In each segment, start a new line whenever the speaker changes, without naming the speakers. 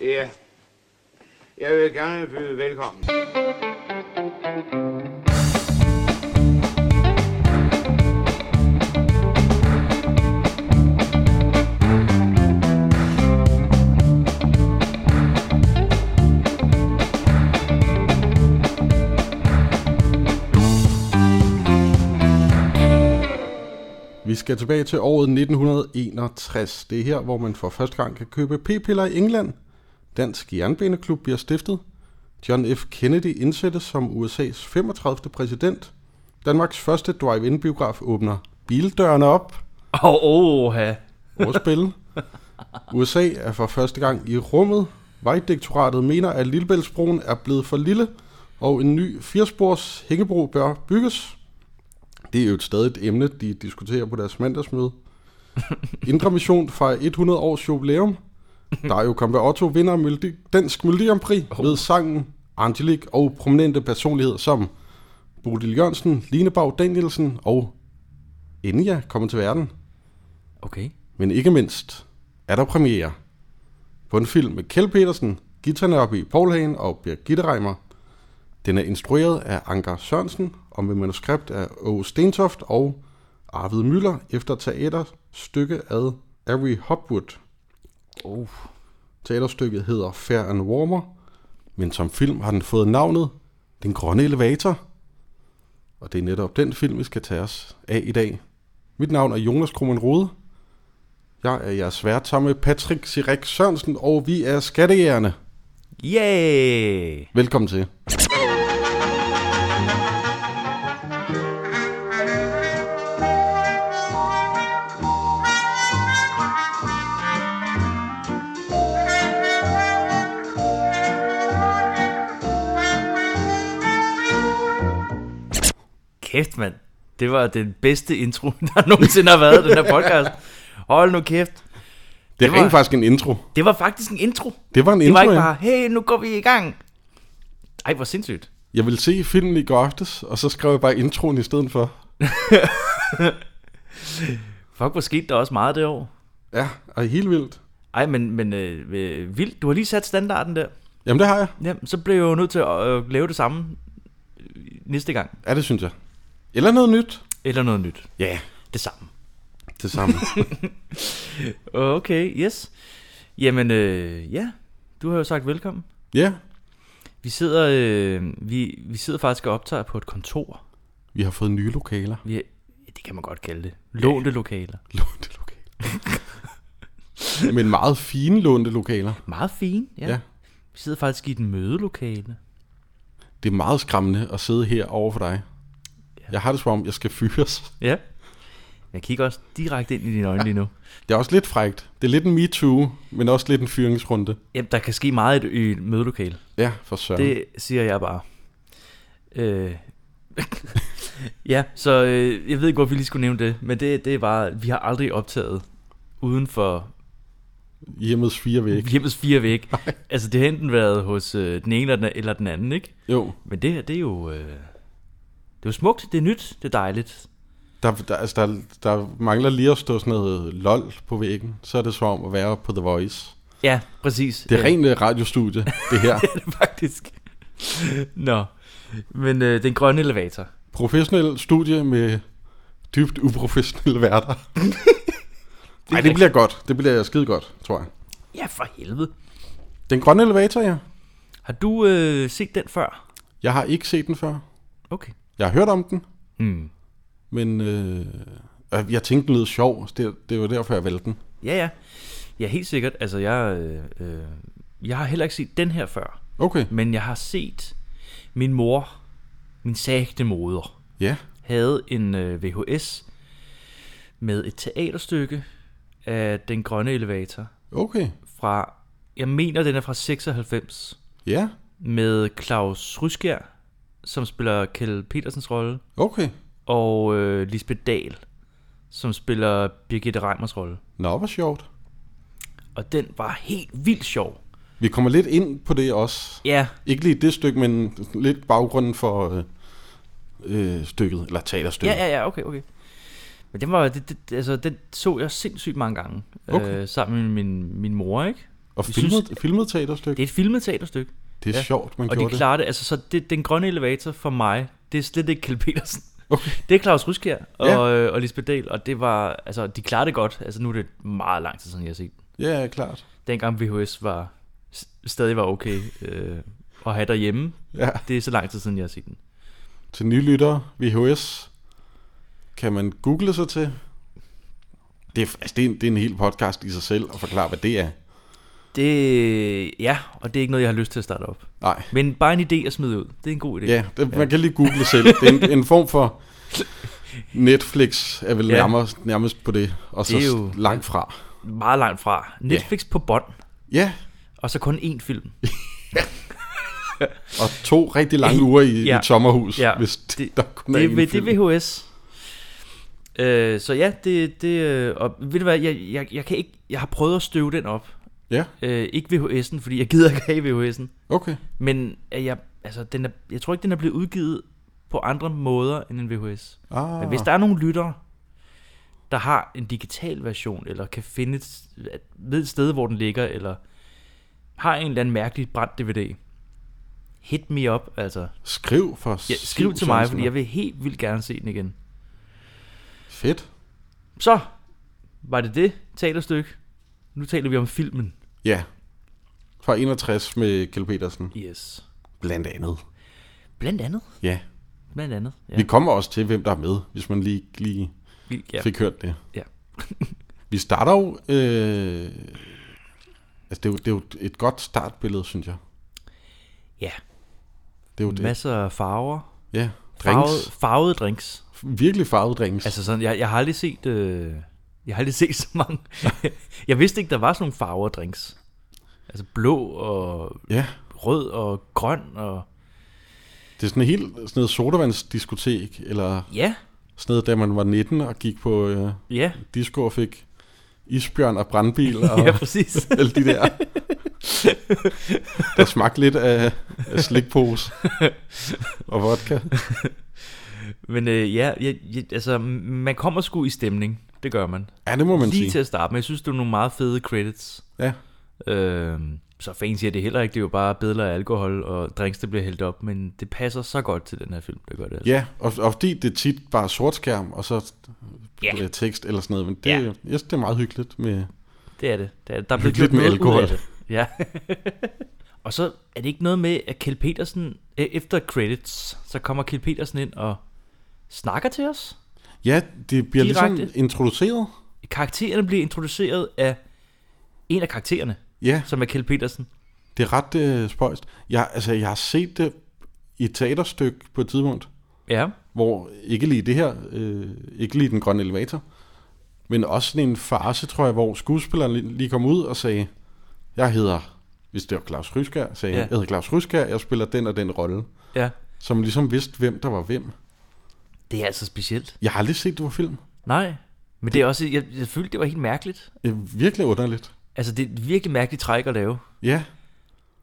Ja. Jeg vil gerne byde velkommen.
Vi skal tilbage til året 1961. Det er her, hvor man for første gang kan købe p-piller i England. Dansk Jernbaneklub bliver stiftet. John F. Kennedy indsættes som USA's 35. præsident. Danmarks første drive-in-biograf åbner bildørene op
Åh, oh, oha.
og spille. USA er for første gang i rummet. Vejdirektoratet mener, at Lillebæltsbroen er blevet for lille, og en ny firespors hængebro bør bygges. Det er jo stadig et emne, de diskuterer på deres mandagsmøde. Indre Mission fejrer 100 års jubilæum. Der er jo Kompe Otto vinder Melodi, Dansk Melodi Grand Prix oh. ved sangen Angelique og prominente personligheder som Bodil Jørgensen, Line Bag Danielsen og Enya kommer til verden.
Okay.
Men ikke mindst er der premiere på en film med Kjell Petersen, Gita Nørby Poulhagen og Birgitte Reimer. Den er instrueret af Anker Sørensen og med manuskript af Åge Stentoft og Arvid Møller efter teaterstykke af Avery Hopwood.
Oh.
Teaterstykket hedder Fair and Warmer, men som film har den fået navnet Den Grønne Elevator. Og det er netop den film, vi skal tage os af i dag. Mit navn er Jonas Krummen Rode. Jeg er jeres vært sammen med Patrick Sirik Sørensen, og vi er skattejægerne.
Yeah!
Velkommen til.
Kæft, mand. Det var den bedste intro, der nogensinde har været i den her podcast. Hold nu kæft.
Det er
Det var-
rent faktisk en intro.
Det var faktisk en intro.
Det var en
Det
intro,
var ikke
ja.
bare, hey, nu går vi i gang. Ej, hvor sindssygt.
Jeg ville se filmen i går aftes, og så skrev jeg bare introen i stedet for.
Fuck, hvor skete der også meget det år.
Ja, og helt vildt.
Ej, men, men øh, øh, vildt. Du har lige sat standarden der.
Jamen det har jeg.
Jamen, så blev jeg jo nødt til at øh, lave det samme øh, næste gang.
Ja, det synes jeg. Eller noget nyt.
Eller noget nyt.
Ja, yeah.
Det samme.
det samme.
Okay, yes. Jamen, øh, ja. Du har jo sagt velkommen.
ja, yeah.
Vi sidder, øh, vi, vi sidder faktisk og optager på et kontor.
vi har fået nye lokaler.
Vi er, ja, det kan man godt kalde det. Lånte lokaler.
Lånte lokaler. Men meget fine lånte lokaler.
Meget fint, ja.
Ja.
ja. Vi sidder faktisk i et mødelokale.
Det er meget skræmmende at sidde her over for dig. Jeg har det som om, jeg skal fyres.
Ja. Jeg kigger også direkte ind i dine øjne lige nu.
Det er også lidt frægt. Det er lidt en MeToo, men også lidt en fyringsrunde.
Jamen, der kan ske meget i et, i et mødelokale.
Ja, for søren. Det...
Det siger jeg bare. Øh. ja, så øh, jeg ved ikke, hvorfor vi lige skulle nævne det, men det, det er bare, vi har aldrig optaget uden for
Hjemmets fire vægge.
hjemmets fire væg. Altså, det har enten været hos øh, den ene eller den, eller den anden, ikke?
Jo,
Men det her, det er jo... Øh, det er jo smukt, det er nyt, det er dejligt.
der, der, altså, der, der mangler lige at stå sådan noget lol på væggen. Så er det som om at være på The Voice.
Ja, præcis.
Det er
Øh,
rent øh, radiostudie, det her.
det er det faktisk. Nå. Men øh, den grønne elevator.
Professionel studie med dybt uprofessionelle værter. Nej, det
rigtigt.
bliver godt. Det bliver skide godt, tror jeg.
Ja, for helvede.
Den grønne elevator, ja.
Har du øh, set den før?
Jeg har ikke set den før.
Okay.
Jeg har hørt om den,
Hmm.
men øh, øh, jeg tænkte, den lød sjov. så Det, det var derfor, jeg valgte den.
Ja, ja. Ja, helt sikkert. Altså, jeg, øh, øh, jeg har heller ikke set den her før.
Okay,
Men jeg har set min mor, min sagte moder,
ja.
havde en øh, VHS med et teaterstykke af Den Grønne Elevator
Okay,
fra, jeg mener den er fra 96,
ja.
med Claus Ryskjær, som spiller Kjell Petersens rolle,
Okay.
og øh, Lisbeth Dahl, som spiller Birgitte Reimers rolle.
Nå, hvor sjovt.
Og den var helt vildt sjov.
Vi kommer lidt ind på det også.
Ja,
Ikke lige det stykke, men lidt baggrunden for øh, øh, stykket, eller teaterstykket.
ja, ja, ja, okay, okay. Men den, var, det, det, altså, den så jeg sindssygt mange gange,
Okay.
okay. øh, sammen med min, min mor, ikke?
Og
Vi
filmet,
synes-
filmet teaterstykke.
Det er et filmet teaterstykke.
Det er
ja.
sjovt, man
og de
gjorde det.
klarer det. Altså, så det, den grønne elevator for mig, det er slet ikke Kjeld Petersen.
Okay.
Det er Claus Ryskjær og,
Ja.
ja. og Lisbeth Dahl, og det var, altså, de klarede det godt. Altså, nu er det meget lang tid siden, jeg har set. den.
Ja, ja, klart.
Dengang VHS var, s- stadig var okay øh, at have derhjemme.
Ja.
Det er så lang tid siden, jeg har set den.
Til nye lyttere, VHS, kan man google sig til. Det er, altså, det, er en, det er en hel podcast i sig selv at forklare, hvad det er.
Det, ja, og det er ikke noget, jeg har lyst til at starte op.
Nej,
Men bare en idé at smide ud. Det er en god idé.
ja, det, man kan lige google selv. Det er en, en form for Netflix er vel
Ja.
nærmest, nærmest på det, og så
Det er
jo...
jo-
langt fra.
Meget langt fra. Netflix på bånd,
Ja,
og så kun én film.
og to rigtig lange uger i, ja. i
Ja.
et sommerhus, ja.
Ja.
hvis det,
Det-
der kun er
Det,
en
det, det
film.
er VHS. Øh, så ja, det, det øh, og ved du hvad, jeg, jeg, jeg, kan ikke, jeg har prøvet at støve den op.
Ja.
Øh, ikke VHS'en, fordi jeg gider ikke have VHS'en.
Okay,
Men at jeg, altså, den er, jeg tror ikke, den er blevet udgivet på andre måder end en VHS.
ah,
Men hvis der er nogle lyttere, der har en digital version, eller kan finde et, s- at- ved et sted, hvor den ligger, eller har en eller anden mærkelig brændt DVD, hit me up, altså.
skriv for
Ja, skriv
syv
til mig,
sanser.
fordi jeg vil helt vildt gerne se den igen.
Fedt.
Så var det det talerstykke. Nu taler vi om filmen.
Ja, fra 61 med Kjell Petersen,
Yes.
blandt andet.
Blandt andet.
Ja.
Blandt andet. Ja.
Vi kommer også til, hvem der er med, hvis man lige, lige
Vi,
ja.
ja.
fik hørt det.
Ja.
vi starter jo... Øh, altså, det er jo, det er jo et godt startbillede, synes jeg.
ja.
Det er jo det.
Masser af farver.
ja,
Farvede,
drinks.
farvede drinks.
Farvet. Virkelig farvede drinks. Altså,
Altså sådan, jeg, jeg har aldrig set... Øh, jeg har aldrig set så mange. jeg vidste ikke, der var sådan nogle farver drinks. Altså blå og
ja,
rød og grøn og...
det er sådan en helt sådan noget sodavandsdiskotek, eller
Ja,
sådan noget, da man var 19 og gik på øh,
ja,
disco og fik isbjørn og brandbil og
ja præcis.
alle de der. der smagte lidt af, af slikpose og vodka.
Men øh, ja, jeg, jeg, altså, man kommer sgu i stemning. Det gør man.
Ja, det må man
Lige
sige.
til at starte med. Jeg synes, det er nogle meget fede credits.
Ja.
Øh, så fancy er det heller ikke. Det er jo bare billeder af alkohol og drinks, der bliver hældt op. Men det passer så godt til den her film, der gør det. Altså.
Ja, og, og fordi det er tit bare sort skærm, og så
Ja.
yeah. tekst eller sådan noget, men det,
Ja.
yeah. yes, det er meget hyggeligt med...
Det er det. det, er det. Der er blevet
Hyggeligt med
gjort noget
alkohol.
Ud af det. Ja. og så er det ikke noget med, at Kjell Petersen, øh, efter credits, så kommer Kjell Petersen ind og snakker til os.
Ja, det bliver Direkte. ligesom
Direkte.
introduceret.
Karaktererne bliver introduceret af en af karaktererne,
Ja,
som er Kjell Petersen.
det er ret øh, spøjst. Jeg, altså, jeg har set det i et teaterstykke på et tidspunkt,
Ja.
hvor ikke lige det her, øh, ikke lige den grønne elevator, men også sådan en farse, tror jeg, hvor skuespilleren lige- lige kom ud og sagde, jeg hedder, hvis det var Claus Ryskær, sagde
Ja.
jeg, jeg hedder Claus Ryskær, jeg spiller den og den rolle.
ja.
Så man ligesom vidste, hvem der var hvem.
Det er altså specielt.
Jeg har aldrig set det på film.
Nej. Men det er også, jeg, jeg følte, det var helt mærkeligt.
Øh, virkelig underligt.
Altså, det er et virkelig mærkeligt træk at lave.
Ja,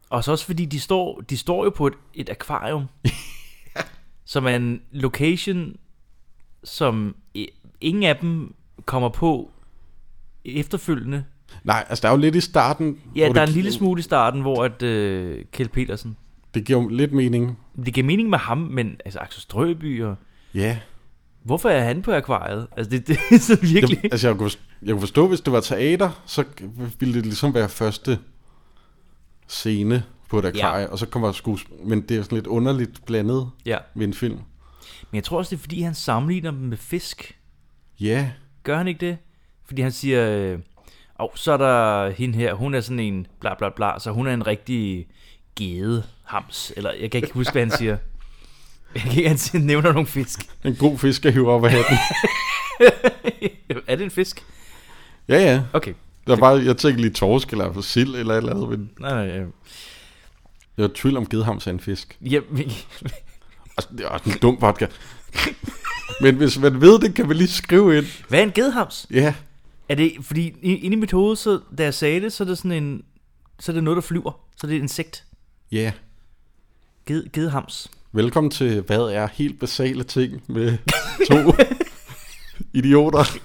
Og så også fordi de står, de står jo på et, et akvarium, som er en location, som i- ingen af dem kommer på efterfølgende.
nej, altså der er jo lidt i starten.
Ja,
hvor
der er en
det, gi-
lille smule i starten, hvor at, øh, Kjeld Petersen,
Det giver jo lidt mening.
det giver mening med ham, men altså Axel Strøby og...
Ja,
Hvorfor er han på akvariet? Altså, det, det er så virkelig...
jeg, altså jeg kunne, forst- jeg kunne forstå, hvis det var teater, så ville det ligesom være første scene på et akvarie, ja. og så kommer skuespil. Men det er sådan lidt underligt blandet
Ja,
ved en film.
men jeg tror også, det er, fordi han sammenligner dem med fisk.
Ja,
Gør han ikke det? Fordi han siger, øh, oh, så er der hende her, hun er sådan en bla bla bla, så hun er en rigtig gede hams, eller jeg kan ikke huske, hvad han siger. Jeg kan ikke, han siger, nævner nogle fisk.
en god fisk at hive op af hatten.
er det en fisk?
Ja, ja.
Okay.
Der var, jeg tænkte lige torsk eller for sild eller et eller andet, men
Nej, nej, øh,
jeg var i tvivl om gedhams er en fisk.
ja, men-
Og det er også en dum vodka. Men hvis man ved det, kan man lige skrive ind.
hvad er en gedehams?
Ja,
Er det, fordi i- inde i mit hoved, så, da jeg sagde det, så er det sådan en, så er det noget, der flyver. Så er det et insekt.
ja.
Ged, gedehams.
Velkommen til Hvad er helt basale ting med to idioter.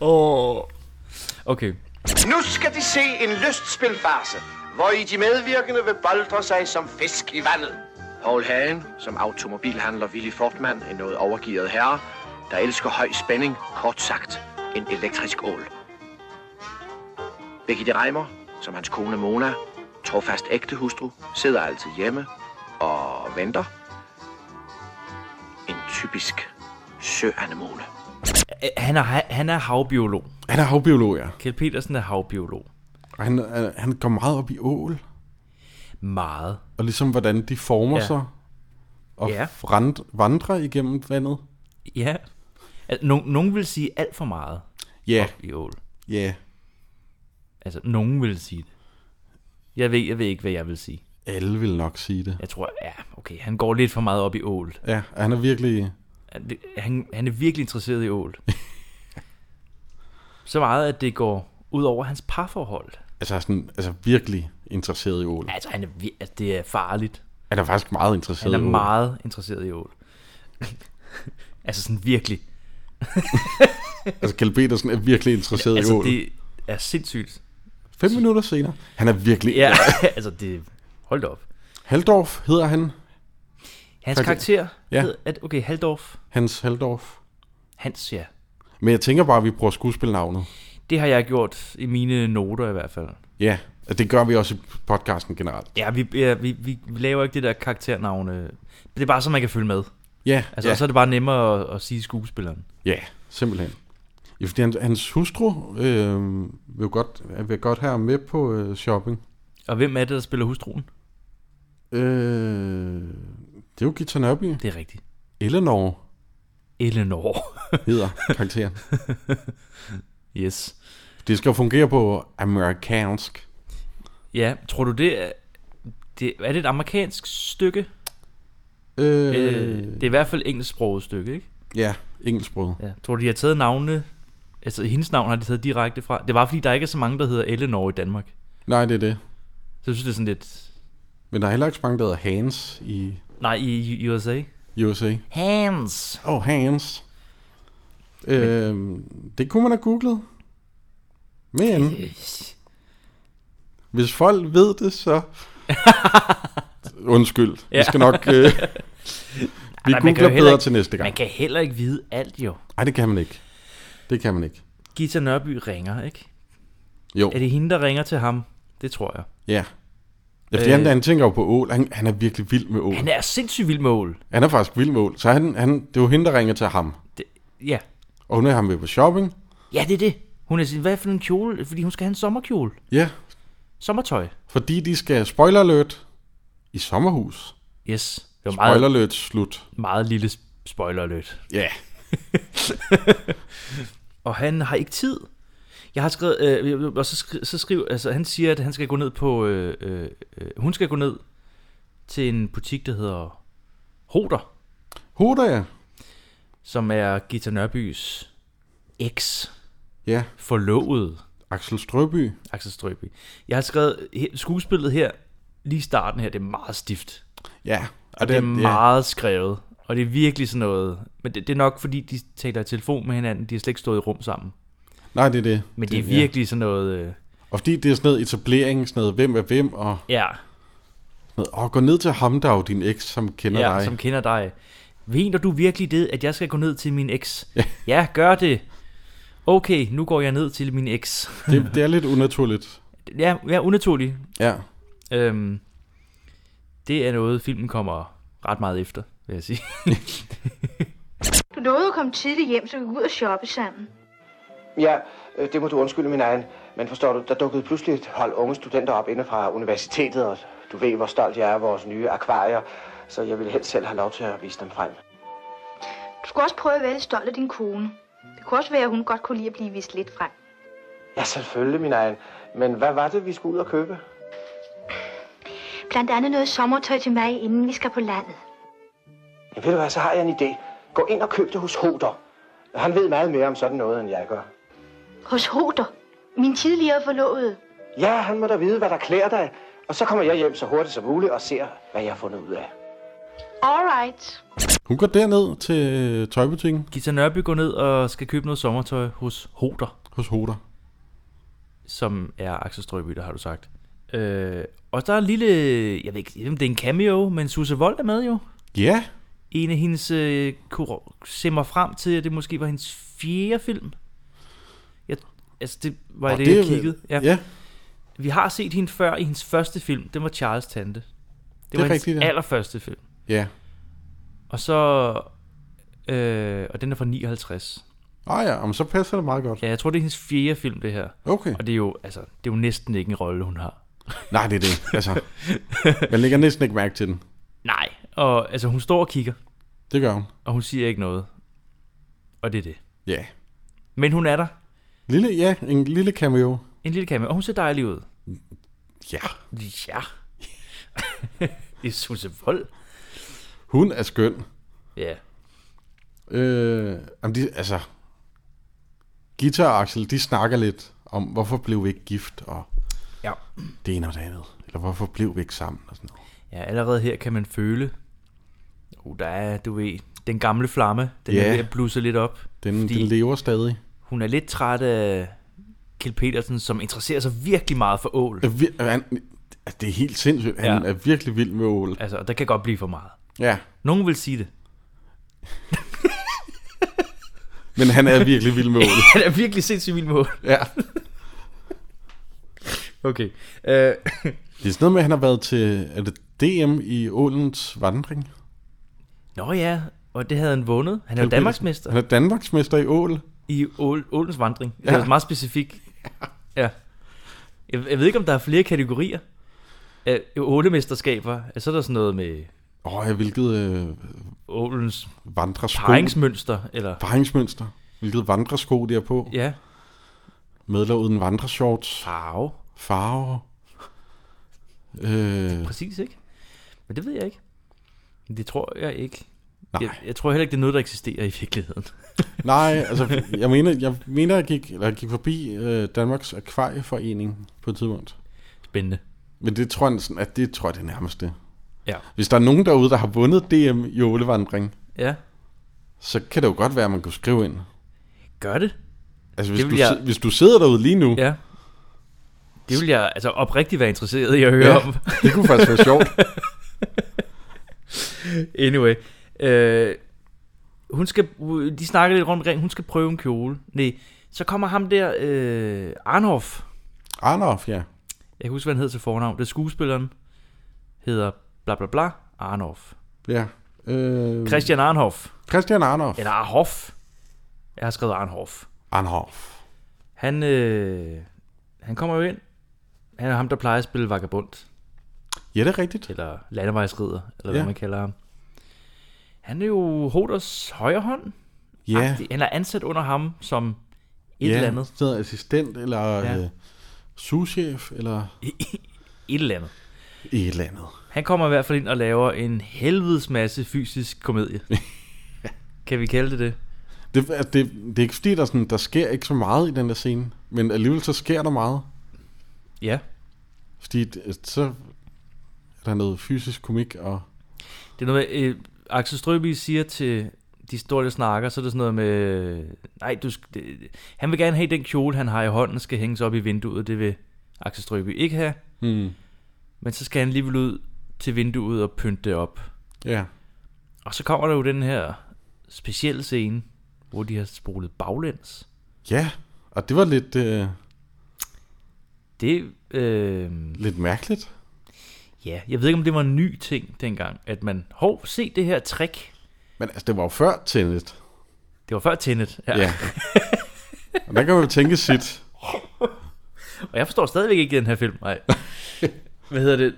Åh. Oh. Okay.
Nu skal de se en lystspilfarse, hvor i de medvirkende vil boldre sig som fisk i vandet. Paul Hagen, som automobilhandler Willy Fortmann, en noget overgivet herre, der elsker høj spænding, kort sagt en elektrisk ål. Birgitte Reimer, som hans kone Mona, trofast ægte hustru, sidder altid hjemme og venter. En typisk søanemone.
Øh, Han er, han er havbiolog.
Han er havbiolog, ja.
Kjeld Petersen er havbiolog.
Og han, øh, han går meget op i ål,
Meget.
og ligesom hvordan de former
Ja.
ja. sig og
Ja.
ja. Rand, vandrer igennem vandet.
Ja. Altså, nogen, nogen vil sige alt for meget
Ja,
i ål.
ja.
Altså, nogen vil sige det. Jeg ved, jeg ved ikke, hvad jeg vil sige.
Alle vil nok sige det.
Jeg tror, ja, okay, han går lidt for meget op i ål.
Ja, han er virkelig...
Han, han, han er virkelig interesseret i ål. Så meget, at det går ud over hans parforhold.
Altså, sådan, altså virkelig interesseret i ål.
Altså, han er, vir- altså det er farligt.
Han er faktisk meget interesseret
Han er
i ål.
meget interesseret i ål. altså sådan virkelig.
Altså, Kjell Petersen er virkelig interesseret i
Altså,
ål.
det er sindssygt.
Fem minutter senere. Han er virkelig...
Ja, altså det... Hold da op.
Haldorf hedder han.
Hans
Faktisk-
karakter
Ja.
hedder, at, okay, Haldorf,
Hans Haldorf.
Hans, ja.
Men jeg tænker bare, at vi bruger skuespilnavnet.
Det har jeg gjort i mine noter i hvert fald.
Ja, og det gør vi også i podcasten generelt.
Ja, vi, ja, vi, vi laver ikke det der karakternavne. Det er bare så, man kan følge med.
Ja,
Altså,
ja,
Og så er det bare nemmere at, at sige skuespilleren.
ja simpelthen. Ja, fordi hans, hans hustru øh, vil, jo godt, vil godt have ham med på øh, shopping.
Og hvem er det, der spiller hustruen?
Øh, det er jo Gita Nørby.
Det er rigtigt.
Eleanor
Eleanor.
hedder karakteren.
yes.
det skal jo fungere på amerikansk.
Ja, tror du det er... Det, er det et amerikansk stykke?
Øh,
Øh.
øh.
Det er i hvert fald engelsksproget stykke, ikke?
Ja, engelsksproget.
Ja. Tror du, de har taget navnene... Altså, hendes navn har de taget direkte fra. Det var, fordi der ikke er så mange, der hedder Eleanor i Danmark.
Nej, det er det.
Så jeg synes, det er sådan lidt...
Men der er heller ikke så mange, der hedder Hans i
Nej, i, i USA.
USA.
Hands.
Åh, oh, Hans. Øh, det kunne man have googlet. Men
Øh,
hvis folk ved det, så... Undskyld. Ja. Vi skal nok... Øh, vi
man kan
googler
jo heller
bedre
ikke-
til næste gang.
Man kan heller ikke vide alt, jo.
Nej, det kan man ikke. Det kan man ikke.
Gita Nørby ringer, ikke?
Jo,
Er det hende, der ringer til ham? Det tror jeg.
ja. Ja, fordi han,
Øh.
han tænker jo på ål. Han, han er virkelig vild med ål.
Han
Han er,
er sindssygt vild med ål.
han er faktisk vild med ål. Så han, han, det er jo hende, der ringer til ham.
Det, ja.
Og hun er ham med på shopping.
ja, det er det. Hun er sin, hvad for en kjole? Fordi hun skal have en sommerkjole.
Ja,
Sommertøj.
fordi de skal, spoiler alert, i sommerhus.
Yes. Det var
Spoiler
meget,
alert, slut.
meget lille sp- spoiler alert.
Ja. Yeah.
Og han har ikke tid. Jeg har skrevet, øh, og så, skri, så skriver, altså han siger, at han skal gå ned på, øh, øh, øh, hun skal gå ned til en butik, der hedder Hoder,
Hoda, ja.
som er Gita Nørbys eks
Ja,
forlovede.
Axel Strøby.
Axel Strøby. Jeg har skrevet he- skuespillet her, lige i starten her, det er meget stift.
Ja. Og
Det er meget skrevet, og det er virkelig sådan noget. Men det, det er nok, fordi de taler i telefon med hinanden, de har slet ikke stået i rum sammen.
Ja. Nej, det er det.
Men det, det er
ja.
virkelig sådan noget, øh,
Og fordi det er sådan noget etablering, sådan noget, hvem er hvem, og
ja,
sådan noget, åh, gå ned til ham, der er jo din eks, som kender ja,
ja
dig.
som
Som...
kender dig. Mener du virkelig det, at jeg skal gå ned til min eks? Ja. ja, gør det. Okay, nu går jeg ned til min eks.
Det, det er lidt unaturligt.
Ja, ja unaturlig.
Ja.
Øhm, det er noget, filmen kommer ret meget efter, vil jeg sige.
Du nåede at komme tidligt hjem, så vi kunne ud og shoppe sammen.
Ja, øh, det må du undskylde, min egen. Men forstår du, der dukkede pludselig et hold unge studenter op inde fra universitetet, og du ved, hvor stolt jeg er af vores nye akvarier, så jeg ville helst selv have lov til at vise dem frem.
Du skulle også prøve at være lidt stolt af din kone. Det kunne også være, at hun godt kunne lide at blive vist lidt frem.
Ja, selvfølgelig, min egen. Men hvad var det, vi skulle ud og købe?
Blandt andet noget sommertøj til mig, inden vi skal på landet.
Ja, ved du hvad, så har jeg en idé. Gå ind og køb det hos Hoder. Han ved meget mere om sådan noget, end jeg gør.
Hos Hoder. Min tidligere forlovede.
Ja, han må da vide, hvad der klæder dig. Og så kommer jeg hjem så hurtigt som muligt og ser, hvad jeg har fundet ud af.
All right.
Hun går derned til øh, tøjbutikken
Gita Nørby går ned og skal købe noget sommertøj hos Hoder.
hos Hoda.
som er Axel Strøby, der har du sagt. Øh, og der er en lille, jeg ved ikke, om det er en cameo, men Susse Vold er med jo.
Ja,
En af hendes, øh, kunne simmer frem til, at det måske var hendes fjerde film. Jeg, altså det var
og
det, det, jeg
er vel-
kiggede.
Ja. ja.
Vi har set hende før i hendes første film. Det var Charles Tante. Det,
Det er
var
rigtigt,
hendes
ja.
allerførste film.
Ja.
Og så... Øh, og den er fra 59.
Ah ja, men så passer det meget godt.
Ja, jeg tror, det er hendes fjerde film, det her.
Okay.
Og det er jo, altså, det er jo næsten ikke en rolle, hun har.
Nej, det er det. Altså, jeg lægger næsten ikke mærke til den.
Nej. Og altså, hun står og kigger,
Det gør hun.
og hun siger ikke noget. Og det er det.
Ja.
Men hun er der.
Lille, ja, en lille cameo.
En lille kamera. Og hun ser dejlig ud.
Ja.
Ja. det er Susse Vold.
Hun er skøn.
Ja.
Øh, jamen de, altså, Gita og Axel, de snakker lidt om, hvorfor blev vi ikke gift, og
Ja.
det ene og det andet. Eller hvorfor blev vi ikke sammen, og sådan noget.
Ja, allerede her kan man føle, oh, der er, du ved, den gamle flamme, den
Ja.
er ved at blusse lidt op.
Den,
Fordi-
Fordi... den lever stadig.
Hun er lidt træt af Kjeld Petersen, som interesserer sig virkelig meget for ål.
Er vi- er Han, altså, det er helt sindssygt. Han
Ja.
ja. er virkelig vild med ål.
Altså, og der kan godt blive for meget.
Ja.
Nogen vil sige det.
Men han er virkelig vild med ål.
Han er virkelig sindssygt vild med ål.
Ja.
Okay. Uh,
Det er sådan noget med, at han har været til er det DM i ålens vandring.
Nå ja, og det havde han vundet. Han er jo
Kjeld
Danmarksmester
Han er Danmarksmester i ål.
i ål, ålens vandring. Det
Ja.
er altså meget specifikt. Ja. Jeg, jeg ved ikke, om der er flere kategorier. Øh, ålemesterskaber. Så er der sådan noget med
Åh, oh, hvilket øh,
ålens
vandresko.
paringsmønster, eller...
Paringsmønster. Hvilket vandresko de er på. Ja.
Ja,
Medler uden vandreshorts.
farve.
Farver. Øh,
Præcis, ikke? Men det ved jeg ikke. Men Det tror jeg ikke.
nej,
Jeg, jeg tror heller ikke, det er noget, der eksisterer i virkeligheden.
nej, altså, jeg mener, jeg mener, jeg gik, eller jeg gik forbi øh, Danmarks Akvarieforening på et tidspunkt.
Spændende.
Men det tror jeg, sådan, at det tror jeg, det er nærmeste.
Ja.
Hvis der er nogen derude, der har vundet DM i ålevandring,
Ja,
så kan det jo godt være, at man kunne skrive ind.
gør det.
Altså, hvis,
Det vil
du,
jeg-
jeg... hvis du sidder derude lige nu,
Ja. Det vil jeg altså oprigtigt være interesseret i at høre ja. om.
det kunne faktisk være sjovt.
Anyway. Øh, hun skal, de snakker lidt rundt omkring, hun skal prøve en kjole. Nej, så kommer ham der, øh, Arnhoff.
Arnoff, ja.
Jeg kan huske, hvad han hedder til fornavn. Det er skuespilleren. Hedder bla bla bla Arnhoff.
ja. Øh,
Christian Arnhoff.
Christian Arnoff.
Eller Arhoff. Jeg har skrevet Arnhoff.
Arnoff.
Han, øh, han kommer jo ind. Han er ham, der plejer at spille vagabond,
Ja, det er rigtigt.
eller landevejsrider, eller ja. hvad
Ja.
man kalder ham. Han er jo Hoders højre hånd.
Ja.
Agtig. Han er ansat under ham som et ja. eller andet.
Sådan noget assistent, eller
Ja.
ja. øh, souschef, eller
Et eller andet.
et eller andet.
Han kommer i hvert fald ind og laver en helvedes masse fysisk komedie. kan vi kalde det det?
Det, altså, det, det er ikke fordi, der, er sådan, der sker ikke så meget i den der scene, men alligevel så sker der meget.
Ja.
Fordi det, så er der noget fysisk komik, og
Det er noget med, øh, Axel Strøby siger til de store, der snakker, så er det sådan noget med, øh, nej, du sk- det, han vil gerne have den kjole, han har i hånden, skal hænges op i vinduet, det vil Axel Strøby ikke have,
hmm,
men så skal han alligevel ud til vinduet og pynte det op.
ja,
Og så kommer der jo den her specielle scene, hvor de har spolet baglæns.
ja, og det var lidt, øh,
Det, øh,
lidt mærkeligt.
ja, jeg ved ikke, om det var en ny ting dengang, at man, hov, se det her trick.
Men altså, det var jo før Tenet.
Det var før Tenet. Ja.
Ja. og der kan man jo tænke sit.
Og jeg forstår stadigvæk ikke den her film. Nej. Hvad hedder det?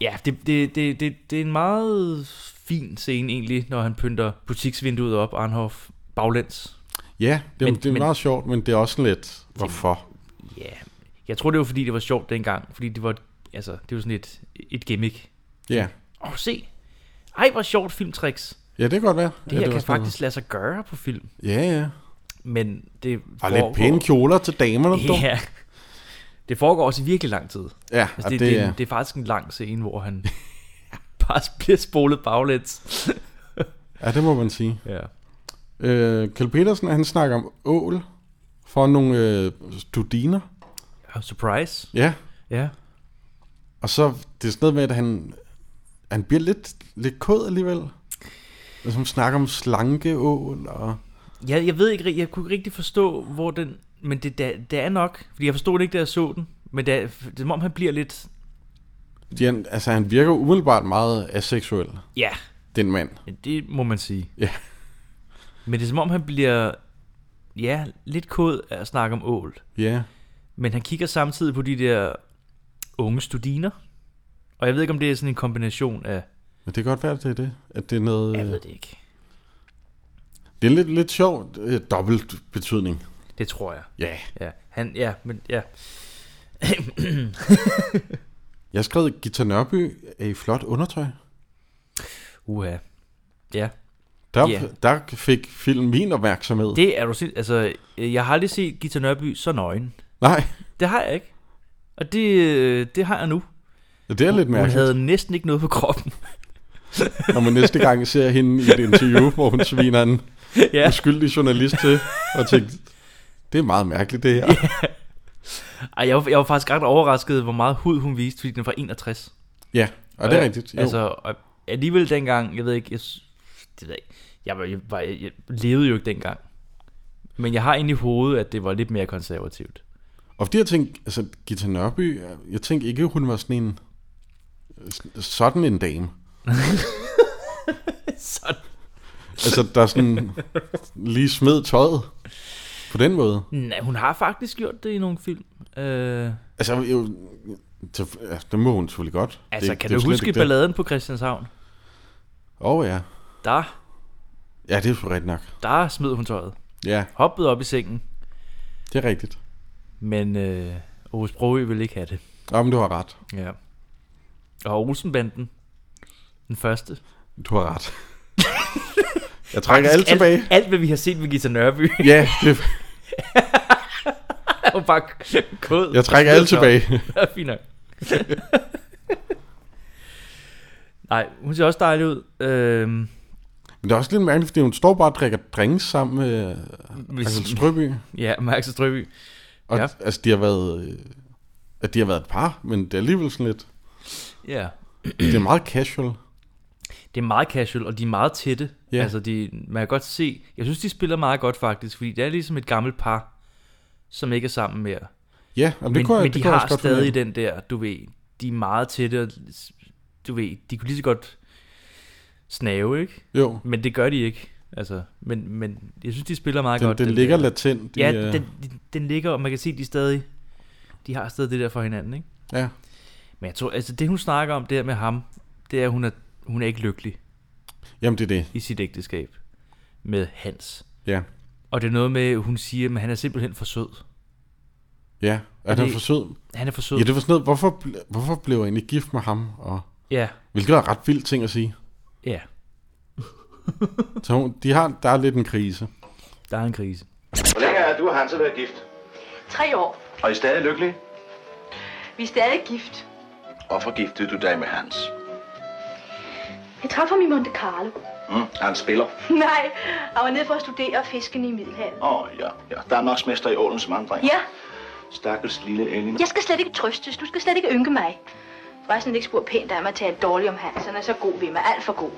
Ja, det, det, det, det, det er en meget fin scene egentlig, når han pynter butiksvinduet op, Arnhoff, baglæns.
Ja, det,
Men-
men, det er
men-
meget sjovt, men det er også sådan lidt, hvorfor?
Ja, jeg tror det var fordi, det var sjovt dengang, fordi det var, altså, det var sådan et, et gimmick.
Ja.
Åh, se! Ej, hvor sjovt filmtricks.
ja, det kan godt være.
Det her
ja,
ja,
var
kan
sådan noget.
faktisk lade sig gøre på film,
Ja, ja.
men det
Og lidt pæne kjoler til damerne, du.
Ja, det foregår også i virkelig lang tid.
Ja,
Altså,
og det,
det, det,
det,
er en, det er faktisk en lang scene, hvor han bare bliver spolet baglæns.
ja, det må man sige.
Ja.
Øh, Kjell Petersen, han snakker om ål, for nogle øh, studiner.
Oh, surprise.
Ja,
Ja.
og så det er sådan noget med, at han, han bliver lidt, lidt kod alligevel. Altså, hun snakker om slankeål, og
Jeg, jeg ved ikke, ri- jeg kunne ikke rigtig forstå, hvor den... Men det, det, det er nok, fordi jeg forstod det ikke, da jeg så den. Men det, er- det er som om, han bliver lidt...
de, han- altså, han virker umiddelbart meget aseksuel,
Ja,
den mand.
det må man sige.
Ja.
Men det er som om, han bliver... Ja, lidt kod af at snakke om ål.
Ja,
Men han kigger samtidig på de der unge studiner. Og jeg ved ikke, om det er sådan en kombination af...
men det kan godt være, at det er det. At det er noget...
Jeg
øh,
ved det ikke.
Det er en lidt, lidt sjov øh, dobbelt betydning.
Det tror jeg.
Ja.
Ja, han, ja, men ja.
Jeg skrev, Gita Nørby er i flot undertøj.
Uha. Ja,
Der,
Ja.
yeah. der fik filmen min opmærksomhed. Det...
det er du sind... Altså, øh, jeg har aldrig set Gita Nørby så nøgen.
Nej,
Det har jeg ikke. Og det, øh, det har jeg nu.
det er lidt
Hun
mærkeligt. Havde...
havde næsten ikke noget på kroppen.
Når man næste gang ser hende i et interview, hvor hun sviner en
ja.
uskyldig journalist til, og tænkte, det er meget mærkeligt det her. Yeah.
Ej, jeg, var, jeg var faktisk ret overrasket, hvor meget hud hun viste, fordi den var 61.
Ja, og det er rigtigt. Jo.
Jo. Altså, og alligevel dengang, jeg ved ikke, jeg, s- det ved jeg, ikke. jeg, var, jeg, var, jeg levede jo ikke dengang. Men jeg har inde i hovedet, at det var lidt mere konservativt.
Og fordi jeg tænkte, altså Gita Nørby, jeg tænkte ikke, hun var sådan en, sådan en dame.
Sådan.
Altså, der sådan lige smed tøjet på den måde.
Nej, hun har faktisk gjort det i nogle film. Øh,
Altså, jo, til, ja, det må hun selvfølgelig godt.
altså,
det,
kan
det er jo
du
slet
huske
ikke det.
balladen på Christianshavn?
Åh oh, ja.
Der,
Ja, det er jo rigtigt nok.
der smed hun tøjet.
Ja,
Hoppede op i sengen,
det er rigtigt.
men øh, Aarhus Broø ville ikke have det.
Nå, men du har ret.
Ja. Og Olsenbanden, den første.
Du har ret. Jeg trækker alt tilbage.
Alt, alt, hvad vi har set med Gita Nørby,
Ja, det,
er jo bare kod.
jeg trækker alt tilbage.
Ja, fint nok. Nej, hun ser også dejlig ud. Øhm,
Men det er også lidt mærkeligt, fordi hun står bare og drikker drinks sammen med
hvis,
Axel Strøby.
altså, ja, Max og Strøby.
Og
Ja.
ja. altså, de har været... øh, At de har været et par, men det er alligevel sådan lidt...
Ja.
Det er meget casual.
Det er meget casual, og de er meget tætte.
Ja.
Altså, de, man kan godt se... Jeg synes, de spiller meget godt, faktisk, fordi det er ligesom et gammelt par, som ikke er sammen mere.
Ja, jamen, det
men,
kunne jeg,
men
det
de
kunne jeg
har
også godt
stadig
fornemme.
den der, du ved, de er meget tætte, og du ved, de kunne lige så godt snave, ikke?
Jo,
Men det gør de ikke, altså. Men, men jeg synes, de spiller meget
den,
godt.
den, ligger
der.
latent. i,
Ja,
øh,
den, den, den ligger, og man kan se, de stadig, de har stadig det der for hinanden, ikke?
ja.
Men jeg tror, altså det hun snakker om der med ham, det er, at hun er, hun er ikke lykkelig
Jamen, det er det.
i sit ægteskab med Hans.
Ja.
Og det er noget med, hun siger, at han er simpelthen for sød.
Ja, er
det-
den for sød?
Han er for sød.
Ja, det var sådan noget, hvorfor, ble- hvorfor blev jeg egentlig gift med ham? Og,
ja,
hvilket er ret vildt ting at sige.
ja,
Så hun, de har, der er lidt en krise.
der er en krise.
Hvor længe har du og Hansa været gift?
Tre år.
Og er I stadig lykkelige?
Vi er stadig gift.
Hvorfor giftede du dig med Hans?
Jeg træffer ham i Monte Carlo.
Mm, han spiller.
Nej, og var nede for at studere fiskene i Middelhavet.
Åh, oh, ja, ja. Der er nok mester i ålen som andre.
Ja,
Stakkels lille Elin.
jeg skal slet ikke trøstes. Du skal slet ikke ynke mig. Forresten er det ikke spurgt pænt af mig at tale dårligt om Hans. Han er så god ved mig. Alt for god.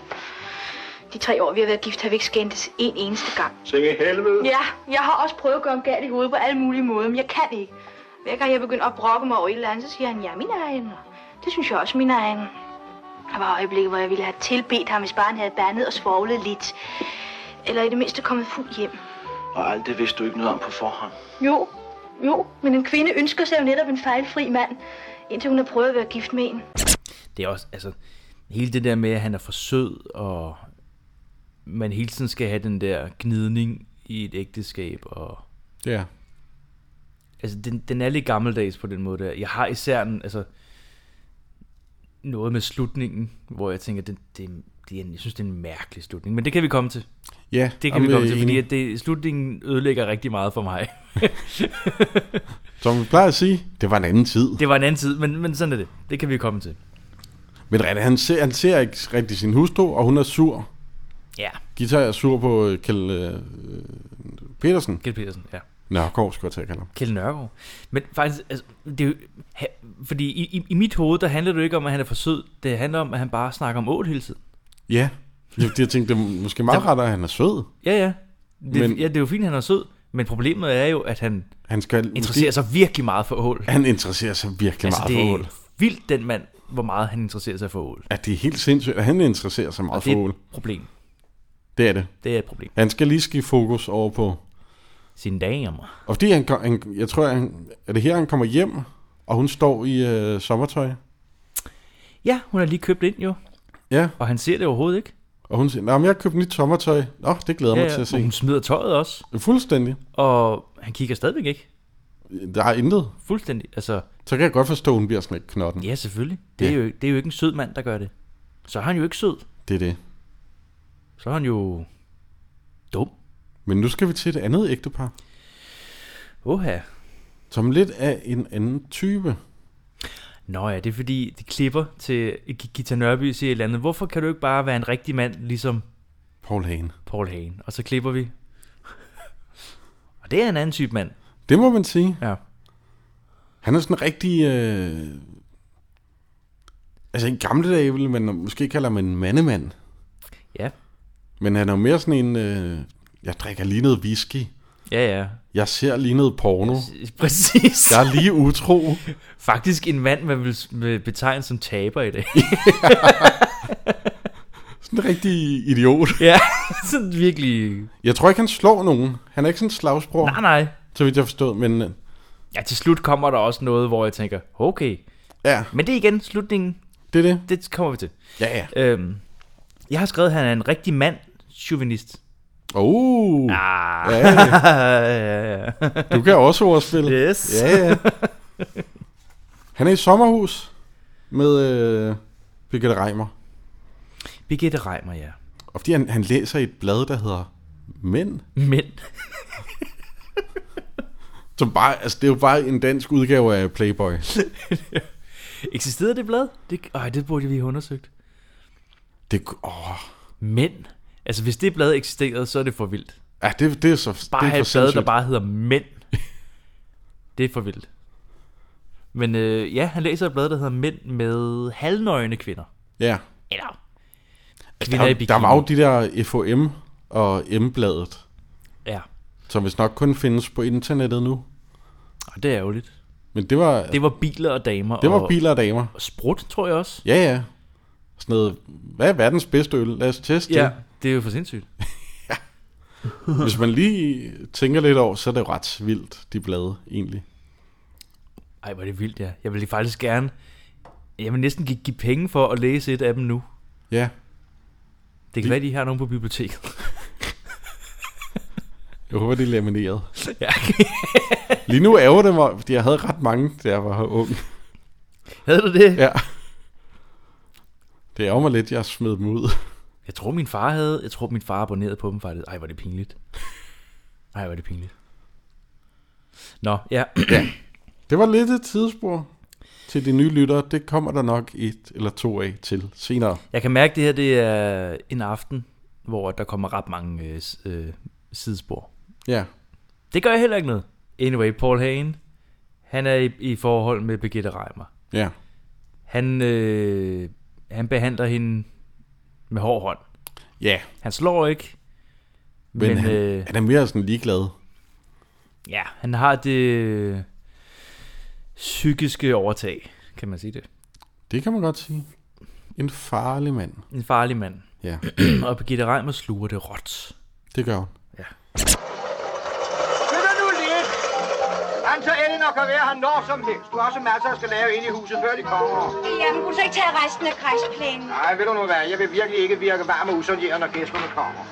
De tre år, vi har været gift, har vi ikke skændtes en eneste gang.
Sing i helvede.
Ja, jeg har også prøvet at gøre ham gal i hovedet på alle mulige måder, men jeg kan ikke. Hver gang jeg begynder at brokke mig over et eller andet, så siger han, ja, min egen. Og Det synes jeg også, min egen. Der var øjeblikke, hvor jeg ville have tilbedt ham, hvis bare han havde bandet og svoglet lidt. Eller i det mindste kommet fuld hjem.
Og alt det vidste du ikke noget om på forhånd.
Jo, jo, men en kvinde ønsker sig jo netop en fejlfri mand, indtil hun har prøvet at være gift med en.
Det er også, altså, hele det der med, at han er for sød, og man hele tiden skal have den der gnidning i et ægteskab, og
Ja.
Altså, den, den er lidt gammeldags på den måde der. Jeg har især en, altså, noget med slutningen, hvor jeg tænker, det, det, det er, en- jeg synes, det er en mærkelig slutning. Men det kan vi komme til.
Ja,
Det kan
jamen,
vi komme
øh,
til, fordi
enig.
at det, slutningen ødelægger rigtig meget for mig.
Som vi plejer at sige, det var en anden tid. Det...
Det var en anden tid, men, men sådan er det. Det kan vi komme til.
Men René, han ser, han ser ikke rigtig sin hustru, og hun er sur.
Ja.
Gita er sur på øh, Kjell øh, Petersen.
Kjeld Petersen, ja.
Nørgaard skulle jeg til at kalde ham.
Kjeld Nørgaard. Men faktisk, altså, det er jo, ha, fordi i, i, i mit hoved, der handler det jo ikke om, at han er for sød. Det handler om, at han bare snakker om ål hele tiden.
Ja, jeg, jeg tænkte, det er måske meget rart, at han er sød.
Ja, ja. Det,
Men-
men, ja, det er jo fint, han er sød. Men problemet er jo, at han
Han skal
Mm. interesserer sig virkelig meget for ål.
Måske, han interesserer sig virkelig
Altså,
meget
det
for
er
ål.
vildt, den mand, hvor meget han interesserer sig for ål.
At det er helt sindssygt, at han interesserer sig meget
Og det
for
er
ål.
et problem.
Det er det.
Det er et problem.
Han skal lige skifte fokus over på...
Sine damer.
Og fordi han, kom- han jeg tror, han, er det her, han kommer hjem, og hun står i øh, sommertøj.
Ja, hun har lige købt ind jo.
Ja,
Og han ser det overhovedet ikke.
og hun siger, "Nå, men jeg har købt nyt sommertøj. Nå, det glæder jeg
Ja,
mig til
ja.
at se.
Hun smider tøjet også.
Fuldstændig.
Og han kigger stadigvæk ikke.
Der er intet.
Fuldstændig. Altså,
Så kan jeg godt forstå, at hun bliver sådan lidt knotten.
ja, selvfølgelig. Det er,
Ja.
jo, det er jo ikke en sød mand, der gør det. Så er han jo ikke sød.
Det er det.
Så er han jo dum.
Men nu skal vi til et andet ægtepar,
Oha.
som lidt af en anden type.
Nå ja, det er fordi, de klipper til G- Gita Nørby siger et eller andet. Hvorfor kan du ikke bare være en rigtig mand, ligesom
Paul Hagen.
Paul Hagen? Og så klipper vi. og det er en anden type mand.
Det må man sige.
Ja.
Han er sådan rigtig... Øh... Altså i gamle dage ville man måske kalde ham en mandemand.
Ja,
Men han er jo mere sådan en... Øh... Jeg drikker lige noget whisky.
ja, ja.
Jeg ser lige noget porno.
Altså. Præcis.
Jeg er lige utro.
Faktisk en mand, man vil vil betegne som taber i dag.
Sådan en rigtig idiot.
ja, sådan virkelig...
Jeg tror ikke, han slår nogen. Han er ikke sådan en slagsbror,
Nej, nej.
så vidt jeg forstod. Men øh,
Ja, til slut kommer der også noget, hvor jeg tænker, okay.
ja,
Men det er igen slutningen.
det er det.
Det kommer vi til.
Ja, ja.
Øhm, jeg har skrevet, at han er en rigtig mand, chauvinist.
Oh,
Ah.
ja, ja.
ja, ja.
du kan også ordspille.
Yes.
Ja, ja. Han er i sommerhus med øh, Birgitte Reimer.
Birgitte Reimer, ja.
Og fordi han, han læser et blad, der hedder Mænd.
Men,
Som bare, altså, det er jo bare en dansk udgave af Playboy.
eksisterede det blad? Det, øj, det burde vi have undersøgt.
Det, ku- åh,
Mænd? Altså, hvis det blad eksisterede, så er det for vildt.
ja, det, det er så
Bare
det er
have
for
et blad, der
sindssygt.
bare hedder Mænd. Det er for vildt. Men øh, ja, han læser et blad, der hedder Mænd med halvnøgne kvinder.
Ja.
Eller kvinder i
Der,
bikini.
der var jo de der FOM og M-bladet,
Ja,
som vist nok kun findes på internettet nu.
og det er ærgerligt.
Men det var, det,
Det var biler og damer.
det var
og,
biler og damer.
Og sprut, tror jeg også.
Ja, ja. Sådan noget, hvad er verdens bedste øl? Lad os teste det.
Ja, det er jo for sindssygt.
Hvis man lige tænker lidt over, så er det jo ret vildt, de blade, egentlig.
Ej, hvor er det vildt, ja. Jeg ville faktisk gerne... Jeg vil næsten give, give penge for at læse et af dem nu.
Ja.
Det kan være, de har nogen på biblioteket.
Jeg håber, det er lamineret.
Ja.
Lige nu ærger det mig, fordi jeg havde ret mange, da jeg var ung.
Havde du det? Ja.
Ja. Det ærger mig lidt, jeg smed dem ud.
Jeg tror, min far havde... Jeg tror, min far abonnerede på dem faktisk. Ej, hvor er det pinligt. Ej, hvor er det pinligt. Nå, ja.
Det var lidt et tidsspor til de nye lyttere. Det kommer der nok et eller to af til senere.
Jeg kan mærke, det her det er en aften, hvor der kommer ret mange øh, s- øh, sidespor.
Ja.
Det gør jeg heller ikke noget. Anyway, Paul Hagen, han er i, i forhold med Birgitte Reimer.
Ja.
Han, øh, han behandler hende med hård hånd.
Ja.
Han slår ikke,
Men,
men, men
han,
øh,
han er mere sådan ligeglad.
ja, han har det øh, psykiske overtag, kan man sige det.
Det kan man godt sige. En farlig mand.
En farlig mand.
Ja,
Og Birgitte Reimer sluger det råt.
det gør hun.
Flytter nu lidt! Han så endelig nok at være her når som helst. Du har også masser, der skal lave inde i huset, før de kommer.
Jamen, kunne du så ikke tage resten af græsplænen?
Nej, ved du nu hvad, jeg vil virkelig ikke virke varm og usonjeret, når gæsterne kommer.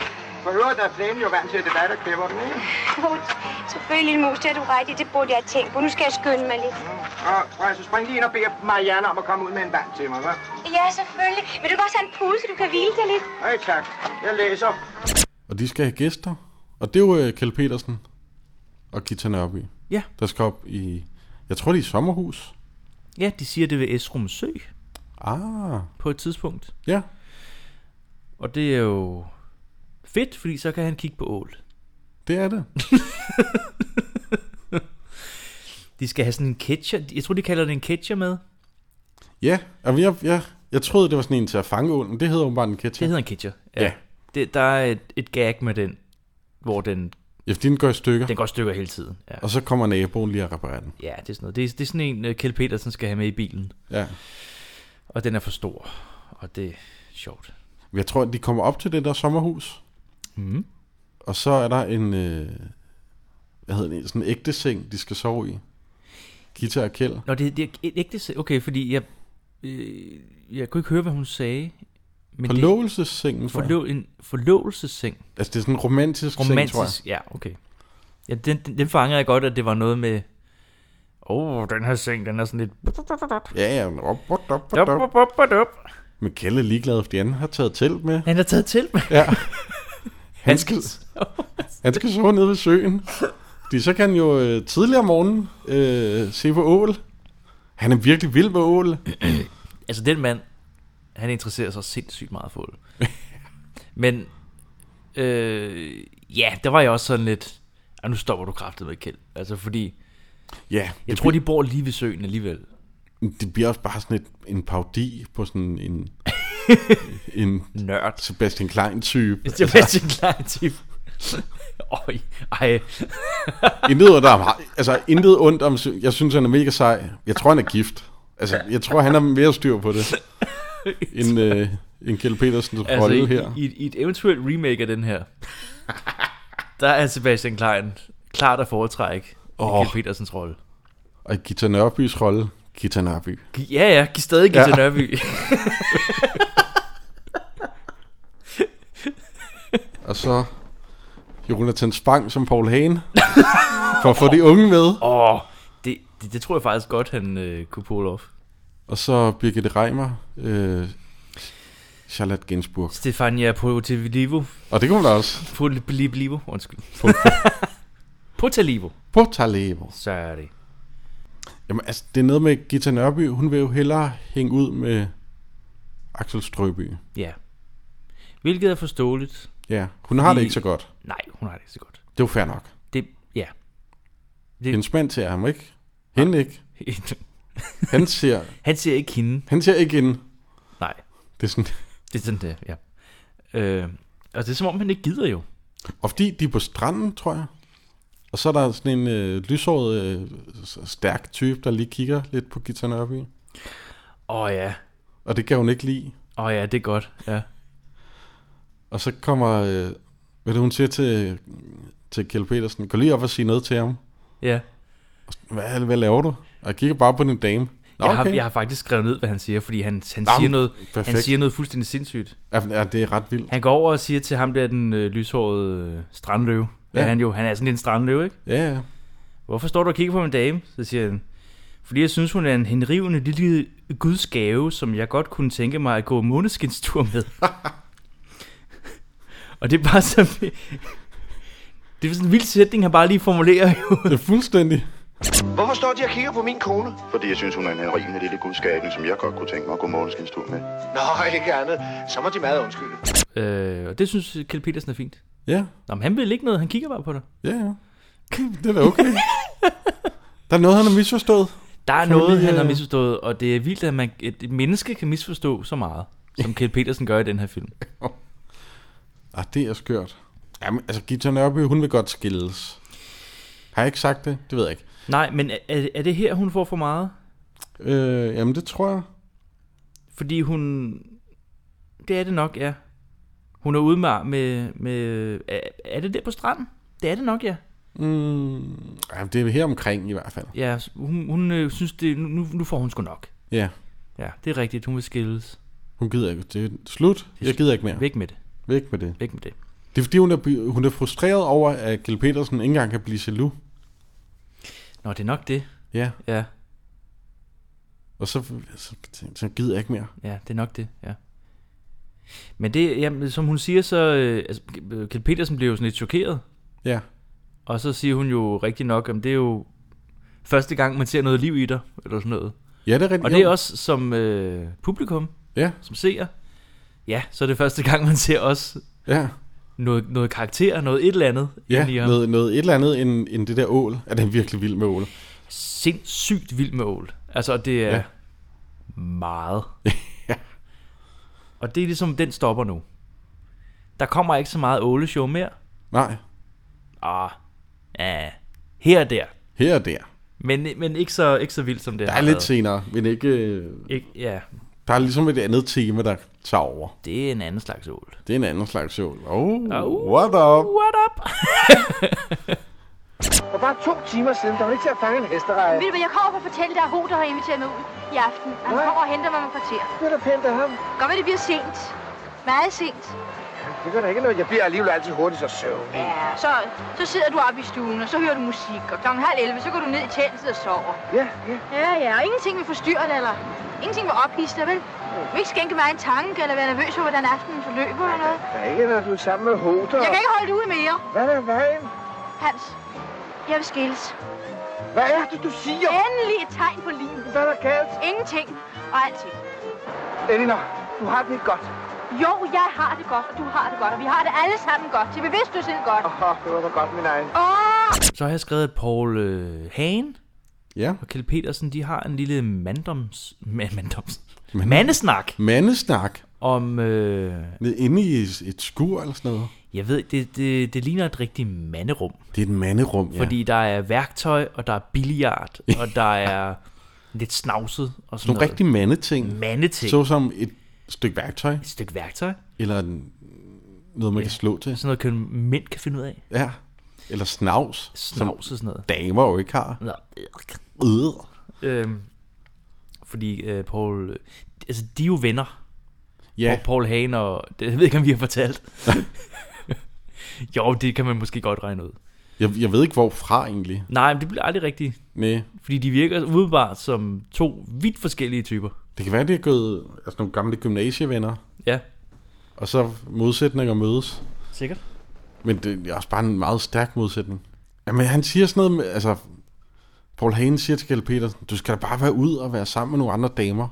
For øvrigt er plænen jo vant til, at det er dig, der klipper den, ikke?
Jo, selvfølgelig, lille mus, det har du ret i. Det burde jeg have tænkt på. Nu skal jeg skynde mig lidt.
Og prøv, så spring lige ind og bed Marianne om at komme ud med en vand til mig, hva'?
Ja, selvfølgelig. Vil du godt have en pude, så du kan hvile dig lidt?
Hej, tak. Jeg læser.
Og de skal have gæster. Og det er jo øh, Kjeld Petersen og Gita Nørby,
Ja,
der skal op i... Jeg tror, de er i sommerhus.
ja, de siger det ved Esrum Sø
Ah,
på et tidspunkt.
ja.
Og det er jo fedt, fordi så kan han kigge på ål.
Det er det.
De skal have sådan en catcher. Jeg tror, de kalder det en catcher med.
Ja, jamen, jeg, jeg, jeg troede, det var sådan en til at fange ål, men det hedder jo bare en ketchup.
Det hedder en catcher.
Ja.
Det, der er et, et gag med den, hvor den,
Ja, fordi den går i stykker,
den går i stykker hele tiden. Ja,
og så kommer naboen lige og reparerer den.
ja det er sådan noget. Det er, det er sådan en, øh, Kjeld Petersen skal have med i bilen.
Ja.
Og den er for stor. Og det er sjovt.
Men Jeg tror, at de kommer op til det der sommerhus,
Mm.
og så er der en, øh, hvad hedder det, sådan en ægte seng, de skal sove i. Gita og Kjeld.
Nå, det, det er et ægte... se- Okay, fordi jeg... Øh, jeg kunne ikke høre, hvad hun sagde. Men det
Forlovelsessengen, tror jeg.
forlø, en forlovelsesseng.
Altså, det er sådan en romantisk, seng, tror jeg.
Romantisk. Ja, okay. Ja, den, den, den fangede jeg godt, at det var noget med... Åh, oh, den her seng, den er sådan lidt...
Ja, ja, men op, op, op,
Dup,
op, op.
dup, dup, dup, dup.
Men Kjeld er ligeglad, fordi han har taget telt med.
Han er taget til med.
Ja. Han skal, han skal sove nede ved søen. Fordi så kan han jo øh, tidligere om morgenen øh, se på ål. Han er virkelig vild med ål.
Altså, den mand, han interesserer sig sindssygt meget for det. Men, øh, ja, der var jeg også sådan lidt... "Ej, nu stopper du kraftet med Kjeld. Altså, fordi...
Ja,
Jeg
det,
tror, de bor lige ved søen alligevel.
bliver, det bliver også bare sådan et, en paudi på sådan en, en
Nørd.
Sebastian Klein-type. Altså,
Det er bedst en klar tip. Øj, ej.
Intet, ondt om, altså, intet ondt om... sø- Jeg synes, han er mega sej. Jeg tror, han er gift. Altså, jeg tror, han er mere styr på det, end, øh, end Kjell Petersens altså,
Altså,
rolle
i,
her.
i, i et eventuelt remake af den her, der er Sebastian Klein klart at foretrække
Åh.
oh. Kjell Petersens rolle.
Og i Gita Nørbys rolle, Gita Nørby.
Gi- Ja, ja, giv stadig Gita
Ja.
ja. Nørby.
Og så Jonathan Spang som Paul Hagen. For at få de unge med.
Åh, oh, det, det, det tror jeg faktisk godt, han øh, kunne pull off.
Og så Birgitte Reimer. Øh, Charlotte Gainsbourg.
Stefania Potalivo.
Og det kunne man da også.
Potalivo, undskyld.
Pot-
Potalivo,
Portalevo.
så er det.
Jamen altså, det er noget med Gita Nørby. Hun vil jo hellere hænge ud med Axel Strøby.
Ja. Hvilket er forståeligt.
Ja, hun har det
Fordi-
ikke så godt.
Nej, hun har det ikke så godt.
Det er jo fair nok.
Det, ja.
Hendes mand ser ham ikke. Hende ikke. Han ser,
Han ser ikke hende.
han ser ikke hende.
Nej,
Det er sådan,
det er sådan det, ja. Øh, og det er som om, han ikke gider jo.
Og fordi de er på stranden, tror jeg. Og så er der sådan en øh, lyshåret, øh, s- stærk type, der lige kigger lidt på Gita Nørby.
Åh oh, ja,
Og det kan hun ikke lide.
åh oh, ja, det er godt. Ja.
Og så kommer, øh, hvad det hun siger til, til Kjell Petersen, gå lige op og sige noget til ham.
ja.
Hvad, hvad laver du? Og jeg kigger bare på din dame. Nå,
Okay. Jeg, har,
okay.
jeg har faktisk skrevet ned, hvad han siger, fordi han, han,
Nå,
siger, noget, han
perfekt.
siger noget fuldstændig sindssygt.
Ja, ja, det er ret vildt.
Han går over og siger til ham der, den øh, lyshårede øh, strandløve.
Ja.
Ja. Han, jo, han er sådan lidt en strandløve, ikke?
Ja, ja.
Hvorfor står du og kigger på min dame? Så siger han, fordi jeg synes, hun er en henrivende lille gudsgave, som jeg godt kunne tænke mig at gå måneskinstur med. og det er bare så... Det er sådan en vild sætning, han bare lige formulerer jo.
Det er fuldstændig.
Hvorfor står de og kigger på min kone?
fordi jeg synes, hun er en henrivende lille gudskabning, som jeg godt kunne tænke mig at gå morgenskinstur med.
Nå, ikke andet. Så må de meget undskylde.
Øh, og det synes Kjell Petersen er fint.
Ja,
Nå, men han vil ikke noget, han kigger bare på dig.
ja, ja. Det er da okay. der er noget, han har misforstået.
Der er
Kan du
noget,
lige,
han har
øh,
misforstået, og det er vildt, at man, et et menneske kan misforstå så meget, som Kjell Petersen gør i den her film.
Ah, det er skørt. Jamen, altså, Gita Nørby, hun vil godt skilles. Har jeg ikke sagt det? Det ved jeg ikke.
Nej, men er- er, er det her, hun får for meget?
Øh, jamen, det tror jeg.
Fordi hun... Det er det nok, ja. Hun er ude med... med, med er, er det der på stranden? Det er det nok, ja.
Mm, jamen, det er her omkring i hvert fald.
Ja, hun, hun øh, synes, det, nu, nu nu får hun sgu nok.
Ja,
Ja, det er rigtigt. Hun vil skilles.
hun gider ikke. Det er slut. Jeg gider ikke mere.
Væk med det.
Væk med det.
Væk med det.
Det er fordi, hun er, by- hun er frustreret over, at Gil Petersen ikke engang kan blive jaloux.
Nå, det er nok det.
Ja,
Ja,
og så, så, så gider jeg ikke mere.
ja, det er nok det, ja. Men det, jamen, som hun siger, så... Øh, altså, øh, Kjeld Petersen bliver jo sådan lidt chokeret.
Ja,
Og så siger hun jo rigtig nok, at det er jo første gang, man ser noget liv i dig, eller sådan noget.
ja det er rigtigt.
Og det er
Jo.
også som øh, publikum,
Ja,
som seer, ja, så er det første gang, man ser også
ja.
noget, noget karakter, noget et eller andet.
Ja,
ind i ham.
noget, noget et eller andet end, end det der ål. Er den virkelig vild med ål?
sindssygt vild med ål. Altså, og det er
Ja.
ja. meget. ja. Og det er ligesom, den stopper nu. Der kommer ikke så meget åleshow mere.
Nej,
Ah, ja, her og der.
her og der.
Men, men ikke, så, ikke så vildt som det
Der
har
er lidt
været.
senere, men ikke... øh,
Ikke, ja,
Der er ligesom et andet tema, der tager over.
det er en anden slags ål.
Det er en anden slags sjov. Oh,
Au.
what up?
What up?
For bare to timer siden, der var ikke til at fange en hestereje.
Ved du hvad, jeg kommer for at fortælle dig, at Hoder har inviteret mig ud i aften. Han kommer og henter mig om et kvarter.
Det er da pænt af ham.
Godt med, det bliver sent. Meget sent.
Det gør da ikke noget. Jeg bliver alligevel altid hurtigt så søvn.
Ja, så, så sidder du oppe i stuen, og så hører du musik. Og klokken halv 11, så går du ned i teltet og sover.
Ja, ja.
Ja, ja, og ingenting vil forstyrre dig, eller ingenting vil ophisse dig, vel? Du vil ikke skænke mig en tanke, eller være nervøs for, hvordan aftenen forløber eller noget.
Der er ikke, når du er sammen med Hoder.
Jeg kan ikke holde det ud mere.
Hvad er vejen?
Hans, jeg vil skilles.
Hvad er det, du siger?
Endelig et tegn på livet.
Hvad er der galt?
Ingenting og alting.
Elinor, du har det ikke godt.
Jo, jeg har det godt, og du har det godt, og vi har det alle sammen godt. Til bevidstløshed godt.
Åh, oh, det var da godt, min egen.
Åh!
Så har jeg skrevet, at Paul øh, Hagen
Ja,
og Kjeld Petersen, de har en lille mandoms, ma- mandoms, mandesnak
mandesnak.
om... Øh,
Nede Inde i et skur eller sådan noget.
jeg ved, det, det, det ligner et rigtigt manderum.
Det er et manderum, ja.
Fordi der er værktøj, og der er billiard, og der er lidt snavset og sådan
Nogle
noget.
rigtig mandeting.
mandeting.
Så som et stykke værktøj,
Et stykke værktøj.
eller en, noget, man kan slå til.
Sådan noget, kan, mænd kan finde ud af.
Ja. Eller snavs, som
Snavs og sådan noget.
damer jo ikke har.
Nå,
Øh.
Øhm, fordi øh, Paul... Altså, de er jo venner.
Ja,
Og Paul Hagen og... Det jeg ved ikke, om vi har fortalt. jo, det kan man måske godt regne ud.
jeg, jeg ved ikke hvorfra egentlig.
Nej, men det bliver aldrig rigtigt.
Næ.
Fordi de virker umiddelbart som to vidt forskellige typer.
Det kan være, det er gået altså nogle gamle gymnasievenner,
Ja,
og så modsætninger mødes.
sikkert.
Men det er også bare en meget stærk modsætning. Jamen, han siger sådan noget med, altså... Paul Hagen siger til Kjeld Petersen, du skal da bare være ud og være sammen med nogle andre damer.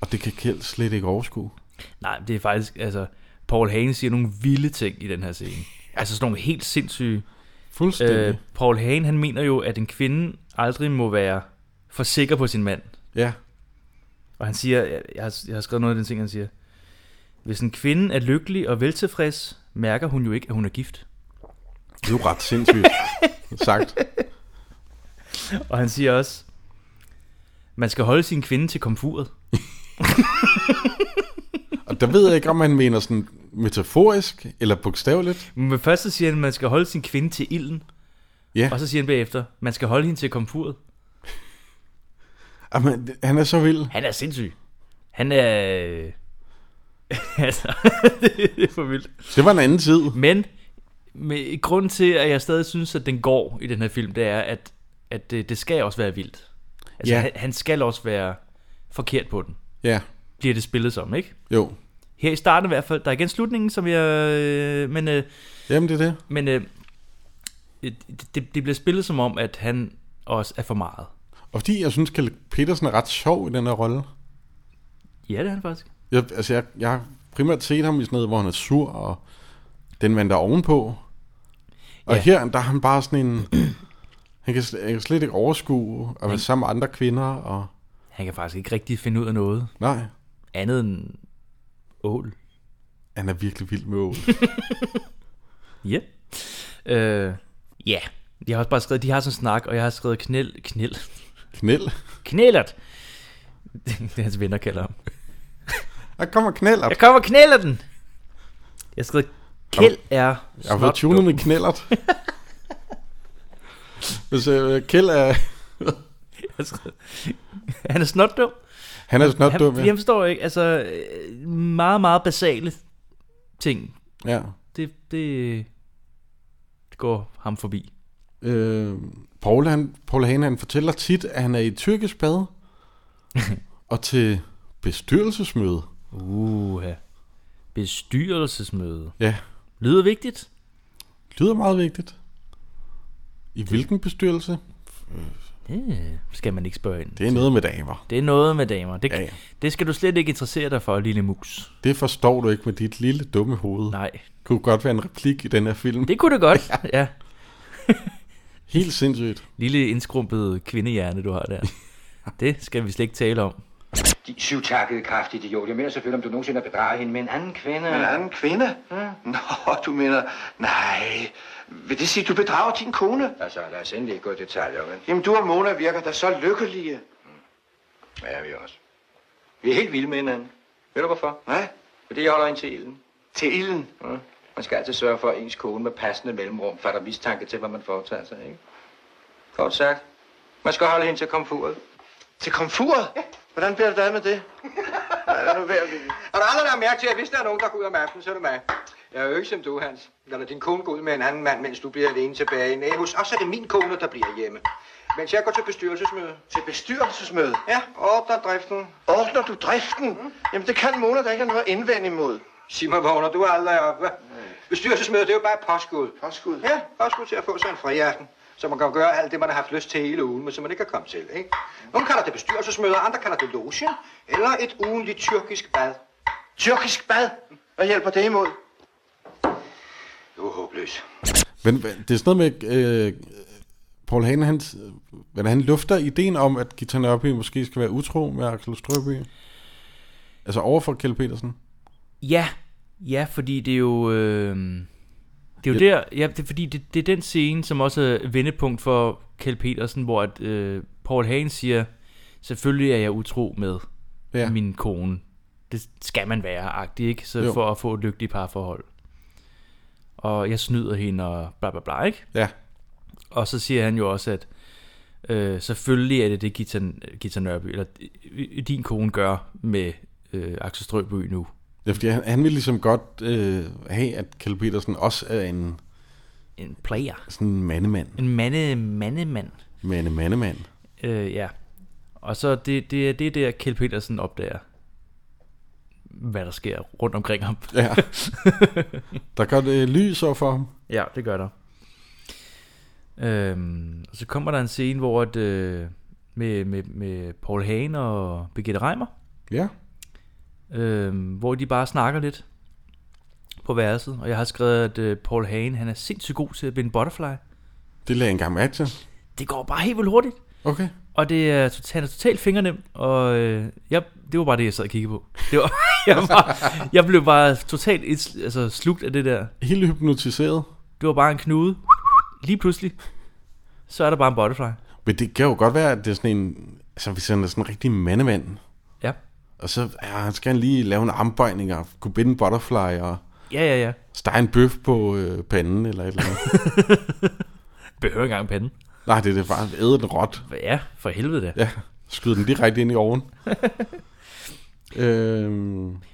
Og det kan Kjeld slet ikke overskue.
Nej, det er faktisk... Altså, Paul Hagen siger nogle vilde ting i den her scene. Altså sådan nogle helt sindssyge...
Fuldstændig.
Øh,
Øh.
Paul Hagen, han mener jo, at en kvinde aldrig må være for sikker på sin mand.
Ja.
Og han siger, jeg, jeg, har, jeg har skrevet noget af den ting, han siger. Hvis en kvinde er lykkelig og veltilfreds, mærker hun jo ikke, at hun er gift.
Det er jo ret sindssygt sagt.
Og han siger også, man skal holde sin kvinde til komfuret.
Og der ved jeg ikke, om han mener sådan metaforisk eller bogstaveligt.
Men først så siger han, man skal holde sin kvinde til ilden.
Ja.
Og så siger han bagefter, man skal holde hende til komfuret.
Jamen, han er så vild.
Han er sindssyg. Han er... øh, altså, det er for vildt.
Det var en anden tid.
Men med, grunden til, at jeg stadig synes, at den går i den her film, det er, at, at det, det skal også være vildt. Altså,
Ja.
ja. han, han skal også være forkert på den,
Ja,
bliver det spillet som, ikke?
jo.
Her i starten i hvert fald, der er igen slutningen, som jeg... Øh, men øh,
Jamen, det er det.
men øh, det, det det bliver spillet som om, at han også er for meget.
Og fordi jeg synes, Kjeld Petersen er ret sjov i den her rolle.
Ja, det er han faktisk.
Jeg, altså, jeg, jeg har primært set ham i sådan noget, hvor han er sur, og den vand, der er ovenpå. Og ja.
Ja.
her, der er han bare sådan en... Han kan, sl- han kan slet ikke overskue at
Mm.
være sammen med andre kvinder, og...
Han kan faktisk ikke rigtig finde ud af noget
Nej,
andet end ål.
han er virkelig vild med ål.
Ja. Øh, ja. Jeg har også bare skrevet, de har sådan en snak, og jeg har skrevet knæl, knæl,
Knæl.
knælert. Det er hans venner kalder ham.
Der kommer knæl op.
Jeg kommer knæler den. Jeg har skrevet, Kjeld er
Jeg har fået tunet med knællert. Hvis øh, Kjeld er...
Han er snot dum.
Han er snart
Han,
dum,
fordi
ja.
han forstår ikke, altså øh, meget, meget basale ting.
ja.
Det, det, det går ham forbi.
Øh, Paul, han, Paul Hane, han fortæller tit, at han er i tyrkisk bad. og til bestyrelsesmøde.
Uha. Bestyrelsesmøde.
Ja,
Lyder vigtigt.
lyder meget vigtigt. I hvilken bestyrelse?
Det skal man ikke spørge ind.
Det er noget med damer.
Det er noget med damer. Det,
Ja,
ja,
ja.
ja. det skal du slet ikke interessere dig for, lille mus.
Det forstår du ikke med dit lille dumme hoved.
Nej,
Det kunne godt være en replik i den her film.
det kunne det godt. ja.
Helt sindssygt.
Lille indskrumpet kvindehjerne, du har der. Det skal vi slet ikke tale om.
De syv takkede kraftigt idiot. Jeg mener selvfølgelig, om du nogensinde har bedraget hende med en anden kvinde.
En anden kvinde? Nå, du mener... Nej. Vil det sige, du bedrager din kone?
Altså, lad os endelig ikke gå i detaljer, men...
Jamen, du og Mona virker da så lykkelige.
Ja, vi også. Vi er helt vilde med hinanden. Ved du hvorfor?
Hvad?
Fordi jeg holder ind til ilden.
Til ilden.
Mm. Man skal altid sørge for, at ens kone med passende mellemrum fatter mistanke til, hvad man foretager sig, ikke? Kort sagt, man skal holde hende til komfuret.
Til komfuret? Ja. Hvordan bliver det dig med det? Nej, lad nu være, Willy.
Har du aldrig lagt mærke til, at hvis der er nogen, der går ud om aftenen, så er det mig. Jeg er jo ikke som du, Hans. Når din kone går ud med en anden mand, mens du bliver alene tilbage i Nahus, og så er det min kone, der bliver hjemme. Mens jeg går til bestyrelsesmøde.
Til bestyrelsesmøde.
Ja, ordner driften.
Ordner du driften? Mm. Jamen, det kan Mona da ikke have noget indvend imod.
Sig mig, vågner du aldrig op, hva? Bestyrelsesmøde, det er jo bare påskud.
Påskud.
Ja, påskud til at få sig en friaften. Så man kan gøre alt det, man har haft lyst til hele ugen, men som man ikke kan komme til, ikke? Nogle kalder det bestyrelsesmøder, andre kalder det loge, eller et ugenligt tyrkisk bad.
Tyrkisk bad. Hvad hjælper det imod?
Du er håbløs.
Men hva- det er sådan noget med, øh, Paul Hane, han, hvad er det, han lufter ideen om, at Gita Nørby måske skal være utro med Axel Strøby. Altså overfor Kjell Petersen.
Ja, ja, fordi det er jo... Øh, det er jo der, ja, det er fordi det, det er den scene, som også er vendepunkt for Kjell Petersen, hvor at, øh, Paul Hagen siger, selvfølgelig er jeg utro med
Ja.
ja. min kone. Det skal man være, agtig, ikke? Så
Jo.
jo. for at få et lykkeligt parforhold. Og jeg snyder hende og bla bla bla, ikke?
Ja.
Og så siger han jo også, at øh, selvfølgelig er det det, Gita, Gita Nørby, eller øh, din kone gør med øh, Axel Strøby nu.
Ja, fordi han, han ville ligesom godt øh, have, at Kjell Petersen også er en
En player.
sådan en mandemand.
En mande, mandemand.
Mande, mandemand.
Øh, ja. Og så det, det, er- det er der, Kjell Petersen opdager, hvad der sker rundt omkring ham.
Ja. Der gør det lys over for ham.
Ja, det gør der. Øhm, og så kommer der en scene, hvor at, øh, med, med, med Paul Hagen og Birgitte Reimer,
Ja.
øhm, hvor de bare snakker lidt på værelset. Og jeg har skrevet, at øh, Paul Hagen han er sindssygt god til at binde butterfly.
Det lagde jeg engang mærke til.
Det går bare helt vildt hurtigt.
Okay.
Og det er totalt, han er totalt fingernem, og øh, jeg, det var bare det, jeg sad og kiggede på. Det var, jeg, var, jeg blev bare totalt et, altså, slugt af det der.
Helt hypnotiseret.
Det var bare en knude. Lige pludselig, så er der bare en butterfly.
Men det kan jo godt være, at det er sådan en... Altså, hvis han er sådan en rigtig mandemand,
Ja,
og så ja, han skal han lige lave en armbøjning og kunne binde en butterfly og
ja, ja. ja.
stege en bøf på øh, panden eller et eller andet.
Behøver ikke engang panden.
Nej, det er det bare æde den råt.
Ja, for helvede da. Ja.
Ja, skyde den direkte ind i oven. øhm,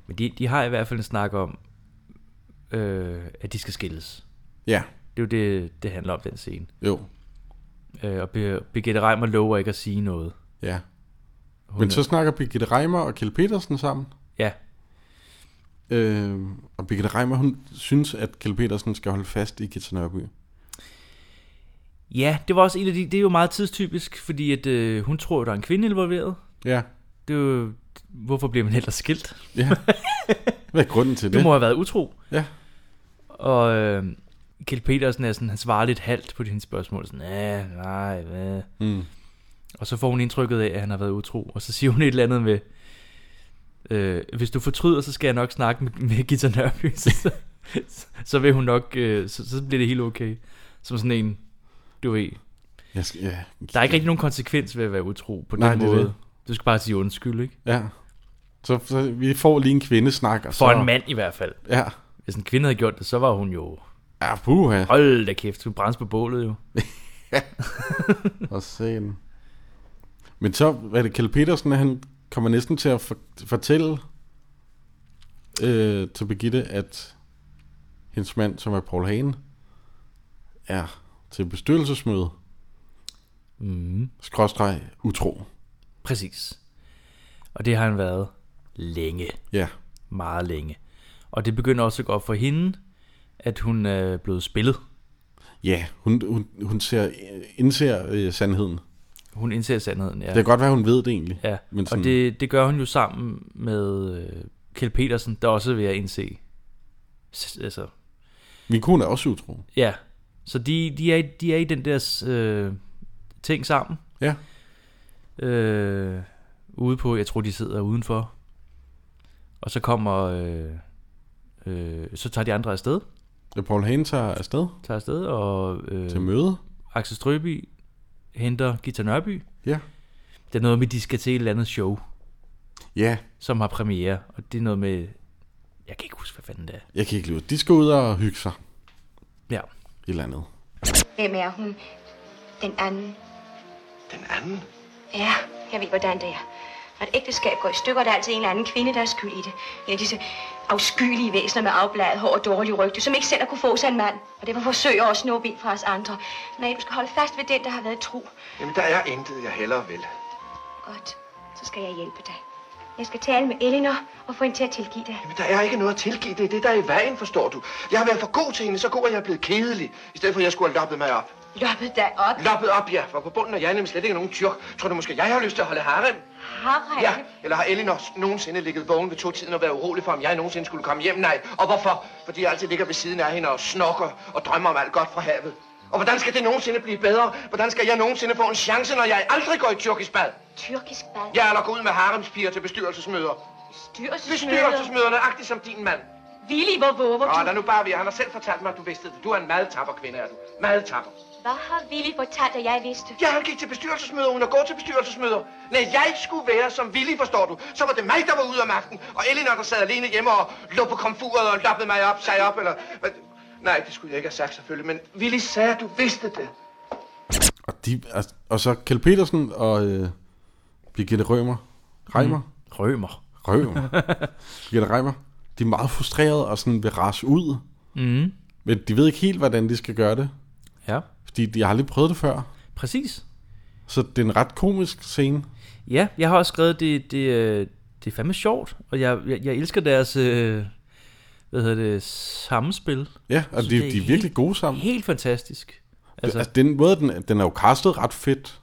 Men de, de har i hvert fald en snak om, øh, at de skal skilles.
ja,
Det er jo det, det handler om, den scene.
jo,
Øh, og Bir- Birgitte Reimer lover ikke at sige noget.
ja.
Hun
Men
er-
så snakker Birgitte Reimer og Kjell Petersen sammen.
Ja,
Øhm, og Birgitte Reimer, hun synes, at Kjell Petersen skal holde fast i Gita Nørby.
Ja, det var også en af de, det er jo meget tidstypisk, fordi at, øh, hun tror, at der er en kvinde involveret.
Ja,
Det er jo, hvorfor bliver man ellers skilt?
ja. Hvad er grunden til
Du
det?
må have været utro.
Ja.
Og øh, Kjeld Petersen er sådan, han svarer lidt halvt på dine spørgsmål. Sådan, ja, nej, hvad?
Mm.
Og så får hun indtrykket af, at han har været utro. Og så siger hun et eller andet med, øh, hvis du fortryder, så skal jeg nok snakke med, med Gita Nørby. så, så, så vil hun nok, øh, så, så bliver det helt okay. Som sådan en, du ved,
Jeg skal, ja.
Der er ikke rigtig nogen konsekvens ved at være utro på
Nej,
den
det er
måde.
det.
Du skal bare sige undskyld, ikke?
ja. Så, så vi får lige en kvindesnak. Og
For
så,
en mand i hvert fald.
Ja.
Hvis en kvinde havde gjort det, så var hun jo...
Ja, puha.
Hold da kæft, hun brændes på bålet jo.
Og sen. Men så hvad er det Kjell Petersen, han kommer næsten til at for, fortælle øh, til Birgitte, at hendes mand, som er Paul Hagen, er til bestyrelsesmøde,
Mm,
skråstreg utro.
præcis. Og det har han været længe.
Ja,
Meget længe. Og det begynder også at gå op for hende, at hun er blevet spillet.
ja hun, hun, hun ser, indser øh, sandheden.
Hun indser sandheden, ja.
Det kan godt være, hun ved det egentlig.
ja.
men sådan-
Og det, det gør hun jo sammen med øh, Kjeld Petersen, der også er ved at indse... s- Altså,
Min kone er også utro.
ja. Så de, de, er, i- de er i den der øh, ting sammen.
Ja.
Øh, ude på, jeg tror de sidder udenfor. Og så kommer, øh, øh, så tager de andre afsted.
Ja, Paul Hane tager afsted
Tager afsted, og øh,
til møde.
Axel Strøby henter Gita Nørby.
Ja.
Det er noget med, de skal til et eller andet show,
Ja,
som har premiere. Og det er noget med, jeg kan ikke huske, hvad fanden det er.
jeg kan ikke lide det. De skal ud og hygge sig
Ja.
et eller andet.
Hvem er hun? Den anden.
Den anden?
Ja, jeg ved, hvordan det er. Når et ægteskab går i stykker, er der altid en eller anden kvinde, der er skyld i det. En af disse afskyelige væsener med afbladet hår og dårlig rygte, som ikke selv har kunne få sig en mand. Og derfor forsøger at snuppe en fra os andre. Nej, du skal holde fast ved den, der har været tro.
Jamen, der er intet, jeg hellere vil.
Godt, så skal jeg hjælpe dig. Jeg skal tale med Elinor og få hende til at tilgive dig.
Jamen, der er ikke noget at tilgive. Det er det, der er i vejen, forstår du. Jeg har været for god til hende, så god, at jeg er blevet kedelig. I stedet for, at jeg skulle have loppet mig op.
Loppet dig op,
Loppet op, ja. For på bunden af jeg er nemlig slet ikke nogen tyrk. Tror du måske, jeg har lyst til at holde harem?
Harald.
Ja, eller har Elinor nogensinde ligget vågen ved to tiden og været urolig for, om jeg nogensinde skulle komme hjem? Nej. Og hvorfor? Fordi jeg altid ligger ved siden af hende og snokker og drømmer om alt godt fra havet. Og hvordan skal det nogensinde blive bedre? Hvordan skal jeg nogensinde få en chance, når jeg aldrig går i tyrkisk bad?
Tyrkisk bad.
Jeg er gå ud med haremspiger til bestyrelsesmøder.
Bestyrelsesmøde.
Bestyrelsesmøderne, agtigt som din mand.
Willy, hvor våger
Åh,
du?
lad nu bare være. Han har selv fortalt mig, at du vidste det. Du er en meget tapper kvinde, er du. Meget tapper.
Hvad har Willy fortalt, at jeg vidste?
Ja, han gik til bestyrelsesmøder uden at gå til bestyrelsesmøder. Nej, jeg skulle være som Willy, forstår du. Så var det mig, der var ude om aftenen. Og Elinor, der sad alene hjemme og lå på komfuret og loppede mig op, sagde op, eller... hvad- Nej, det skulle jeg ikke have sagt selvfølgelig, men Willy sagde, at du vidste det.
Og, de, altså, og så Kjeld Petersen og øh, Birgitte Rømer. Reimer? Mm.
Rømer.
Rømer. Birgitte Reimer. De er meget frustrerede og sådan vil rase ud.
Mm.
Men de ved ikke helt, hvordan de skal gøre det.
Ja,
Fordi de har aldrig prøvet det før.
præcis.
Så det er en ret komisk scene.
Ja, jeg har også skrevet, det, det, øh, det er fandme sjovt, og jeg, jeg, jeg elsker deres, øh, hvad hedder det, samspil.
Ja, og
Så
de,
det er
de er virkelig
helt-
gode sammen.
Helt fantastisk.
Altså,
Altså,
altså den måde, den, den er jo castet ret fedt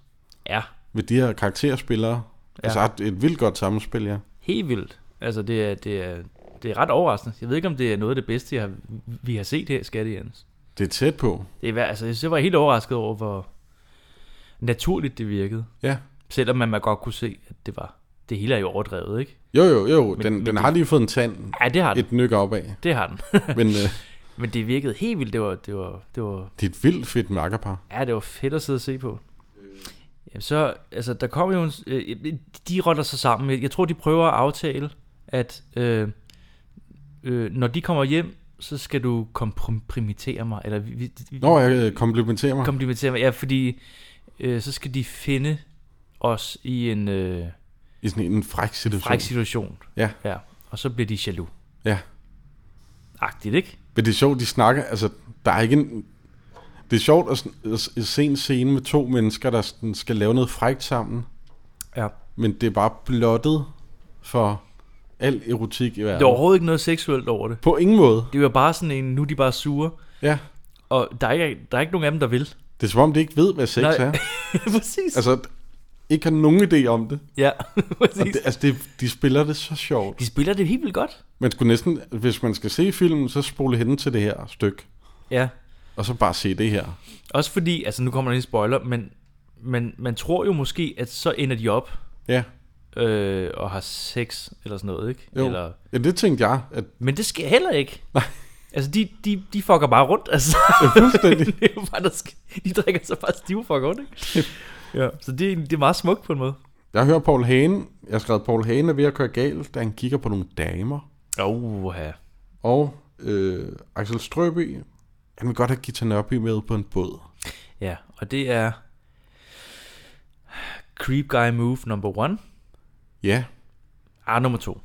ja,
med de her karakterspillere. Ja. Altså
Ja.
har et vildt godt samspil, ja.
helt vildt. Altså, det er, det er, det er ret overraskende. Jeg ved ikke, om det er noget af det bedste, jeg har, vi har set her, Skatte Jens.
Det er tæt på.
Det er, hver- altså, jeg synes, jeg var helt overrasket over, hvor naturligt det virkede.
Ja.
Selvom man, man godt kunne se, at det var det hele er jo overdrevet, ikke?
Jo, jo, jo. Den,
men
den
det-
har lige fået en tand
Ja, det har den.
et nyk op af.
Det har den.
Men øh,
Men det virkede helt vildt. Det var, det var, det var
det er et vildt fedt makkerpar.
Ja, det var fedt at sidde og se på. Jamen så, altså, der kom jo en, øh, de rotter sig sammen. Jeg tror, de prøver at aftale, at øh, øh, når de kommer hjem, så skal du kompromittere mig. Eller vi, vi, vi-
Nå, jeg øh, komplimenterer mig.
komplimentere mig. Ja, fordi øh, så skal de finde os i en øh,
I sådan en fræk situation.
fræk situation.
Ja.
ja. Og så bliver de jaloux.
Ja.
Agtigt, ikke?
Men det er sjovt, de snakker, altså, der er ikke en... Det er sjovt at, sn- at s- at se en scene med to mennesker, der sådan skal lave noget frækt sammen,
Ja.
men det er bare blottet for al erotik i verden.
Der er overhovedet ikke noget seksuelt over det.
På ingen måde.
Det var bare sådan en, nu er de bare sure.
Ja.
Og der er, ikke, der er ikke nogen af dem, der vil.
Det er som om, de ikke ved, hvad sex
Nej.
Nej. er.
præcis. Altså,
Altså, ikke har nogen idé om det.
ja,
Og
præcis.
det altså, det, de spiller det så sjovt.
De spiller det helt vildt godt.
Man skulle næsten, hvis man skal se filmen, så spole hen til det her stykke,
Ja.
og så bare se det her.
Også fordi, altså nu kommer der en spoiler, men, men man tror jo måske, at så ender de op
Ja,
øh, og har sex eller sådan noget, ikke?
jo.
Eller,
Ja, det tænkte jeg, at
men det sker heller ikke. Nej. Altså, de, de, de fucker bare rundt, altså.
fuldstændig.
det er jo bare, der sk- de drikker så bare stive fuck rundt, ikke? ja. Så det, er egentlig- det er meget smukt på en måde.
Jeg hører Paul Hane, jeg har skrevet, Paul Hane er ved at køre galt, da han kigger på nogle damer.
Åh, ja.
Og øh, Axel Strøby, han vil godt have Gita Nørby med på en båd.
Ja, og det er Creep Guy Move number one.
Ja,
Ah, nummer to.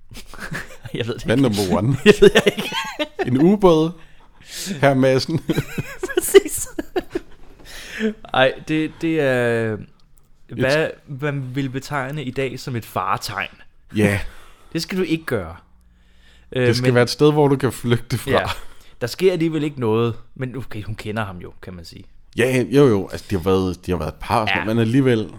jeg ved det
hvad er
ikke.
number one?
Jeg ved jeg ikke
en ubåd, her Madsen.
præcis. Ej, det, det er... øh, Hvad man vil betegne i dag som et faretegn.
ja,
Det skal du ikke gøre. Øh,
det skal være et sted, hvor du kan flygte fra.
Ja,
Ja,
der sker alligevel ikke noget, men okay, hun kender ham jo, kan man sige.
ja jo jo, altså de har været, de har været et par,
Ja.
ja. men alligevel...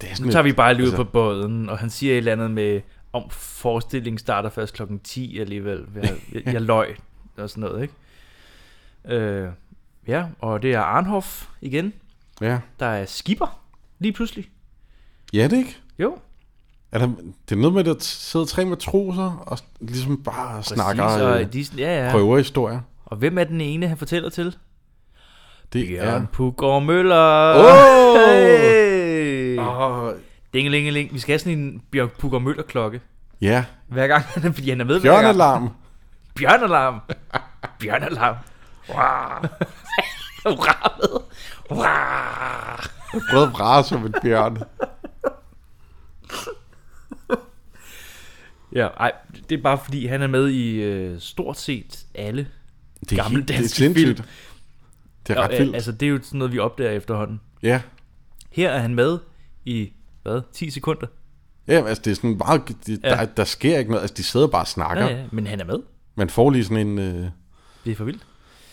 Det er sådan
Nu tager vi bare lige ud
altså-
på båden, og han siger et eller andet med, om forestillingen starter først klokken 10 alligevel. Jeg, jeg, jeg løg og sådan noget, ikke? Øh, Ja, og det er Arnhoff igen,
Ja.
der er skipper lige pludselig.
Ja, det er ikke?
Jo,
Er der, det er noget med, at der sidder tre matroser og ligesom bare Præcis, snakker øh, og,
og de, ja, ja.
prøver historier.
Og hvem er den ene, han fortæller til?
Det
Jørgen
er...
Pugård Møller.
Åh!
Hey!
Åh,
Dingelingeling. Vi skal have sådan en Bjørn Pugård Møller-klokke.
ja,
Hver gang, fordi han er med hver gang.
bjørnealarm.
Bjørnalarm. Bjørnalarm. Wow. Hurra med. Hurra.
Jeg prøvede at brage som en bjørn.
Ja, ej, det er bare fordi, han er med i øh, stort set alle.
Det er,
Gammel
helt- det er
dansk
sindssygt. Det er
Og,
ret vildt.
øh, altså, det er jo sådan noget, vi opdager efterhånden.
Ja.
Her er han med i, hvad, 10 sekunder?
Ja, altså det er sådan meget, det,
Ja.
ja. der, der sker ikke noget, altså de sidder bare og snakker.
Ja, ja, men han er med.
Man får lige sådan en, øh,
Det er for vildt.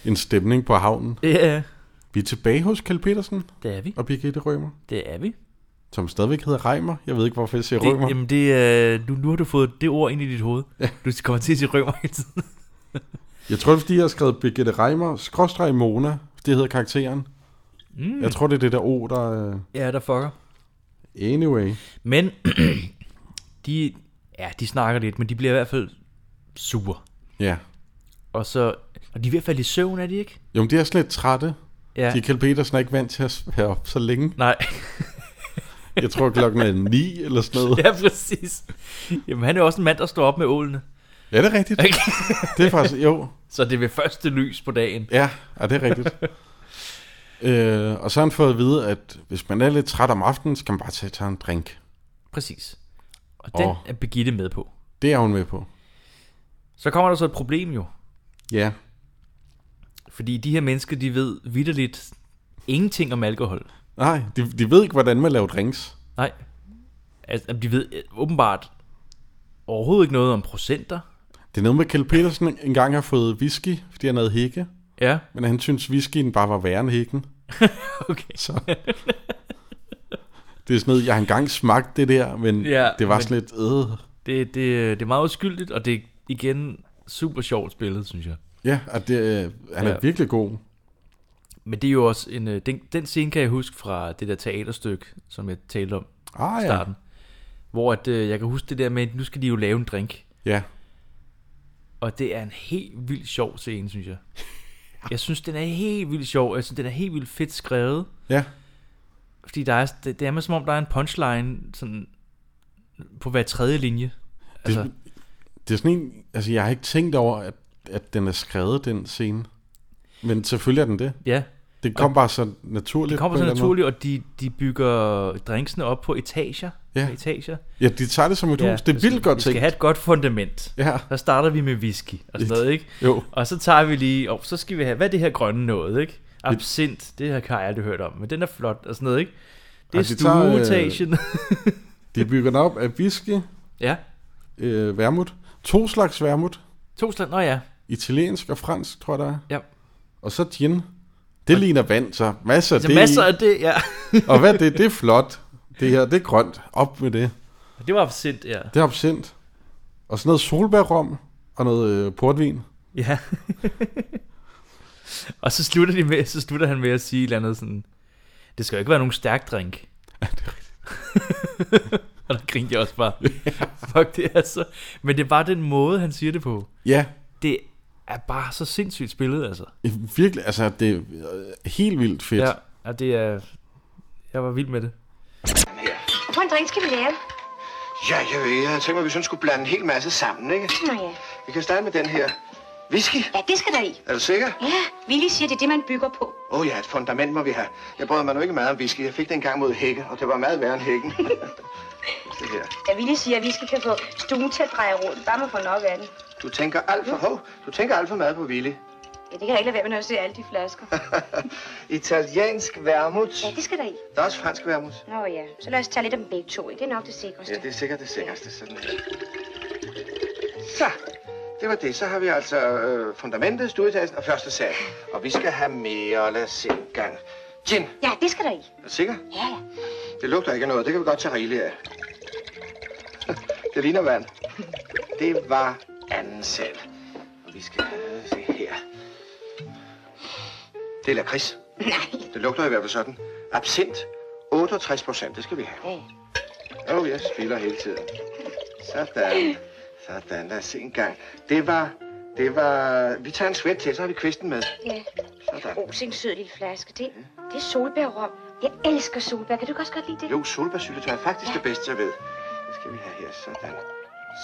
en stemning på havnen.
Ja, ja.
Vi er tilbage hos Kjell Petersen
det er vi.
og Birgitte Rømer,
Det er vi.
som stadigvæk hedder Reimer. Jeg ved ikke, hvorfor jeg siger Rømer.
Det, jamen, det, øh, nu, nu har du fået det ord ind i dit hoved. Du kommer til at sige rømer hele tiden.
Jeg tror, det er, fordi jeg har skrevet Birgitte Reimer, skråstreg Mona, det hedder karakteren. Mm. Jeg tror, det er det der O, der... øh,
Ja, der fucker.
Anyway.
Men de, ja, de snakker lidt, men de bliver i hvert fald sure.
Ja.
Og så, og de er ved at falde i søvn, er de ikke?
Jo, men det er sådan lidt trætte.
Ja.
Ja. De Kjell Petersen er ikke vant til at være op så længe.
Nej,
Jeg tror, klokken er ni eller sådan noget.
ja, præcis. Jamen, han er jo også en mand, der står op med ålene.
Ja, det er rigtigt. Det er faktisk... Jo,
Så det er ved første lys på dagen.
Ja, ja det er rigtigt. øh, og så har han fået at vide, at hvis man er lidt træt om aftenen, så kan man bare tage, tage en drink.
Præcis. Og den
Åh.
er Birgitte med på.
Det er hun med på.
Så kommer der så et problem jo.
Ja.
Fordi de her mennesker, de ved vidderligt ingenting om alkohol.
Nej, de, de ved ikke, hvordan man laver drinks.
Nej. Altså, de ved øh, åbenbart overhovedet ikke noget om procenter.
Det er noget med, at Kjell Petersen engang har fået whisky, fordi han havde hække.
Ja,
Men han synes, whiskyen bare var værre end hækken.
okay.
Så... det er sådan noget, jeg har engang smagt det der, men
Ja,
ja, det var
men-
men... sådan lidt... Øh.
Det, det, det er meget uskyldigt, og det er igen super sjovt spillet, synes jeg.
Ja, og det, øh, han er
Ja.
ja. virkelig god.
Men det er jo også en... øh, Den, den scene kan jeg huske fra det der teaterstykke, som jeg talte om i
Ah, ja.
starten. Hvor at, øh, jeg kan huske det der med, at nu skal de jo lave en drink.
Ja,
Og det er en helt vildt sjov scene, synes jeg. Jeg synes, den er helt vildt sjov. Jeg synes, den er helt vildt fedt skrevet.
ja.
Fordi der er, det, det er med, som om, der er en punchline sådan, på hver tredje linje. Altså,
Det, det er sådan en, altså jeg har ikke tænkt over, at, at den er skrevet, den scene. Men selvfølgelig er den det.
ja,
Det kom bare så naturligt.
det kommer
på
så
en eller anden måde.
naturligt, og de, de bygger drinksene op på etager.
Ja.
Ja. Etager.
Ja, de tager det som et ja, hus. Det er vildt godt
altså, Vi skal
tænkt.
have et godt fundament.
Ja,
Så starter vi med whisky og sådan noget, ikke?
jo.
Og så tager vi lige, oh, så skal vi have, hvad er det her grønne noget, ikke? Absint, det her har jeg aldrig hørt om, men den er flot og sådan noget, ikke? Det er
Og de tager, øh,
stueetagen.
De bygger den op af whisky,
ja,
øh, vermut. To slags vermut.
to slag, nå ja,
Italiensk og fransk, tror jeg der er.
Ja.
Og så gin. Det ligner vand, så masser af
så
det. i.
Altså, masser af det, ja.
Og hvad er det? Det er flot. Det her, det er grønt. Op med det.
Det var absint, ja.
Det er absint. Og sådan noget solbærrom og noget øh, portvin.
Ja. og så slutter, de med, så slutter han med at sige et eller andet sådan, det skal jo ikke være nogen stærk drink. og der grinte jeg også bare, fuck det er så. Men det er bare den måde, han siger det på.
Ja,
Det er bare så sindssygt spillet, altså.
Virkelig, altså det er øh, helt vildt fedt.
Ja, ja det er... Jeg var vild med det.
Hvor en drink skal vi lave?
Ja, jeg ved, jeg havde tænkt mig, at vi sådan skulle blande en hel masse sammen, ikke?
Nå ja.
Vi kan starte med den her. Whisky,
Ja, det skal der i.
er du sikker?
Ja, Willy siger, det er det, man bygger på.
Åh oh, ja, et fundament må vi have. Jeg brød mig nu ikke meget om whisky. Jeg fik den engang mod hække, og det var meget værre end hækken. det her.
Da Willy siger, at vi skal kan få stuen til at dreje rundt, bare man får nok af den.
Du tænker alt for... Hov, du tænker alt for meget på Willy.
Ja, det kan jeg ikke lade være med, når jeg ser alle de flasker.
Italiensk vermut.
Ja, det skal der i.
Der er også fransk vermut.
Nå ja, så lad os tage lidt af dem begge to i. Det er nok det sikreste.
Ja, det er sikkert det sikreste. Sådan her. Så, det var det. Så har vi altså øh, fundamentet, stueetagen og første sal. Og vi skal have mere. Lad os se en gang. Gin, er
Ja, det skal der i.
du sikker?
Ja, ja.
Det lugter ikke af noget. Det kan vi godt tage rigeligt af. Det ligner vand. Det var anden sal. Og vi skal øh, se her. Det er lakrids.
Nej.
Det lugter i hvert fald sådan. Absint. 68 procent, det skal vi have.
Hey.
Oh, jeg spiller hele tiden. Sådan. Sådan, lad os se en gang. Det var... Det var... Vi tager en sweat til, så har vi kvisten med.
Ja.
Sådan.
Ros en sød lille flaske. Det, det er solbærrom. Jeg elsker solbær. Kan du ikke også godt lide det?
Jo, solbærsyltetøj er faktisk det bedste, jeg ved. Det skal vi have her, sådan.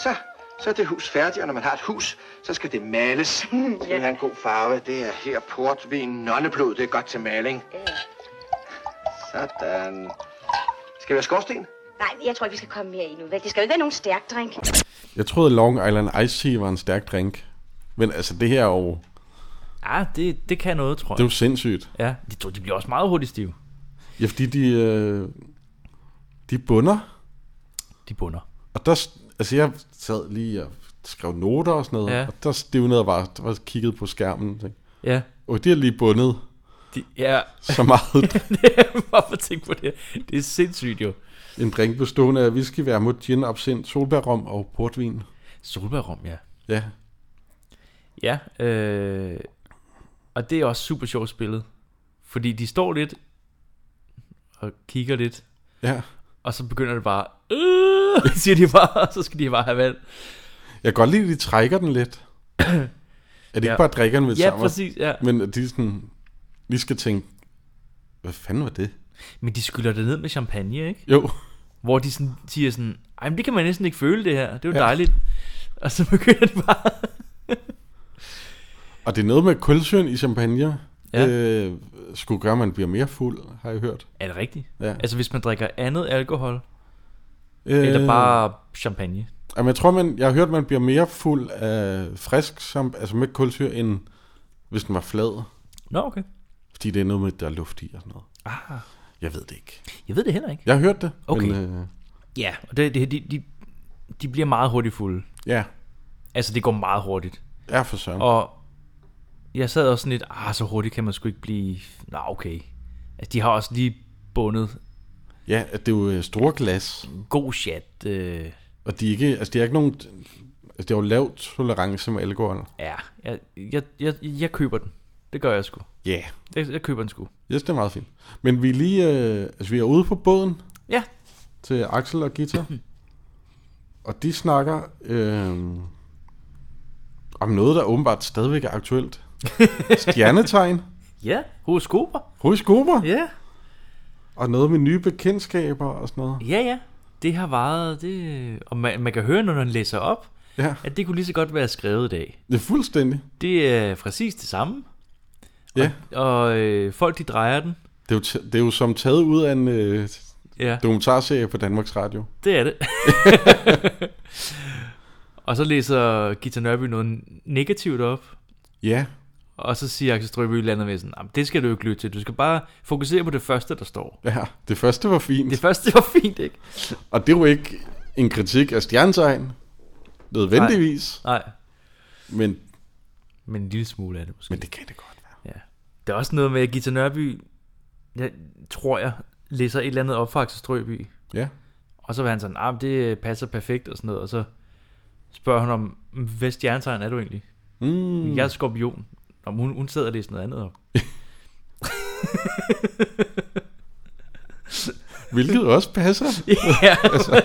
Så, så er det hus færdigt, og når man har et hus, så skal det males. Så skal vi have en god farve. Det er her portvin, nonneblod, det er godt til maling. Sådan. Skal vi have skorsten?
Nej, jeg tror ikke, vi skal komme mere endnu. Vel, det skal jo ikke være nogen stærk drink.
Jeg troede, Long Island Ice Tea var en stærk drink. Men altså, det her er jo,
Ah, det, det kan noget, tror
det er
jeg.
jo sindssygt.
Ja, de, tror, de bliver også meget hurtigt stive.
Ja, fordi de, øh, de bunder,
De bunder.
og der, s- altså jeg sad lige og skrev noter og sådan noget,
Ja.
og der stivnede jeg bare, der var kigget på skærmen og tænkte,
Ja.
og de har lige bundet
De, ja,
så meget
hvorfor tænke på det? Det er sindssygt jo.
en drink bestående af whisky, vermouth, gin, absint, solbærrom og portvin.
Solbærrom, ja.
Ja,
Ja, øh, og det er også super sjovt spillet. Fordi de står lidt og kigger lidt,
ja.
og så begynder det bare, øh, siger de bare, og så skal de bare have vand.
Jeg kan godt lide, at de trækker den lidt. Er det ja.
Ja.
ikke bare drikkerne ved
Ja,
sammen?
præcis, ja.
Men at de sådan, lige skal tænke, hvad fanden var det?
Men de skyller det ned med champagne, ikke?
Jo,
Hvor de sådan, siger sådan, ej, men det kan man næsten ikke føle det her, det er jo
Ja.
ja. dejligt. Og så begynder det bare,
og det er noget med kulsyren i champagne.
Ja.
Øh, skulle gøre, at man bliver mere fuld, har jeg hørt.
er det rigtigt?
Ja.
Altså hvis man drikker andet alkohol, øh. eller bare champagne.
Jamen, jeg tror, man, jeg har hørt, man bliver mere fuld af frisk, som, altså med kulsyre, end hvis den var flad.
Nå, okay.
Fordi det er noget med, der er luft i og sådan noget. Ah. Jeg ved det ikke.
Jeg ved det heller ikke.
Jeg har hørt det.
Okay.
Men, øh,
Ja, og det, det, de, de, de bliver meget hurtigt fulde.
ja,
Altså det går meget hurtigt.
ja for søren.
Og jeg sad også sådan lidt, ah, så hurtigt kan man sgu ikke blive... Nå, okay. Altså, de har også lige bundet
Ja, at det er jo øh, store glas,
en god chat. Øh,
og de er ikke, altså de er ikke nogen, altså det er jo lav tolerance med alkohol.
ja, jeg, jeg, jeg, jeg køber den. Det gør jeg sgu.
Ja, yeah.
Jeg, jeg køber den sgu.
yes, det er meget fint. Men vi er lige, øh, altså vi er ude på båden
Ja,
til Axel og Gita, og de snakker øh, om noget, der åbenbart stadigvæk er aktuelt. Stjernetegn,
ja. Horoskoper.
horoskoper,
Ja.
og noget med nye bekendtskaber og sådan noget.
Ja, ja. Det har varet, det... Og man, man kan høre, når han læser op,
Ja,
at det kunne lige så godt være skrevet i dag.
det er fuldstændig.
Det er præcis det samme.
Ja,
Og øh, folk, de drejer den.
det er, jo t- det er jo som taget ud af en øh,
Ja.
dokumentarserie på Danmarks Radio.
Det er det. og så læser Gita Nørby noget negativt op,
Ja,
og så siger Axel Strøby et eller andet med sådan, "Jamen, det skal du ikke lytte til, du skal bare fokusere på det første, der står.
ja. Det første var fint.
Det første var fint, ikke?
Og det er jo ikke en kritik af stjernetegn, nødvendigvis,
Nej,
Nej. men,
men en lille smule af det måske.
men det kan det godt være.
Ja. Der er også noget med, at Gita Nørby, jeg tror jeg, læser et eller andet op fra Axel Strøby,
Ja.
og så var han sådan, ah, men det passer perfekt og sådan noget, og så spørger hun om, hvad stjernetegn er du egentlig?
Mm.
Jeg er skorpion. Om hun, hun sidder og læser noget andet op.
Hvilket også passer.
Ja, altså.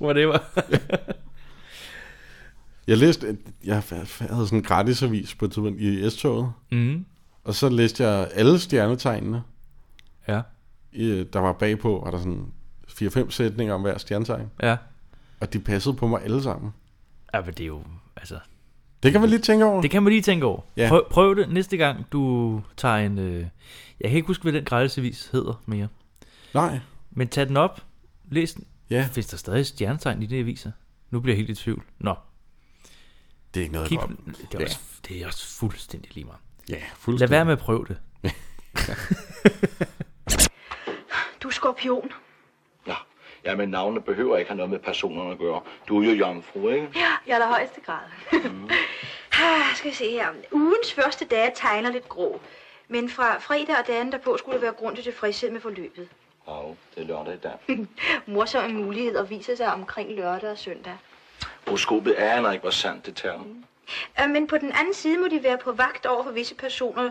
whatever.
Jeg læste, jeg havde sådan en gratisavis på et tidspunkt i S-toget,
Mm.
og så læste jeg alle stjernetegnene,
Ja,
i- der var bagpå, var der sådan 4-5 sætninger om hver stjernetegn,
ja.
og de passede på mig alle sammen.
Ja, men det er jo, altså,
Det kan man lige tænke over.
det kan man lige tænke over.
Ja.
Prøv, prøv det næste gang, du tager en, øh, jeg kan ikke huske, hvad den grælsevis hedder mere,
Nej.
men tag den op, læs den.
Ja,
Findes der stadig stjernetegn i de aviser? Nu bliver jeg helt i tvivl. Nå,
det er ikke noget,
keep,
jeg går op.
det, er også, det er også fuldstændig lige meget.
Ja,
Lad
fuldstændig.
være med at prøve det.
Du er skorpion.
Nå, ja, men navnene behøver ikke have noget med personerne at gøre. Du er jo jomfru, ikke?
Ja, i allerhøjeste grad. Mm. ah, skal vi se her. Ugens første dage tegner lidt grå. Men fra fredag og dagen derpå skulle der være grund til tilfredshed med forløbet.
Og det er lørdag i dag.
Morsomme muligheder viser sig omkring lørdag og søndag. Mm.
Horoskopet er heller ikke, hvor sandt det tager.
Øh, Men på den anden side må de være på vagt over for visse personer,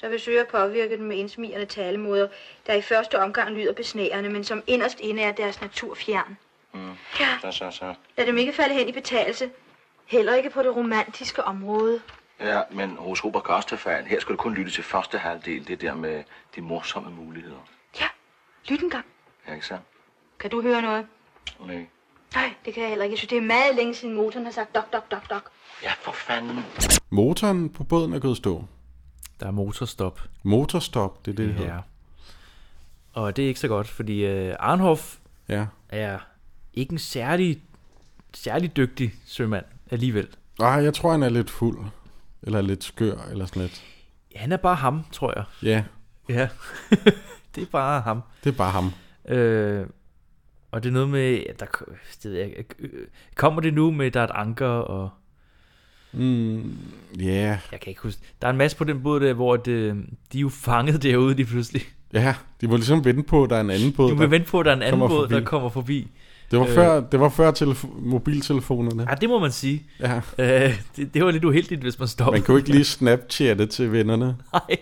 der vil søge at påvirke dem med indsmigrende talemåder, der i første omgang lyder besnærende, men som inderst inde er deres natur fjern.
Så, så, så.
Lad dem ikke falde hen i betagelse, heller ikke på det romantiske område.
Ja, men hos Robert Kostefald, her skal du kun lytte til første halvdel, det der med de morsomme muligheder.
Ja, lyt en gang.
Ja, ikke sandt?
Kan du høre noget?
Nej.
Nej, det kan jeg heller ikke. Jeg synes, det er meget længe siden motoren har sagt dok, dok, dok, dok.
Ja, for fanden.
Motoren på båden er gået i stå.
Der er motorstop.
Motorstop, det er det, det hedder.
Ja. Og det er ikke så godt, fordi øh, Arnhoff
Ja.
er ikke en særlig, særlig dygtig sømand alligevel.
Nej, jeg tror, han er lidt fuld. Eller lidt skør, eller sådan lidt.
Han er bare ham, tror jeg.
Ja,
Ja. det er bare ham.
det er bare ham.
Øh, og det er noget med, ja, der, det ved jeg, ikke, øh, kommer det nu med, der er et anker, og Mm.
Ja, yeah.
jeg kan ikke huske. Der er en masse på den båd der, hvor det, de er jo fanget derude lige pludselig.
ja. De må ligesom vente på, at der er en anden båd.
Du vil
der-
vente øh. på, at der er en anden
kommer
båd, der
forbi.
kommer forbi.
Det var før, det var før telefo- mobiltelefonerne.
Ja, det må man sige.
Ja.
Øh, det, det var lidt uheldigt, hvis man stopper.
Man kunne ikke lige snapchatte til vennerne.
Nej.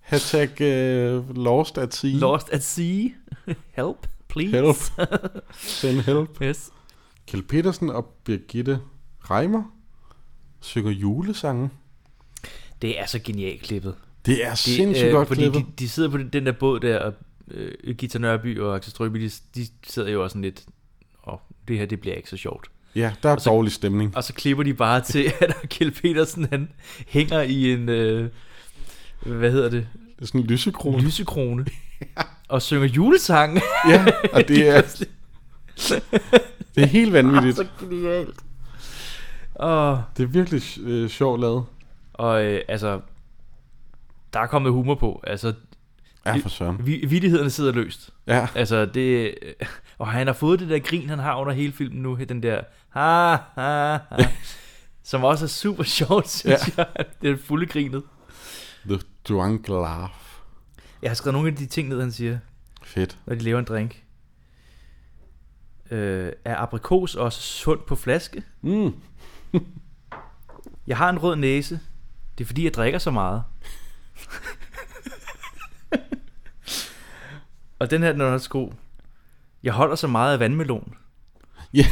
Hashtag uh, lost at sea.
Lost at sea. Help, please.
Help. Send help.
Yes.
Kjeld Petersen og Birgitte Reimer synger julesange.
Det er så genialt klippet.
Det er
Det,
sindssygt øh, godt
fordi
klippet.
De, de sidder på den, den der båd der, og øh, Gita Nørby og Axel Strøby, de, de sidder jo også sådan lidt, åh, oh, det her, det bliver ikke så sjovt.
Ja, der er
så-
dårlig stemning.
Og så klipper de bare til, at Kjell Petersen, han hænger i en, øh, hvad hedder det,
Det er sådan en lysekrone.
lysekrone, og synger julesang.
ja, og det er, det er helt vanvittigt.
så genialt. Og,
Det er virkelig øh, sjovt lavet.
og øh, altså, der er kommet humor på, altså,
Ja, for søren.
vi, vittighederne sidder løst.
Ja,
Altså, det... Og han har fået det der grin, han har under hele filmen nu. Den der... Ha, ha, ha, som også er super sjovt, synes ja. jeg. Det er fulde grinet.
The Drunk Laugh.
Jeg har skrevet nogle af de ting ned, han siger,
Fedt.
når de laver en drink. Øh, er aprikos også sundt på flaske?
Mm.
Jeg har en rød næse. Det er fordi, jeg drikker så meget. Og den her, den er også god. Jeg holder så meget af vandmelon.
Ja.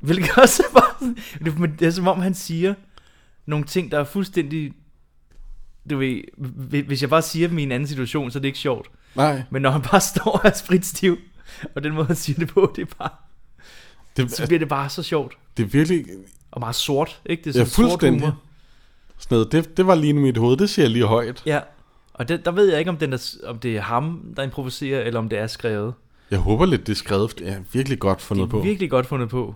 Hvilket også er bare... sådan- Det er- men Det er som om, han siger nogle ting, der er fuldstændig... Du ved, hvi- hvis jeg bare siger dem i en anden situation, så er det ikke sjovt.
Nej,
Men når han bare står og er spritstiv, og den måde, han siger det på, det er bare,
det, altså,
så bliver det bare så sjovt.
det er virkelig...
Og meget sort, ikke? Det er
Ja,
sådan sort
fuldstændig.
humor.
Sådan noget. Det, det var lige i mit hoved. Det siger jeg lige højt.
Ja, og det, der ved jeg ikke, om, den der, om det er ham, der improviserer, eller om det er skrevet.
Jeg håber lidt, det er skrevet. Det er virkelig godt fundet
Det
på.
er virkelig godt fundet på.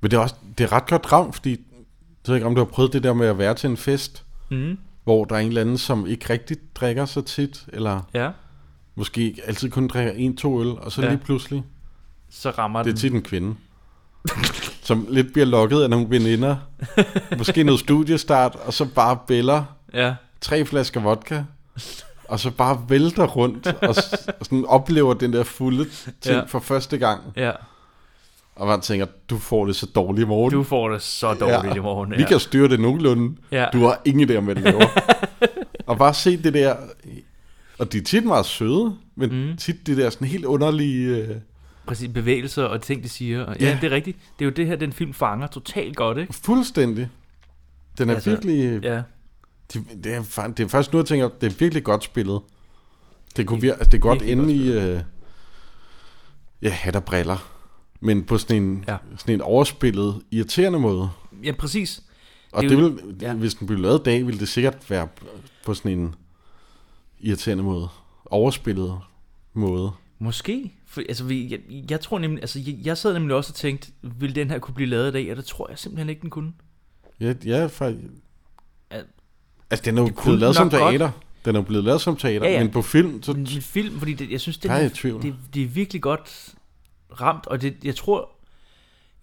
Men det er, også, det er ret godt ramt, fordi jeg ved ikke, om du har prøvet det der med at være til en fest,
Mm,
hvor der er en eller anden, som ikke rigtig drikker så tit, eller
ja,
måske ikke altid kun drikker en, to øl, og så
Ja.
ja. lige pludselig,
så rammer
det er
den.
tit en kvinde, som lidt bliver lokket af nogle veninder, måske noget studiestart, og så bare bæller
Ja,
tre flasker vodka, og så bare vælter rundt, og, s- og sådan oplever den der fulde ting
Ja.
ja. for første gang,
ja.
og man tænker, du får det så dårligt i morgen.
Du får det så dårligt i morgen.
Vi kan styre det nogenlunde.
Ja.
Du har ingen idé om, hvad det laver. og bare se det der... Og de er tit meget søde, men mm. tit det der sådan helt underlige... Øh,
Præcis, bevægelser og ting, de siger. Og, ja.
Ja.
ja, det er rigtigt. Det er jo det her, den film fanger totalt godt, ikke?
fuldstændig. Den er
Altså,
altså, virkelig... Ja.
Ja,
Det, det, er, fa- det er faktisk nu, jeg tænker, det er virkelig godt spillet. Det kunne vir- altså, det er godt
virkelig
inde i... Øh, ja, hat og briller. Men på sådan en,
Ja.
ja. sådan en overspillet, irriterende måde.
ja præcis.
Og
Det
det,
er
det
jo-
vil,
ja.
ja. hvis den blev lavet i dag, ville det sikkert være på sådan en irriterende måde. Overspillet måde.
Måske. For, altså, vi- jeg, jeg tror nemlig, altså, jeg, jeg sad nemlig også og tænkte, vil den her kunne blive lavet i dag? Og det tror jeg simpelthen ikke, den kunne.
Ja, ja faktisk.
Al-
Altså, den er jo
kunne
blevet lavet
den
som
nok godt.
teater. Den er jo blevet lavet som teater,
Ja,
ja,
ja. Mm.
ja. men på film, så...
Men det er en film, fordi det, jeg synes, det
Der er
er,
jeg i tvivl.
det, det er virkelig godt ramt, og det, jeg tror,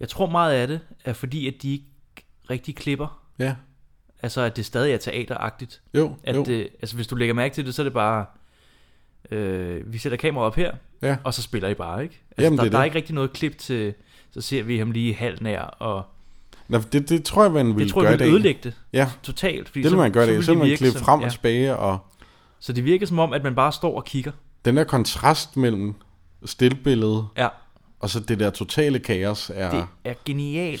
jeg tror meget af det er fordi, at de ikke rigtig klipper.
Ja,
Altså, at det stadig er teateragtigt.
jo,
At
jo.
det, altså, hvis du lægger mærke til det, så er det bare, øh, vi sætter kameraet op her,
Ja.
og så spiller I bare, ikke? Altså,
Jamen,
der,
det er
der er
det.
ikke rigtig noget klip til, så ser vi ham lige halv nær, og
Nå, det, det tror jeg, man
det
ville
tror
gøre
jeg,
i dag.
ville ødelægge det
Ja,
totalt. Fordi
det ville man gøre i dag.
ville
Så ville man
virke
klippe
som-
frem
ja.
og tilbage, og
Så det virker som om, at man bare står og kigger.
Den der kontrast mellem stillbilledet
Ja,
og så det der totale kaos er...
det er genialt.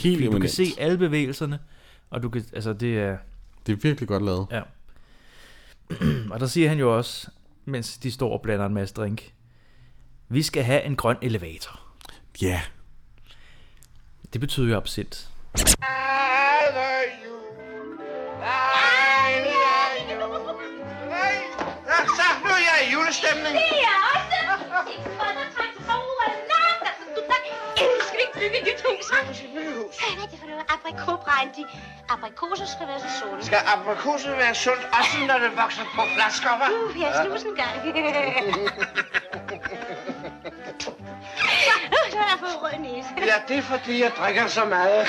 Ah. Helt
fordi du kan
eminent.
se alle bevægelserne, og du kan, altså det er,
Det er virkelig godt lavet.
ja. og der siger han jo også, mens de står og blander en masse drink, vi skal have en grøn elevator.
Ja. Yeah.
Det betyder jo absint.
Ja, så nu er jeg i julestemning.
Ja, også. Ikke for at trække sig over langt. Altså, du der elsker vi ikke bygge et nyt hus, hva'? Hvad er det for noget? Aprikobregn, de aprikoser skal være så sunde.
Skal aprikoset være sundt, også når det vokser på flasker, hva'?
Uh, jeg snus en gang. Så har jeg fået rød næse.
Ja, det er fordi, jeg drikker så meget.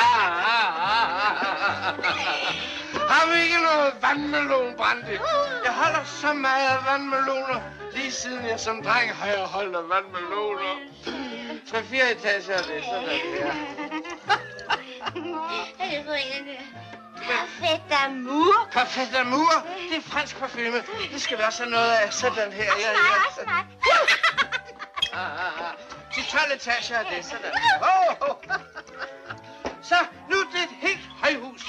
Ah, Har vi ikke noget vandmelonbrændte? Jeg holder så meget af vandmeloner, lige siden jeg som dreng har jeg holdt af vandmeloner. Tre fire etager er det, sådan er det. ja.
Jeg ved ikke, det Perfekt amour.
Parfait d'amour, det er fransk parfume. Det skal vi også have noget af sådan her. Ja,
Nej,
ja.
også mig.
De 12 etager er det, sådan. Oh, oh. Så nu er det et helt højhus.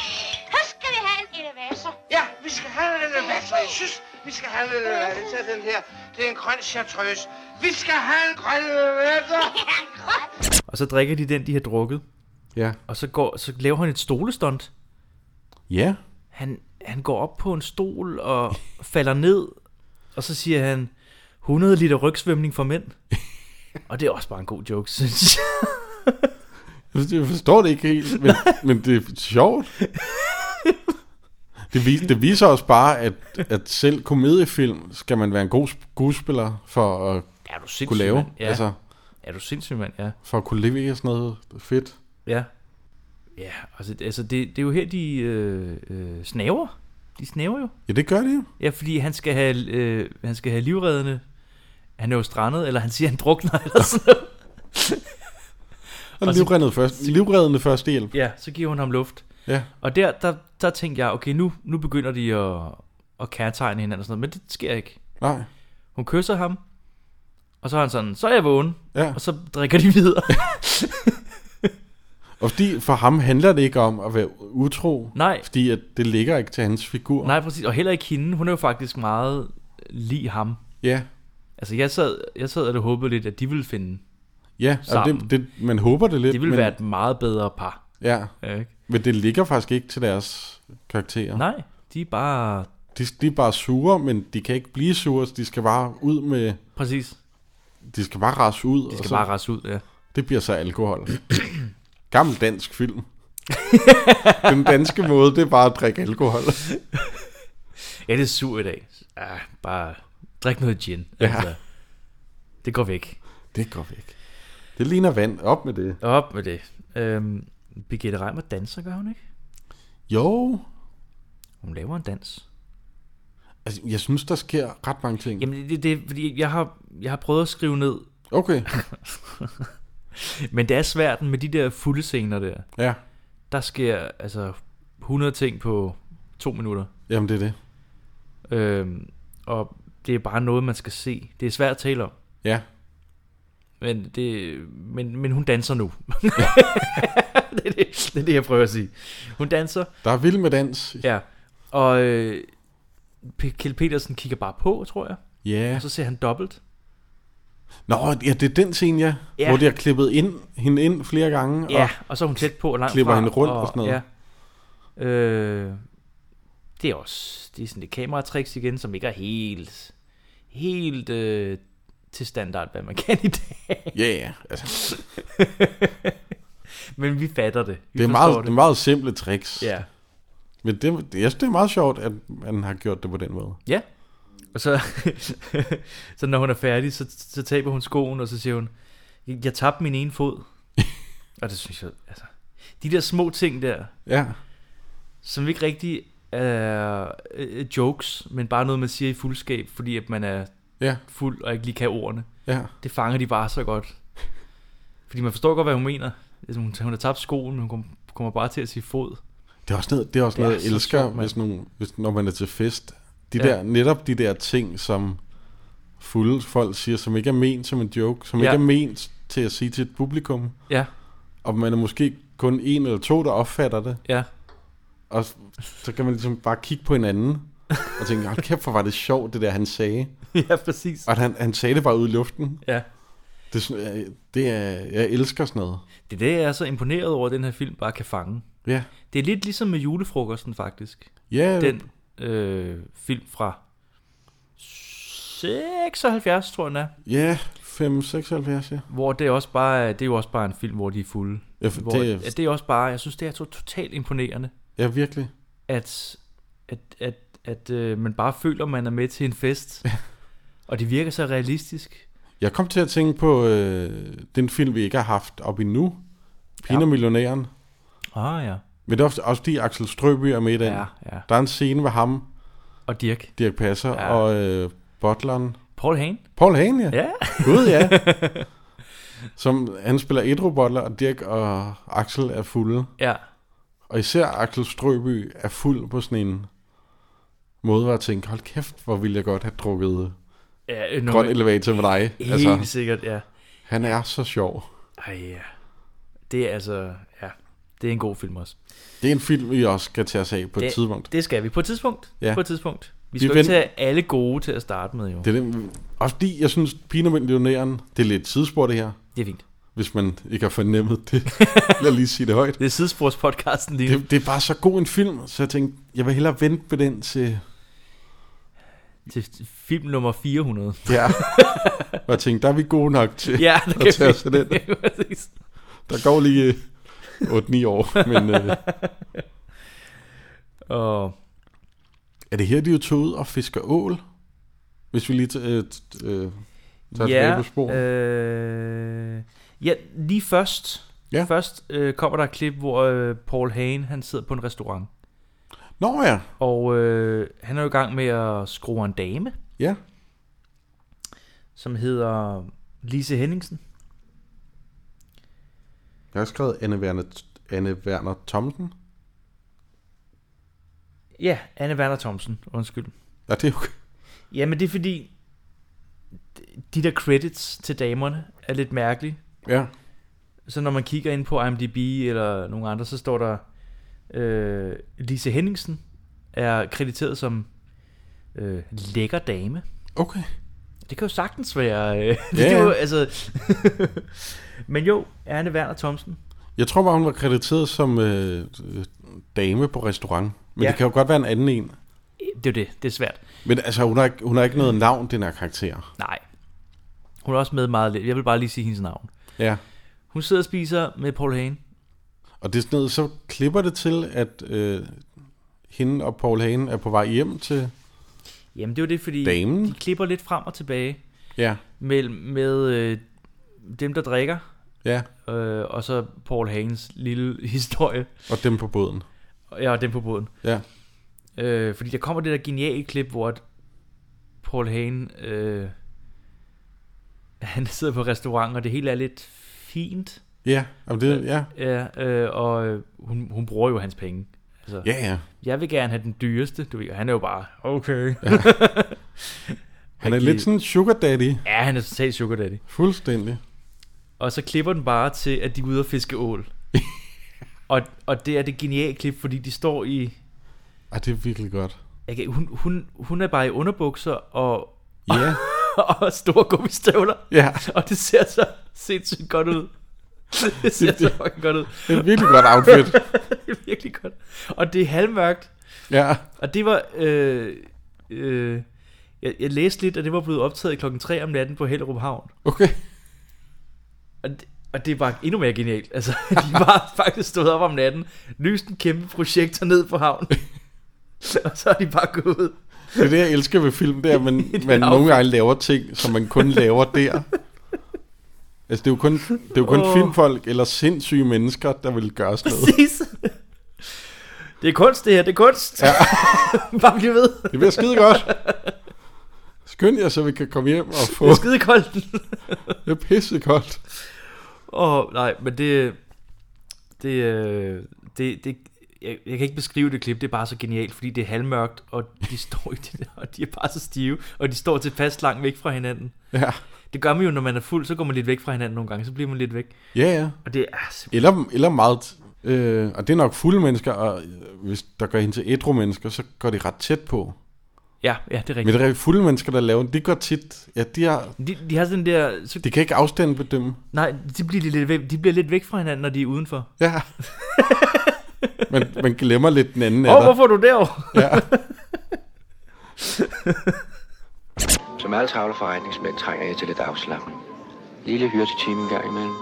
Så skal vi have en elevator.
Ja, vi skal have en elevator. Jeg synes, vi skal have en elevator. Tag den her. Det er en grøn chartreuse. Vi skal have en grøn elevator.
Og så drikker de den, de har drukket,
Ja.
og så, går, så laver han et stolestunt.
Ja.
Han, han går op på en stol og falder ned, og så siger han, 100 liter rygsvømning for mænd. Og det er også bare en god joke, synes jeg.
Jeg forstår det ikke helt, men, men det er sjovt. Det, vis, det viser os bare, at, at selv komediefilm skal man være en god skuespiller for at
Er du sindssyg,
kunne lave.
Mand? Ja. Altså.
Altså,
Er du sindssyg, mand? Ja.
for at kunne levere sådan noget fedt.
Ja, ja altså, altså det, det er jo her, de øh, øh, snaver. De snaver jo.
Ja, det gør det jo.
Ja, fordi han skal have, øh, han skal have livreddende. Han er jo strandet, eller han siger, han drukner eller sådan noget.
Og
Og så-
livreddende, først, livreddende førstehjælp.
Ja, så giver hun ham luft.
Ja.
Og der, der, der tænkte jeg, okay, nu, nu begynder de at, at kærtegne hinanden og sådan noget, men det sker ikke.
Nej.
Hun kysser ham, og så er han sådan, så er jeg vågen,
Ja.
og så drikker de videre.
Og fordi for ham handler det ikke om at være utro.
Nej.
Fordi at det ligger ikke til hans figur.
Nej, præcis, og heller ikke hende, hun er jo faktisk meget lige ham.
Ja.
Altså, jeg sad, jeg sad og håbede lidt, at de ville finde.
Ja, og
Sammen.
det, det, man håber det lidt.
Det ville
men,
men... være et meget bedre par.
Ja,
Ja, ikke?
men det ligger faktisk ikke til deres karakterer.
Nej, de er bare...
De, de er bare sure, men de kan ikke blive sure, så de skal bare ud med...
Præcis.
De skal bare rase ud.
De
og
skal
så,
bare rase ud, ja.
Det bliver så alkohol. Gammel dansk film. Den danske måde, det er bare at drikke alkohol.
Ja, det er sur i dag. Ah, bare drik noget gin. Ja. Altså, det går væk.
Det går væk. Det ligner vand. Op med det.
Op med det. Øhm, Birgitte Reimer danser, gør hun ikke?
Jo,
Hun laver en dans.
altså, jeg synes, der sker ret mange ting.
Jamen, det, det er, fordi jeg har, jeg har prøvet at skrive ned,
Okay,
men det er svært med de der fulde scener der.
ja.
Der sker altså 100 ting på to minutter.
Jamen, det er det.
Øhm, og det er bare noget, man skal se. Det er svært at tale om.
Ja.
Men, det, men, men hun danser nu. det, er det, det er det, jeg prøver at sige. Hun danser,
Der er vild med dans.
ja. Og øh, P- Kjeld Petersen kigger bare på, tror jeg.
Ja.
Og så ser han dobbelt.
Nå, ja, det er den scene, ja.
Ja.
Hvor de har klippet ind, hende ind flere gange.
Ja,
Og,
og så er hun tæt på og langt
klipper
fra,
hende rundt og sådan noget.
Ja. Øh, det er også det er sådan et kameratricks igen, som ikke er helt, helt øh, til standard, hvad man kan i dag.
ja, ja. Altså,
Men vi fatter det.
det,
Vi
er
forstår
meget, det. det er meget simple tricks.
Ja.
Men det, det, jeg synes, det er meget sjovt, at man har gjort det på den måde.
Ja. Og så, så når hun er færdig, så, så taber hun skoen, og så siger hun, jeg jeg tabte min ene fod. og det synes jeg, altså, de der små ting der,
Ja,
som ikke rigtig er øh, jokes, men bare noget, man siger i fuldskab, fordi at man er
ja,
fuld og ikke lige kan ordene.
ja.
Det fanger de bare så godt. Fordi man forstår godt, hvad hun mener. Altså, hun, hun har tabt skoen, men hun kom- kommer bare til at sige fod.
Det er også noget, det er også
Det er
noget jeg
så
elsker,
sjovt, mand.
hvis, nogen, hvis, når man er til fest. De ja.
Ja.
der, netop de der ting, som fulde folk siger, som ikke er ment som en joke, som ja.
Ja.
ikke er ment til at sige til et publikum,
Ja,
og man er måske kun en eller to, der opfatter det,
ja.
og s- så kan man ligesom bare kigge på hinanden, og tænke, hold kæft, hvor var det sjovt, det der han sagde.
ja, præcis.
Og at han, han sagde det bare ud i luften.
Ja.
Det, er sådan, øh, det er, jeg elsker sådan noget.
Det er det, jeg er så imponeret over, at den her film bare kan fange.
Ja.
Det er lidt ligesom med julefrokosten, faktisk.
Ja, den.
Den øh, film fra 76, tror jeg den er.
ja 5, 76, ja.
Hvor det er også bare, det er jo også bare en film, hvor de er fulde.
Ja, for
Hvor,
det er-
det, ja, det er også bare, jeg synes, det er så totalt imponerende,
Ja, virkelig.
at, at, at, at øh, man bare føler, man er med til en fest. og det virker så realistisk.
Jeg kom til at tænke på øh, den film, vi ikke har haft op endnu. Pina ja.
Ja.
Millionæren.
Ah ja.
Men det er også, også de Axel Strøby er med i den.
Ja, ja.
Der er en scene med ham,
Og Dirk.
Dirk Passer ja.
Ja.
og øh, butleren.
Paul Hane?
Paul Hagen, ja.
Ja.
Gud, ja. Som han spiller et butler, og Dirk og Axel er fulde.
Ja.
Og især Axel Strøby er fuld på sådan en måde, hvor jeg tænker, hold kæft, hvor ville jeg godt have drukket
ja øh,
grøn
nummer-
elevator med dig.
Helt
Altså,
sikkert, ja.
han er så sjov.
Ej, ja. Det er altså, ja. Det er en god film også.
Det er en film, vi også skal tage os af på det, et tidspunkt.
Det skal vi. På et tidspunkt.
Ja.
På et tidspunkt. Vi
Vi
skal jo ikke
venter-
tage alle gode til at starte med, jo. Det,
Det er det, også fordi, jeg synes, Pinermillionæren, det er lidt tidsspor det her,
det er fint.
hvis man ikke har fornemmet det. Lad lige sige det højt.
Det er sidesporspodcasten lige nu.
Det, det er bare så god en film, så jeg tænkte, jeg vil hellere vente på den til...
Til film nummer 400.
Ja. Og jeg tænkte, der er vi gode nok til
Ja, det
at tage os af
kan vi.
den.
Ja, præcis.
Der går lige øh, 8-9 år, men øh,
Og
er det her, de jo tog ud og fisker ål? Hvis vi lige t- øh, t- øh, tager tilbage
ja,
på sporet.
øh, ja, lige først.
Ja.
Først øh, kommer der et klip, hvor øh, Paul Hane, han sidder på en restaurant.
Nå ja,
Og øh, han er jo i gang med at skrue en dame.
ja.
som hedder Lise Henningsen.
Jeg har skrevet Anne Werner, Anne Werner Thomsen.
Ja, Anne Werner Thomsen, undskyld.
Ja, det er okay.
Jamen det er fordi, de der credits til damerne er lidt mærkelige.
Ja.
Så når man kigger ind på IMDb eller nogle andre, så står der, øh, Lise Henningsen er krediteret som øh, lækker dame.
Okay.
Det kan jo sagtens være... Øh, det
Ja,
kan jo,
ja.
altså, men jo, Anne Werner Thomsen.
Jeg tror bare, hun var krediteret som øh, øh, dame på restaurant. Men ja.
Ja.
det kan jo godt være en anden en.
Det er jo det, det er svært.
Men altså, hun har ikke, hun har ikke noget navn, den her karakter.
Nej. Hun er også med meget lidt. Jeg vil bare lige sige hendes navn.
Ja.
Hun sidder og spiser med Paul Hane.
Og det er sådan noget, så klipper det til, at øh, hende og Paul Hagen er på vej hjem til...
Jamen det er jo det, fordi
Damen?
de klipper lidt frem og tilbage
Ja,
mellem med øh, dem, der drikker,
ja.
øh, og så Paul Hagens lille historie,
Og dem på båden.
og, ja, og dem på båden.
Ja.
Øh, fordi der kommer det der geniale klip, hvor at Paul Hagen, øh, han sidder på restaurant, og det hele er lidt fint.
Ja, og det, ja.
Ja, øh, og øh, hun, hun bruger jo hans penge. Altså,
Ja, ja.
Jeg vil gerne have den dyreste, du ved, og han er jo bare, okay.
Han er lidt sådan en sugar daddy.
Ja, han er totalt sugar daddy.
Fuldstændig.
Og så klipper den bare til, at de er ude og fiske ål. og, og det er det geniale klip, fordi de står i...
Ej, det er virkelig godt.
Jeg kan, hun, hun, hun er bare i underbukser og,
Ja,
og store gummistøvler.
ja.
Og det ser så sindssygt godt ud. Det ser så fucking godt ud.
Det er et virkelig godt outfit.
Det er virkelig godt. Og det er halvmørkt.
Ja,
Og det var... Øh, øh, jeg, jeg læste lidt, at det var blevet optaget klokken 3 om natten på Hellerup Havn.
okay.
Og det, og det var endnu mere genialt. Altså, de var faktisk stået op om natten, lyst en kæmpe projektor ned på havnen. og så er de bare gået ud.
Det er det, jeg elsker ved film, det er, at man, man nogle gange laver ting, som man kun laver der. Altså, det er jo kun, det er jo kun oh.
Åh.
filmfolk eller sindssyge mennesker, der vil gøre sådan noget.
Præcis. Det er kunst, det her. Det er kunst. Ja. bare bliv ved.
Det bliver skide godt. Skynd jer, så vi kan komme hjem og få
Det er skide koldt.
det er pisse godt.
Åh, nej, men det... Det, øh, det, det jeg, jeg kan ikke beskrive det klip, det er bare så genialt, fordi det er halvmørkt, og de står i det der, og de er bare så stive, og de står tilpas langt væk fra hinanden.
Ja,
Det gør man jo, når man er fuld, så går man lidt væk fra hinanden nogle gange, så bliver man lidt væk.
ja, ja.
Og det er simpelthen...
Eller, eller meget... Øh, og det er nok fulde mennesker, og øh, hvis der gør hende til ædru mennesker, så går de ret tæt på.
Ja, ja, det er
Men
rigtigt.
det er fulde mennesker, der laver, de går tit... Ja, de, har,
De, de har sådan den der... Så,
de kan ikke afstande bedømme.
nej, de bliver, lidt væk, de bliver lidt væk fra hinanden, når de er udenfor.
Ja. man, man glemmer lidt den anden
Åh, oh,
af dig.
hvorfor er du derovre?
Som alle travle forretningsmænd trænger jeg til lidt afslappning. Lille hyre til timen gang imellem.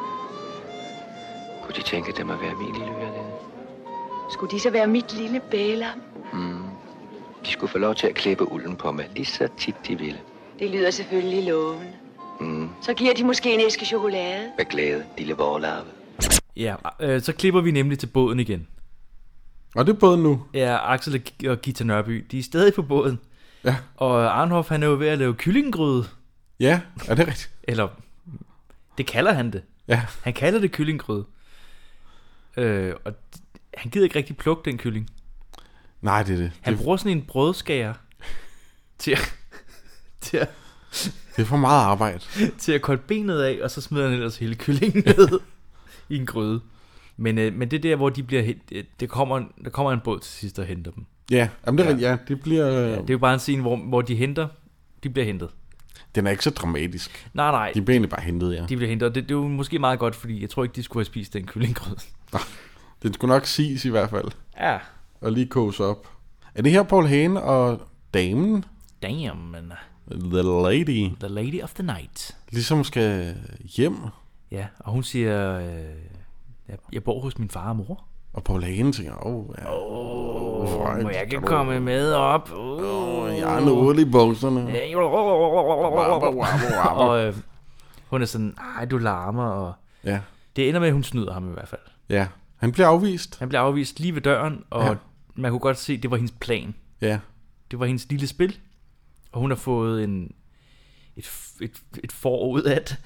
Kunne de tænke dem at være min lille hyrelede?
Skulle de så være mit lille bælam?
De skulle få lov til at klippe ulden på mig lige så tit de ville.
Det lyder selvfølgelig lovende.
Mm,
Så giver de måske en æske chokolade.
med glæde, lille vorlarve.
Ja, øh, så klipper vi nemlig til båden igen.
Og det er både nu.
Ja, Axel og G- og Gita Nørby, de er stadig på båden.
Ja.
Og Arnhoff, han er jo ved at lave kyllingegryde.
Ja, er det rigtigt?
Eller, det kalder han det.
Ja.
Han kalder det kyllingegryde. Øh, og d- han gider ikke rigtig plukke den kylling.
Nej, det er det.
Han
det,
bruger sådan en brødskærer til at, til at,
det er for meget arbejde.
til at kolde benet af, og så smider han ellers hele kyllingen ned i en gryde. Men, øh, men det er der, hvor de bliver hent- øh, det kommer, der kommer en båd til sidst og henter dem.
Ja, jamen det er rigtigt, ja. Det bliver... øh,
Ja,
Ja,
det er jo bare en scene, hvor, hvor de henter, de bliver hentet.
Den er ikke så dramatisk.
Nej, nej,
De
de,
bliver egentlig bare hentet, ja.
de bliver hentet, og det, det er jo måske meget godt, fordi jeg tror ikke, de skulle have spist den kyllingrød.
Den skulle nok siges i hvert fald.
Ja.
Og lige kose op. Er det her Paul Hane og damen?
Damn, man.
The lady.
The lady of the night.
Ligesom skal hjem.
Ja, og hun siger, øh, jeg, jeg bor hos min far og mor.
Og Paul Hane tænker, åh, oh, ja. oh,
Må jeg ikke komme med op? Uh.
Jeg er noget i bukserne. Wabba, wabba, wabba.
Og øh, hun er sådan, nej, du larmer, og
Ja,
det ender med, at hun snyder ham i hvert fald.
ja. Han bliver afvist.
Han bliver afvist lige ved døren, og
Ja.
ja. man kunne godt se, at det var hendes plan.
Ja.
Det var hendes lille spil, og hun har fået en, et, f- et, et får ud af det.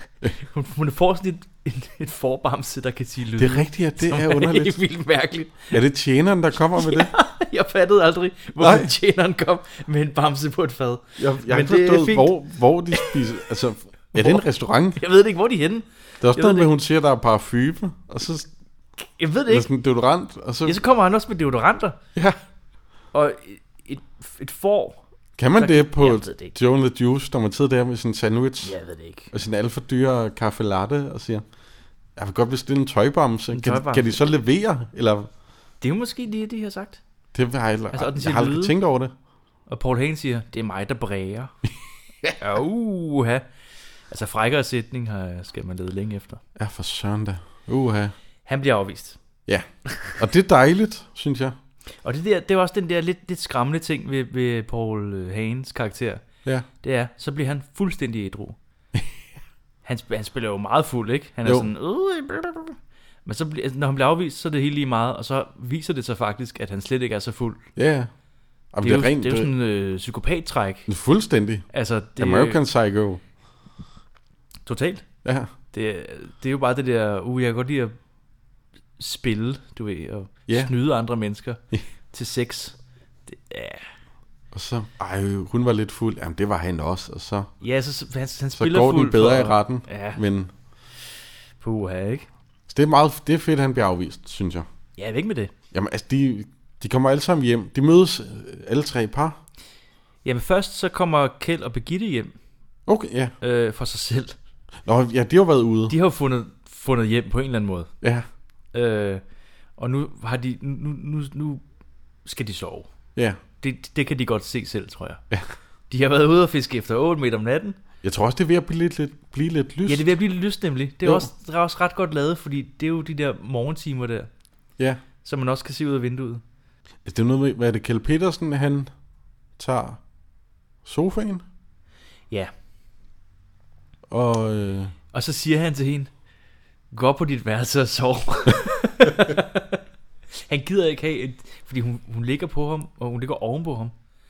Hun, hun får sådan et, et, et forbamse, der kan sige lyde.
Det er rigtigt, ja. Det er underligt.
helt vildt mærkeligt.
Er det tjeneren, der kommer med det?
Jeg fattede aldrig,
Nej.
hvorfor tjeneren kom med en bamse på et fad.
Jeg, jeg har ikke
Men det er
forstået,
fint.
hvor, hvor de spiser... Altså, er det en restaurant?
Jeg ved det ikke, hvor de er henne.
Der er også
Jeg ved
noget med,
det
hun siger, der er parfume, og så
Jeg ved det
er
ikke.
sådan en deodorant, og så...
Ja, så kommer han også med deodoranter.
Ja.
Og et, et får.
Kan man
så-
det på
Jeg ved det ikke.
Joe and the Juice, når man sidder der med sin sandwich
Jeg ved det ikke.
og sin alt for dyre kaffe latte og siger, jeg vil godt bestille en tøjbamse. Kan,
tøjbamse.
kan de så levere? Eller,
Det er jo måske lige det, jeg har sagt.
det har jeg, altså,
Altså, og den
jeg
siger
har aldrig
lyde.
tænkt over det.
Og Paul Hagen siger, det er mig, der bræger. ja, uha. Altså frækkere sætning har- skal man lede længe efter.
Ja, for søren da. Uha.
Han bliver afvist.
Ja. Og det er dejligt, synes jeg.
Og det, der, det er også den der lidt, lidt skræmmende ting ved, ved Paul Hagens karakter.
Ja.
Det er, så bliver han fuldstændig ædru. han, sp- han spiller jo meget fuld, ikke? Han er
Jo.
jo. sådan... "Øh, blablabla." Men så, bliver- når han bliver afvist, så er det hele lige meget, og så viser det sig faktisk, at han slet ikke er så fuld.
Ja, ja. Jamen,
Det er, det er, jo,
rent
det er jo sådan øh, psykopattræk.
fuldstændig.
Altså, det
American Psycho.
Totalt.
Ja.
Det, det er jo bare det der, uh, jeg kan godt lide at spille, du ved, og
Ja.
yeah. snyde andre mennesker
Ja.
til sex. Det, ja.
Og så, ej, hun var lidt fuld. Jamen, det var han også. Og så,
ja, så, så han, han
så
spiller
går
fuld
den bedre i
for-
retten.
Ja,
Men
puha, ikke?
så det er, meget, det er fedt, han bliver afvist, synes jeg.
Ja, væk med det.
Jamen, altså, de, de kommer alle sammen hjem. De mødes øh, alle tre par.
Jamen først så kommer Kjeld og Birgitte hjem
Okay, ja.
øh, for sig selv.
Nå, ja, de har været ude.
De har jo fundet, fundet hjem på en eller anden måde.
Ja,
Øh, og nu, har de, nu, nu, nu skal de sove.
ja.
Det, det kan de godt se selv, tror jeg.
Ja.
De har været ude og fiske efter 8 meter om natten.
Jeg tror også, det er ved at blive lidt, lidt, blive lidt lyst.
Ja, det er ved at blive lidt lyst nemlig. Det er,
Jo.
også, det er også ret godt lavet, fordi det er jo de der morgentimer der,
ja.
som man også kan se ud af vinduet.
Altså, det er noget med, hvad er det, Kjell Petersen, han tager sofaen,
Ja.
og øh,
Og så siger han til hende, gå op på dit værelse og sov. han gider ikke have et, fordi hun, hun ligger på ham, og hun ligger oven på ham.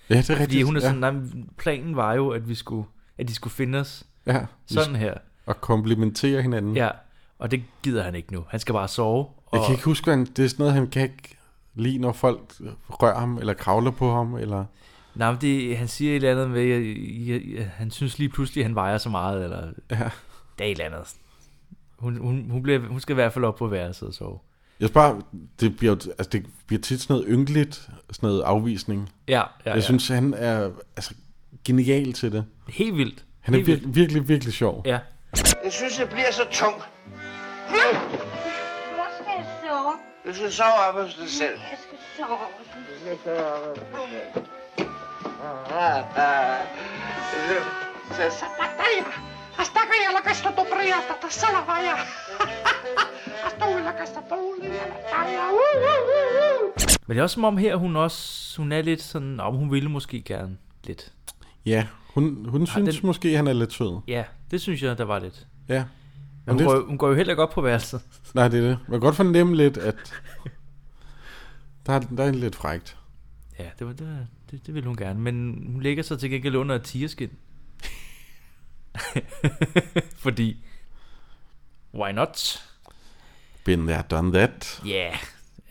ja, det er rigtigt.
Fordi hun er
ja,
sådan, nej, men planen var jo, at vi skulle, at de skulle finde os
ja, sådan.
sådan her.
og komplimenterer hinanden.
Ja, og det gider han ikke nu. Han skal bare sove.
Jeg
Og,
kan ikke huske, hvad han, det er sådan noget, han kan ikke... lide, når folk rører ham, eller kravler på ham, eller...
Nej, men det, han siger et eller andet med, at I- I- I- han synes lige pludselig, at han vejer så meget, eller
Ja.
det er et eller andet. Hun, hun, hun, bliver, hun skal i hvert fald op på værelset og sove.
Jeg synes bare, det bliver, jo- altså, det bliver tit sådan noget ynkeligt, sådan noget afvisning. Ja,
Ja, ja, ja.
Jeg synes, han er altså, genial til det.
Helt vildt.
Han er
Helt vildt.
vir- virkelig, virkelig sjov.
Ja.
Jeg synes, jeg bliver så tung.
Hvor skal jeg sove?
Du skal sove op hos dig selv.
Jeg skal sove.
Så
Батарейка! Оставай, я лакас, что приятно, это соловая. Оставай, лакас, это
Men det er også som om her, hun også, hun er lidt sådan, om hun ville måske gerne lidt.
Ja, hun, hun synes
den-
måske, han er lidt sød.
Ja, det synes jeg, der var lidt.
Ja.
Men hun,
det-
går, jo- hun går jo heller ikke op på værelset.
Nej, det er det. Man kan godt fornemme lidt, at der er, der er lidt frægt.
Ja, det, var, det, var- det, det ville hun gerne. Men hun ligger så til gengæld under et tigerskin. Fordi, why not?
Been there, done that.
Ja, yeah.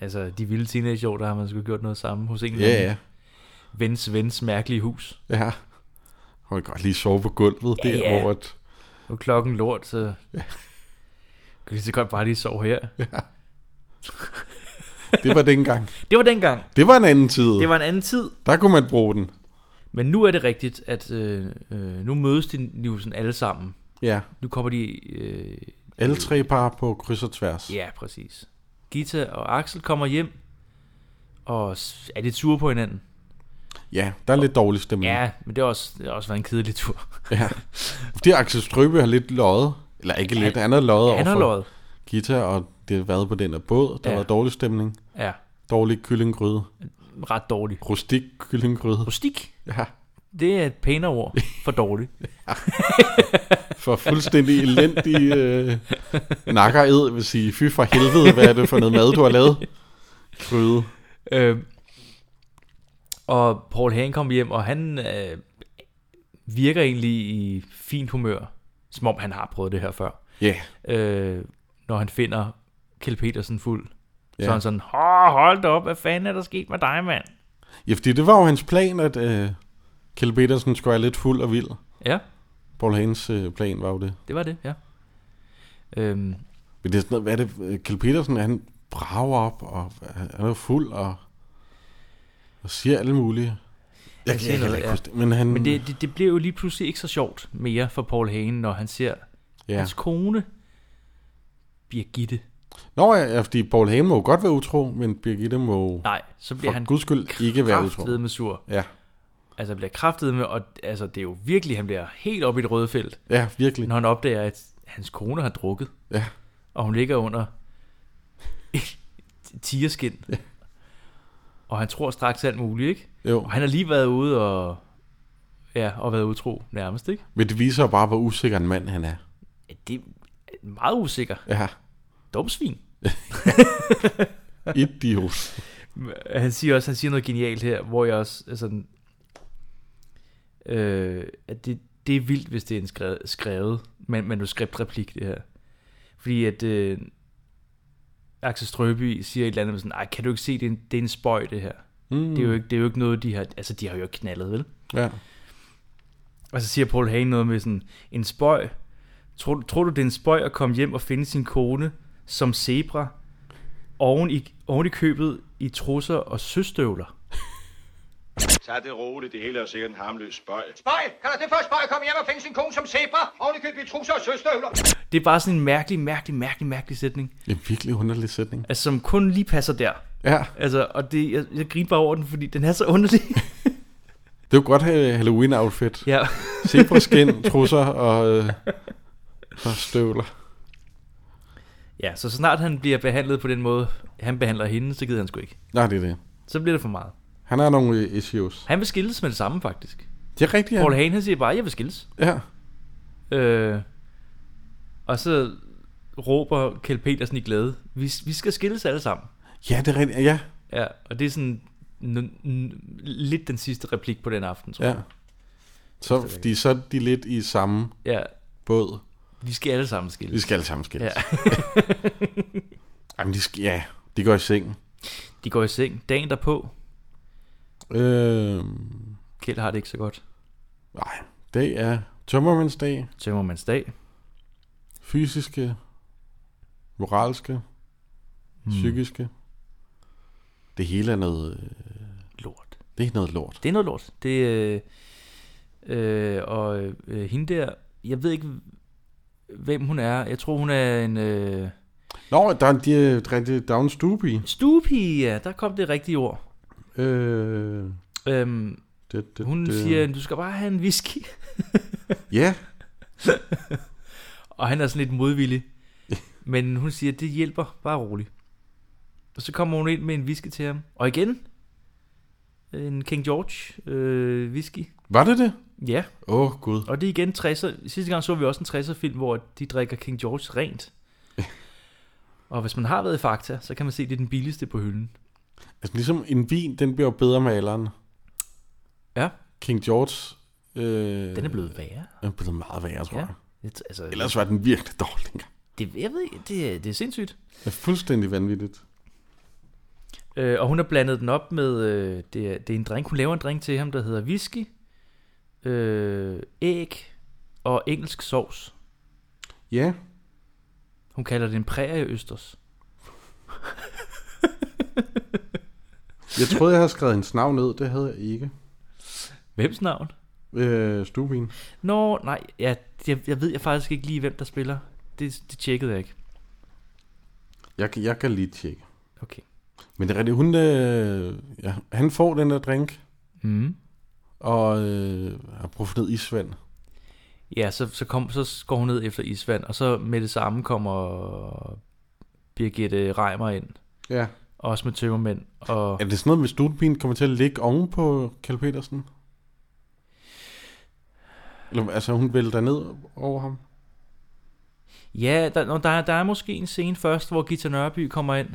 altså de vilde teenageår, der har man sgu gjort noget sammen hos en
Ja, ja.
vens, vens mærkelige hus.
ja. Hun kan godt lige sove på gulvet
Ja,
ja,
ja.
der, hvor at,
Nu er klokken lort, så yeah. kan vi så godt bare lige sove her.
det var dengang.
Det var dengang.
Det var en anden tid.
Det var en anden tid.
Der kunne man bruge den.
Men nu er det rigtigt, at øh, øh, nu mødes de nu sådan alle sammen.
Ja.
Nu kommer de... Øh,
Alle tre par på kryds og tværs.
ja, præcis. Gita og Axel kommer hjem, og s- er lidt sure på hinanden.
ja der er lidt dårlig stemning.
Ja, men det har også, det har også været en kedelig tur.
ja. Fordi Axel Strøbe har lidt løjet. Eller ikke lidt, han har løjet
Han har
overfor
løjet.
Gita, og det har været på den her båd. Der
Ja.
ja. var dårlig stemning.
Ja,
Dårlig kyllinggryde.
ret dårlig.
Rustik kyllinggryde.
Rustik,
Ja.
det er et pænere ord for dårlig.
for fuldstændig elendig øh, nakkered, vil sige, fy for helvede, hvad er det for noget mad, du har lavet? Krydde.
Øh, og Paul Hagen kom hjem, og han øh, virker egentlig i fint humør, som om han har prøvet det her før.
Ja, yeah.
Øh, når han finder Kjell Petersen fuld, ja.
Ja.
så er han sådan, Åh, hold da op, hvad fanden er der sket med dig, mand?
ja, fordi det var jo hans plan, at øh, Kjell Petersen skulle være lidt fuld og vild.
Ja,
Paul Hagens øh, plan var jo det.
det var det, ja. Øhm,
Men det er sådan noget, hvad er det, øh, Kjell Petersen, han brager op, og han er jo fuld, og, og siger alle mulige. Jeg, kan-
siger
jeg kan
noget,
heller ikke
ja.
huske det, men han...
men det, det, det bliver jo lige pludselig ikke så sjovt mere for Paul Hagen, når han ser ja.
ja.
hans kone, Birgitte.
Nå ja, ja, fordi Paul Hagen må jo godt være utro, men Birgitte må
Nej, så bliver
for
han
guds skyld ikke være utro.
kraftedeme sur.
Ja,
altså bliver kraftet med, og altså, det er jo virkelig, han bliver helt op i det røde felt,
ja, virkelig.
når han opdager, at hans kone har drukket,
Ja.
og hun ligger under et tigerskin. Ja. Og han tror straks alt muligt, ikke?
Jo,
Og han har lige været ude og, ja, og været utro nærmest, ikke?
men det viser jo bare, hvor usikker en mand han er.
Ja, det er meget usikker.
Ja,
Dumsvin.
idiot.
Han siger også, han siger noget genialt her, hvor jeg også er sådan, øh, at det, det er vildt, hvis det er en skrevet, skrevet man, manuskriptreplik, det her. Fordi at øh, Axel Strøby siger et eller andet med sådan, Ej, kan du ikke se, det er en, det er en spøj, det her. Mm. Det, er jo ikke, det er jo ikke noget, de har, altså de har jo ikke knaldet, vel?
Ja.
Og så siger Paul Hagen noget med sådan, en spøj. Tror, du- tror du, det er en spøj at komme hjem og finde sin kone som zebra oven i, oven i købet i trusser og søstøvler?
Tag det roligt, det hele er sikkert en harmløs spøj.
Spøj! Kan det først spøj komme hjem og finde sin kone som zebra? Oven i købet i trusser og søstøvler.
Det er bare sådan en mærkelig, mærkelig, mærkelig, mærkelig sætning,
Det er en virkelig underlig sætning.
altså, som kun lige passer der.
Ja,
Altså, og det, jeg, jeg griner bare over den, fordi den er så underlig.
det er jo godt have Halloween-outfit. Ja.
ja,
Zebraskin, trusser og, øh, og støvler.
ja, så snart han bliver behandlet på den måde, han behandler hende, så gider han sgu ikke.
Nej, det er det.
Så bliver det for meget.
Han har nogle øh, issues.
Han vil skilles med det samme, faktisk.
Det er rigtigt,
Ja. Paul
ja.
Hagen, han siger bare, jeg vil skilles.
ja.
Øh, og så råber Kjell Petersen i glæde, vi, vi skal skilles alle sammen.
Ja, det er rigtigt. Ja,
Ja, og det er sådan n- n- lidt den sidste replik på den aften, tror jeg.
ja. Så, fordi så er de lidt i samme
Ja. ja
båd.
vi skal alle sammen
Vi
skilles.
skal alle sammen skilles.
Ja.
Ja. Jamen, de skal, ja, de går i seng.
De går i seng. Dagen derpå.
Øh,
Kjeld har det ikke så godt.
nej, det er tømmermandsdag.
Tømmermands dag.
Fysiske, moralske,
Hmm.
mm. psykiske. Det hele er noget, øh,
Lort.
det er noget lort.
Det er noget lort. Det, øh, øh, og øh, hende der, jeg ved ikke, hvem hun er. Jeg tror, hun er en... Øh,
Nå, der er en de, der er en Down Stoopy.
stuepige, ja. Der kom det rigtige ord.
Øh,
Øhm,
det, det,
hun
det.
siger, du skal bare have en whisky.
Ja,
Og han er sådan lidt modvillig. Men hun siger, det hjælper, bare rolig. Og så kommer hun ind med en whisky til ham. Og igen, en King George øh, whisky.
var det det?
Ja,
Åh, oh, Gud.
og det er igen 60'er. Sidste gang så vi også en 60'er film, hvor de drikker King George rent. Og hvis man har været i Fakta, så kan man se, at det er den billigste på hylden.
Altså ligesom en vin, den bliver jo bedre med alderen.
Ja,
King George... Øh,
den er blevet værre.
Den er blevet meget værre, tror
Ja.
ja. jeg.
Det, altså,
Ellers var den virkelig dårlig.
det, jeg ved ikke, det, er- det er sindssygt.
Det er fuldstændig vanvittigt.
Øh, og hun har blandet den op med, øh, det, er, det er en drink, hun laver en drink til ham, der hedder whisky, øh, æg og engelsk sovs.
Ja,
Hun kalder det en prærieøsters.
jeg troede, jeg havde skrevet hendes navn ned. Det havde jeg ikke.
Hvems navn?
Øh, Stubin.
Nå, nej, ja, jeg, jeg ved jeg faktisk ikke lige, hvem der spiller. Det, det tjekkede jeg ikke.
Jeg, kan- jeg kan lige tjekke.
Okay.
Men det er rigtigt, hun... Øh, ja, han får den der drink,
Mm.
og øh, har brugt ned isvand.
Ja, så, så, kom, så går hun ned efter isvand, og så med det samme kommer Birgitte Reimer ind,
Ja.
også med tømmermænd. Og...
Er det sådan noget med Stubin kommer til at ligge oven på Kjell Petersen? Eller, altså, hun vælter ned over ham?
Ja, der, nå, der, er- der er måske en scene først, hvor Gita Nørby kommer ind.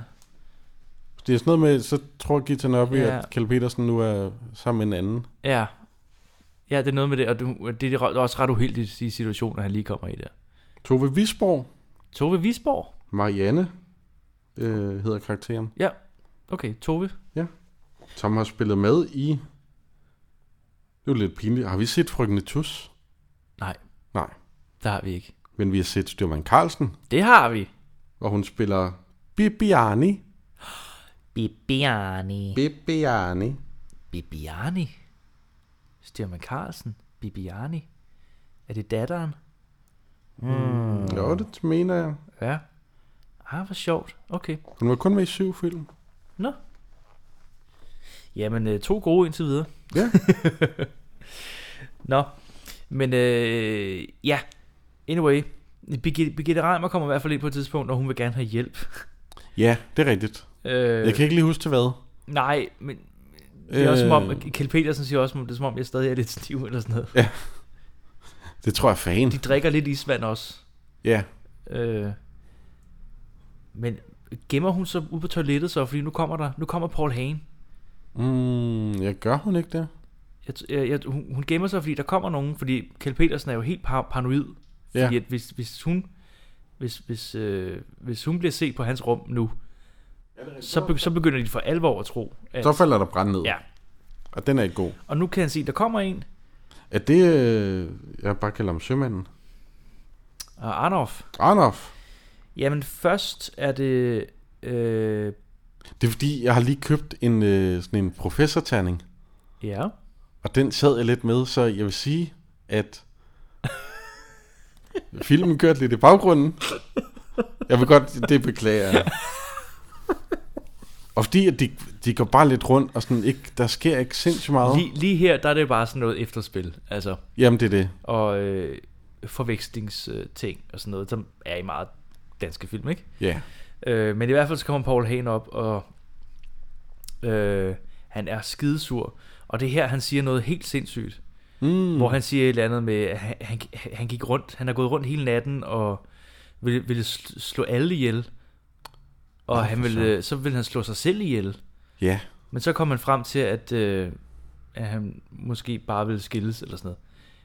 Det er sådan noget med, så tror Gita Nørby,
Ja.
ja. at Kjell Petersen nu er sammen med en anden.
Ja. Ja, det er noget med det, og det, det er også ret uheldigt i situationen, at han lige kommer i der.
Tove Visborg,
Tove Visborg?
Marianne øh, hedder karakteren,
Ja. Okay, Tove.
som har spillet med i... Det er jo lidt pinligt. Har vi set Frygten Tus?
Nej,
Nej,
det har vi ikke.
men vi har set Styrman Carlsen,
Det har vi.
hvor hun spiller Bibiani.
Bibiani.
Bibiani.
Bibiani. Styrman Carlsen. Bibiani. Er det datteren?
Jo, det mener jeg.
Ja. Ah, hvor sjovt. Okay.
Hun var kun med i syv film.
Nå. Jamen, øh, to gode indtil videre.
Ja.
Nå. Men øh, ja, anyway. Birgitte, Birgitte Reimer kommer i hvert fald ind på et tidspunkt, og hun vil gerne have hjælp.
Ja, det er rigtigt.
Øh,
Jeg kan ikke lige huske til hvad.
Nej, men det er også som om,
Øh.
Kjell Petersen siger også, som om- det er som om, jeg stadig er lidt stiv eller sådan noget.
Det tror jeg er fan.
De drikker lidt isvand også.
Ja.
Øh, men gemmer hun så ud på toilettet så, fordi nu kommer der, nu kommer Paul Hagen.
Mm, jeg gør hun ikke det?
Jeg, t- jeg, jeg, hun, hun gemmer sig, fordi der kommer nogen, fordi Kjell Petersen er jo helt par, paranoid.
Ja.
Fordi at hvis, hvis hun hvis, hvis, øh, hvis hun bliver set på hans rum nu, så, be, så begynder de for alvor at tro. At,
Så falder der brand ned.
ja.
Og den er ikke god.
Og nu kan han se, der kommer en.
Er det... Øh, jeg bare kalder ham sømanden.
Og Arnoff.
Arnoff.
øh, Jamen først er det... Øh,
Det er fordi, jeg har lige købt en øh, sådan en professorterning,
ja.
og den sad jeg lidt med, så jeg vil sige, at filmen kørte lidt i baggrunden. Jeg vil godt, det beklager jeg. Og fordi at de, de går bare lidt rundt, og sådan ikke, der sker ikke sindssygt meget.
Lige, lige her, der er det bare sådan noget efterspil. Altså,
Jamen, det er det.
og øh, forvekslingsting og sådan noget, som er i meget danske film, ikke?
Ja.
Øh, men i hvert fald så kommer Paul Hagen op, og øh, han er skidesur. Og det er her, han siger noget helt sindssygt. Mm. Hvor han siger et eller andet med, at han, han, han gik rundt, han har gået rundt hele natten og ville, ville sl- slå alle ihjel. Og han ville, så ville han slå sig selv ihjel.
Ja.
Men så kom han frem til, at, øh, at han måske bare ville skilles eller sådan noget.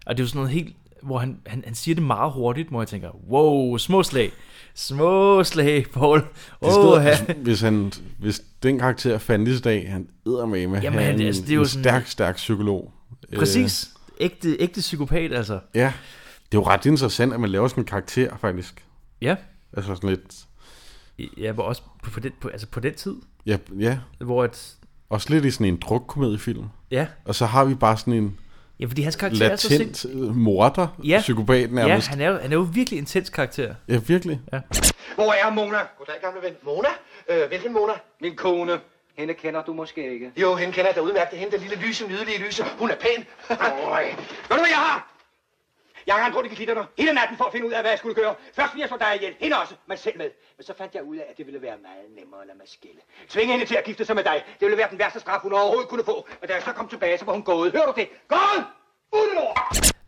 Og det er jo sådan noget helt, hvor han, han, han siger det meget hurtigt, hvor jeg tænker, wow, små slag. Små slag, Paul.
Det er sådan noget,
Åh,
altså, hvis, han, hvis den karakter fandtes i dag, han eddermame,
Jamen,
han
han- altså, det er jo
en
sådan-
stærk, stærk psykolog.
præcis. Ægte, ægte psykopat, altså.
Øh, ja. Det er jo ret interessant, at man laver sådan en karakter, faktisk.
Ja,
Altså sådan lidt...
ja men også på, på, den, på, altså på den tid,
Ja, ja.
hvor et,
Også lidt i sådan en drukkomediefilm.
ja,
Og så har vi bare sådan en
ja fordi hans karakter er så sind...
latent øh, morder,
Ja.
ja. psykopat
Ja,
nærmest. Ja,
han er, jo- han er jo virkelig intens karakter.
ja virkelig.
Hvor er Mona?
Goddag, gamle ven. Mona? Øh, hvilken Mona?
Min kone. Hende kender du måske ikke.
Jo, hende kender jeg da udmærket. Hende, den lille lyse, nydelige lyse. Hun er pæn.
Øj. Ved du, hvad jeg har? Jeg har rundt i klitterne hele natten for at finde ud af, hvad jeg skulle gøre. Først ville jeg slå dig ihjel, hende også, mig selv med. Men så fandt jeg ud af, at det ville være meget nemmere at lade mig skille. Tvinge hende til at gifte sig med dig. Det ville være den værste straf, hun overhovedet kunne få. Og da jeg så kom tilbage, så var hun gået. Hører du det? Gået! Uden et ord!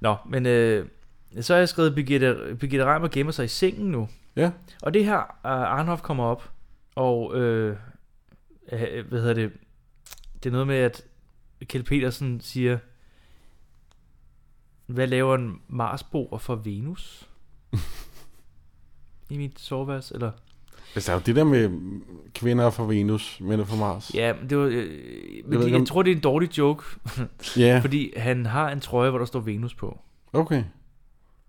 Nå, men øh, så har jeg skrevet, Birgitte, Birgitte Reimer gemmer sig i sengen nu.
Ja.
Og det her, uh, Arnhoff kommer op, og øh, øh, hvad hedder det, det er noget med, at Kjeld Petersen siger, hvad laver en Marsboer for Venus? I mit soveværelse, eller?
Altså, der er jo det der med kvinder fra Venus, mænd fra Mars.
Ja, men det var, øh, men
ved
jeg,
ikke,
jeg
om-
tror, det er en dårlig joke,
Ja,
fordi han har en trøje, hvor der står Venus på.
okay.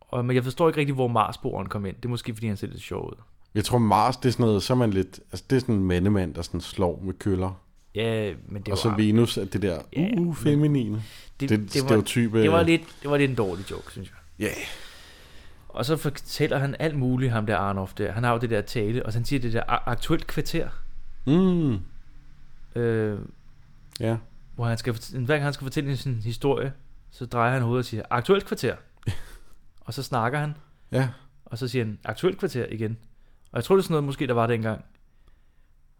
Og, men jeg forstår ikke rigtig, hvor Marsboeren kom ind. Det er måske, fordi han ser lidt sjov ud.
Jeg tror, Mars, det er sådan noget, så er man lidt... Altså, det er sådan en mandemand, der sådan slår med køller.
Ja, men det
Og så
var...
Venus er det der,
Ja,
uh, uh feminine.
det,
det stereotype-
Var, det, var lidt, det var lidt en dårlig joke, synes jeg.
Ja. Yeah.
Og så fortæller han alt muligt, ham der Arnoff der. Han har jo det der tale, og så han siger det der a- aktuelt kvarter,
Mm,
øh,
ja.
hvor han skal, fort- hver gang han skal fortælle sin historie, så drejer han hovedet og siger, aktuelt kvarter. og så snakker han,
Ja.
og så siger han, aktuelt kvarter igen. Og jeg tror, det er sådan noget, måske der var dengang.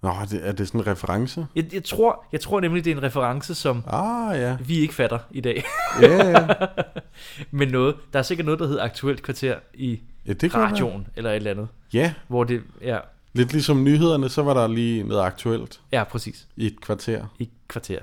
Nå, er det, er det sådan en reference?
Jeg, jeg, tror, jeg tror nemlig, det er en reference, som
Ah, ja.
vi ikke fatter i dag.
Ja, ja.
Men noget, der er sikkert noget, der hedder aktuelt kvarter i
ja det kan være.
radioen, eller et eller andet.
Ja,
Hvor det, ja,
lidt ligesom nyhederne, så var der lige noget aktuelt
ja præcis,
i et kvarter.
i kvarter.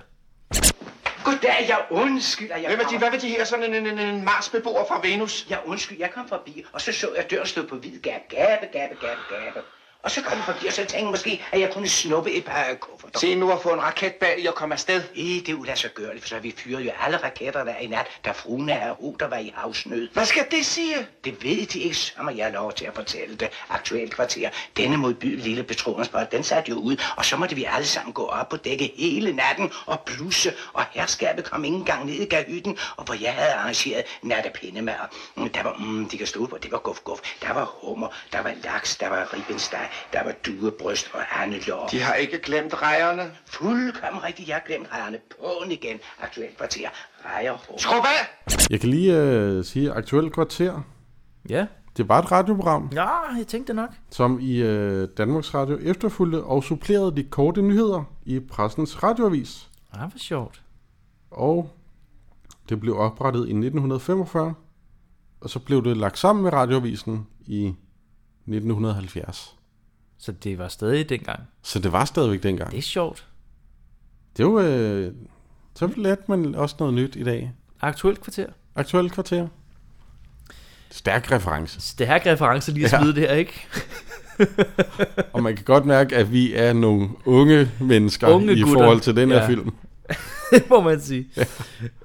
Goddag, jeg undskylder. Jeg
Hvem er de,
kommer-
hvad vil de her, sådan en, en, en marsbeboer fra Venus?
Jeg undskyld, jeg kom forbi, og så så jeg døren stå på hvid gab, gabe, gabe, gabe, gabe. Og så kom jeg forbi, og så tænkte jeg måske, at jeg kunne snuppe et par øh, kufferter.
Se nu at få en raket bag i og komme afsted.
Eh, det er uladsiggørligt, for så vi fyrede jo alle raketter der i nat, da fruen af Ruter var i havsnød.
Hvad skal det sige?
Det ved de ikke, så må jeg have lov til at fortælle det. Aktuelt kvarter. Denne modbydelige lille betroningsbold, den satte jo ud, og så måtte vi alle sammen gå op på dækket hele natten og plusse, og herskabet kom ikke engang ned i gahytten, og hvor jeg havde arrangeret nattepindemader. Mm, Der var, mm, de kan stå på, det var guf, guf. Der var hummer, der var laks, der var ribbensteg, der var duebryst og andelår.
De har ikke glemt rejerne.
Fuldkommen rigtigt, jeg har glemt rejerne på igen. Aktuelt kvarter. Rejer, hummer.
Skrub af!
Jeg kan lige øh, sige aktuelt kvarter.
Ja.
Det var et radioprogram,
Ja, jeg tænkte nok.
som i øh, Danmarks Radio efterfulgte og supplerede de korte nyheder i pressens radioavis.
Ja, Ah, hvor sjovt.
Og det blev oprettet i 1945, og så blev det lagt sammen med radioavisen i 1970.
Så det var stadig dengang.
Så det var stadigvæk dengang.
Det er sjovt.
Det var øh, så lærte man også noget nyt i dag.
Aktuelt kvarter.
Aktuelt kvarter. Stærk reference.
Stærk reference lige at
Ja.
smide det her, ikke?
Og man kan godt mærke, at vi er nogle unge mennesker
Unge
unge i
gutter.
forhold til den her
Ja.
film.
Det må man sige.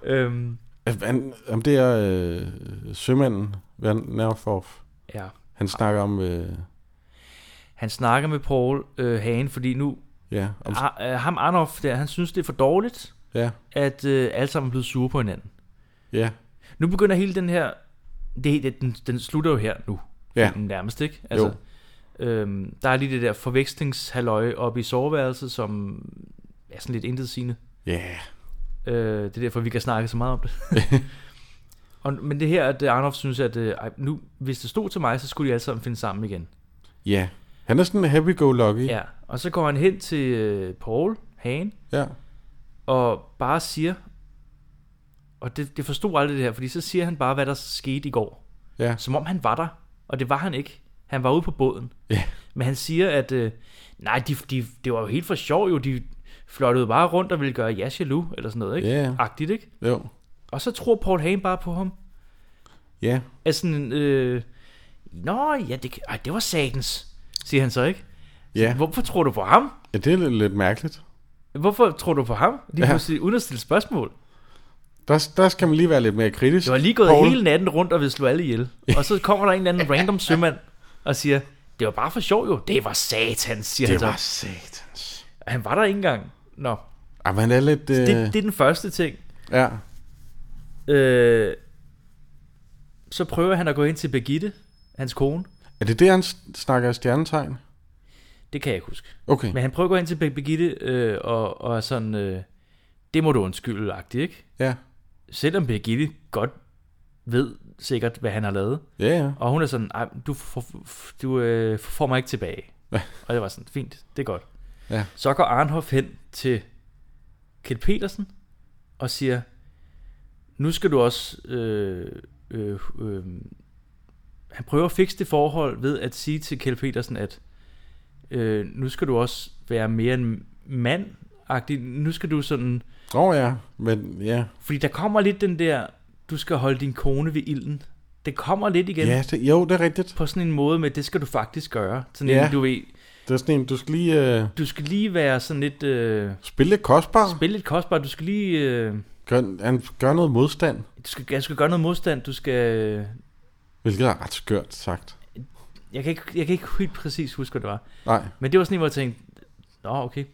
øhm,
Han, om det er øh, sømanden, Nerforf,
ja.
han snakker om, øh,
Han snakker med Paul øh, Hagen, fordi nu...
ja, om,
Ar, øh, ham Arnoff der, han synes, det er for dårligt,
ja,
at øh, alle sammen er blevet sure på hinanden.
ja,
Nu begynder hele den her... Det, det, den, den slutter jo her nu.
ja,
Filmen nærmest, ikke? Altså, øhm, der er lige det der forvekslingshalløj oppe i soveværelset, som er sådan lidt intetsigende.
ja,
Øh, det er derfor, vi kan snakke så meget om det. og, men det her, at øh, Arnoff synes, at øh, ej, nu, hvis det stod til mig, så skulle de alle sammen finde sammen igen.
ja. Han er sådan happy-go-lucky.
Ja. Og så går han hen til øh, Paul Hagen
ja.
og bare siger, og det, det forstod aldrig det her, fordi så siger han bare, hvad der skete i går.
Ja.
Som om han var der, og det var han ikke. Han var ude på båden.
Ja.
Men han siger, at øh, nej, de, de, det var jo helt for sjov jo, de flottede bare rundt og ville gøre jeres jaloux, eller sådan noget, ikke?
Ja.
Agtigt, ikke?
Jo.
Og så tror Paul Hagen bare på ham.
Ja.
Er sådan, øh, Nå, ja, det, kan- ej, det var satans, siger han så, ikke? Så,
Ja.
Hvorfor tror du på ham?
ja, det er lidt, lidt mærkeligt.
Hvorfor tror du på ham? Lige
Ja.
ja. pludselig, uden at stille spørgsmål.
Der, der skal man lige være lidt mere kritisk.
Du har lige gået
Poul.
hele natten rundt og vil slå alle ihjel. Og så kommer der en eller anden random sømand og siger, det var bare for sjov jo. Det var satans, siger
Det
han
var
så.
satans.
Han var der ikke engang. Nå,
Ej, men han er lidt... Øh,
det, det er den første ting.
Ja.
Øh, så prøver han at gå hen til Birgitte, hans kone.
Er det det, han s- snakker af stjernetegn?
Det kan jeg ikke huske.
Okay.
Men han prøver at gå hen til Bir- Birgitte øh, og, og er sådan, øh, det må du undskylde, agtigt, ikke?
Ja.
Selvom Birgitte godt ved sikkert, hvad han har lavet.
Ja, ja.
Og hun er sådan, Ej, du, får, du øh, får mig ikke tilbage.
Ja.
og jeg var sådan, fint, det er godt.
Ja.
Så går Arnhoff hen til Kjeld Petersen og siger, nu skal du også... Øh, øh, øh, han prøver at fikse det forhold ved at sige til Kjeld Petersen, at øh, nu skal du også være mere en mand -agtig. Nu skal du sådan...
Åh oh, ja, men ja.
Fordi der kommer lidt den der, du skal holde din kone ved ilden. Det kommer lidt igen
ja det, jo, det er rigtigt.
på sådan en måde med, det skal du faktisk gøre. Sådan
Ja.
en, du ved,
Det er sådan en, du skal lige øh,
du skal lige være sådan lidt, øh,
spille lidt kostbar.
spille lidt kostbar, du skal lige, øh,
Gør, han gør noget modstand,
du skal, jeg skal gøre noget modstand, du skal,
hvilket er ret skørt sagt.
jeg kan ikke, jeg kan ikke helt præcis huske, hvad det var.
Nej,
Men det var sådan en, hvor jeg tænkte, nå okay.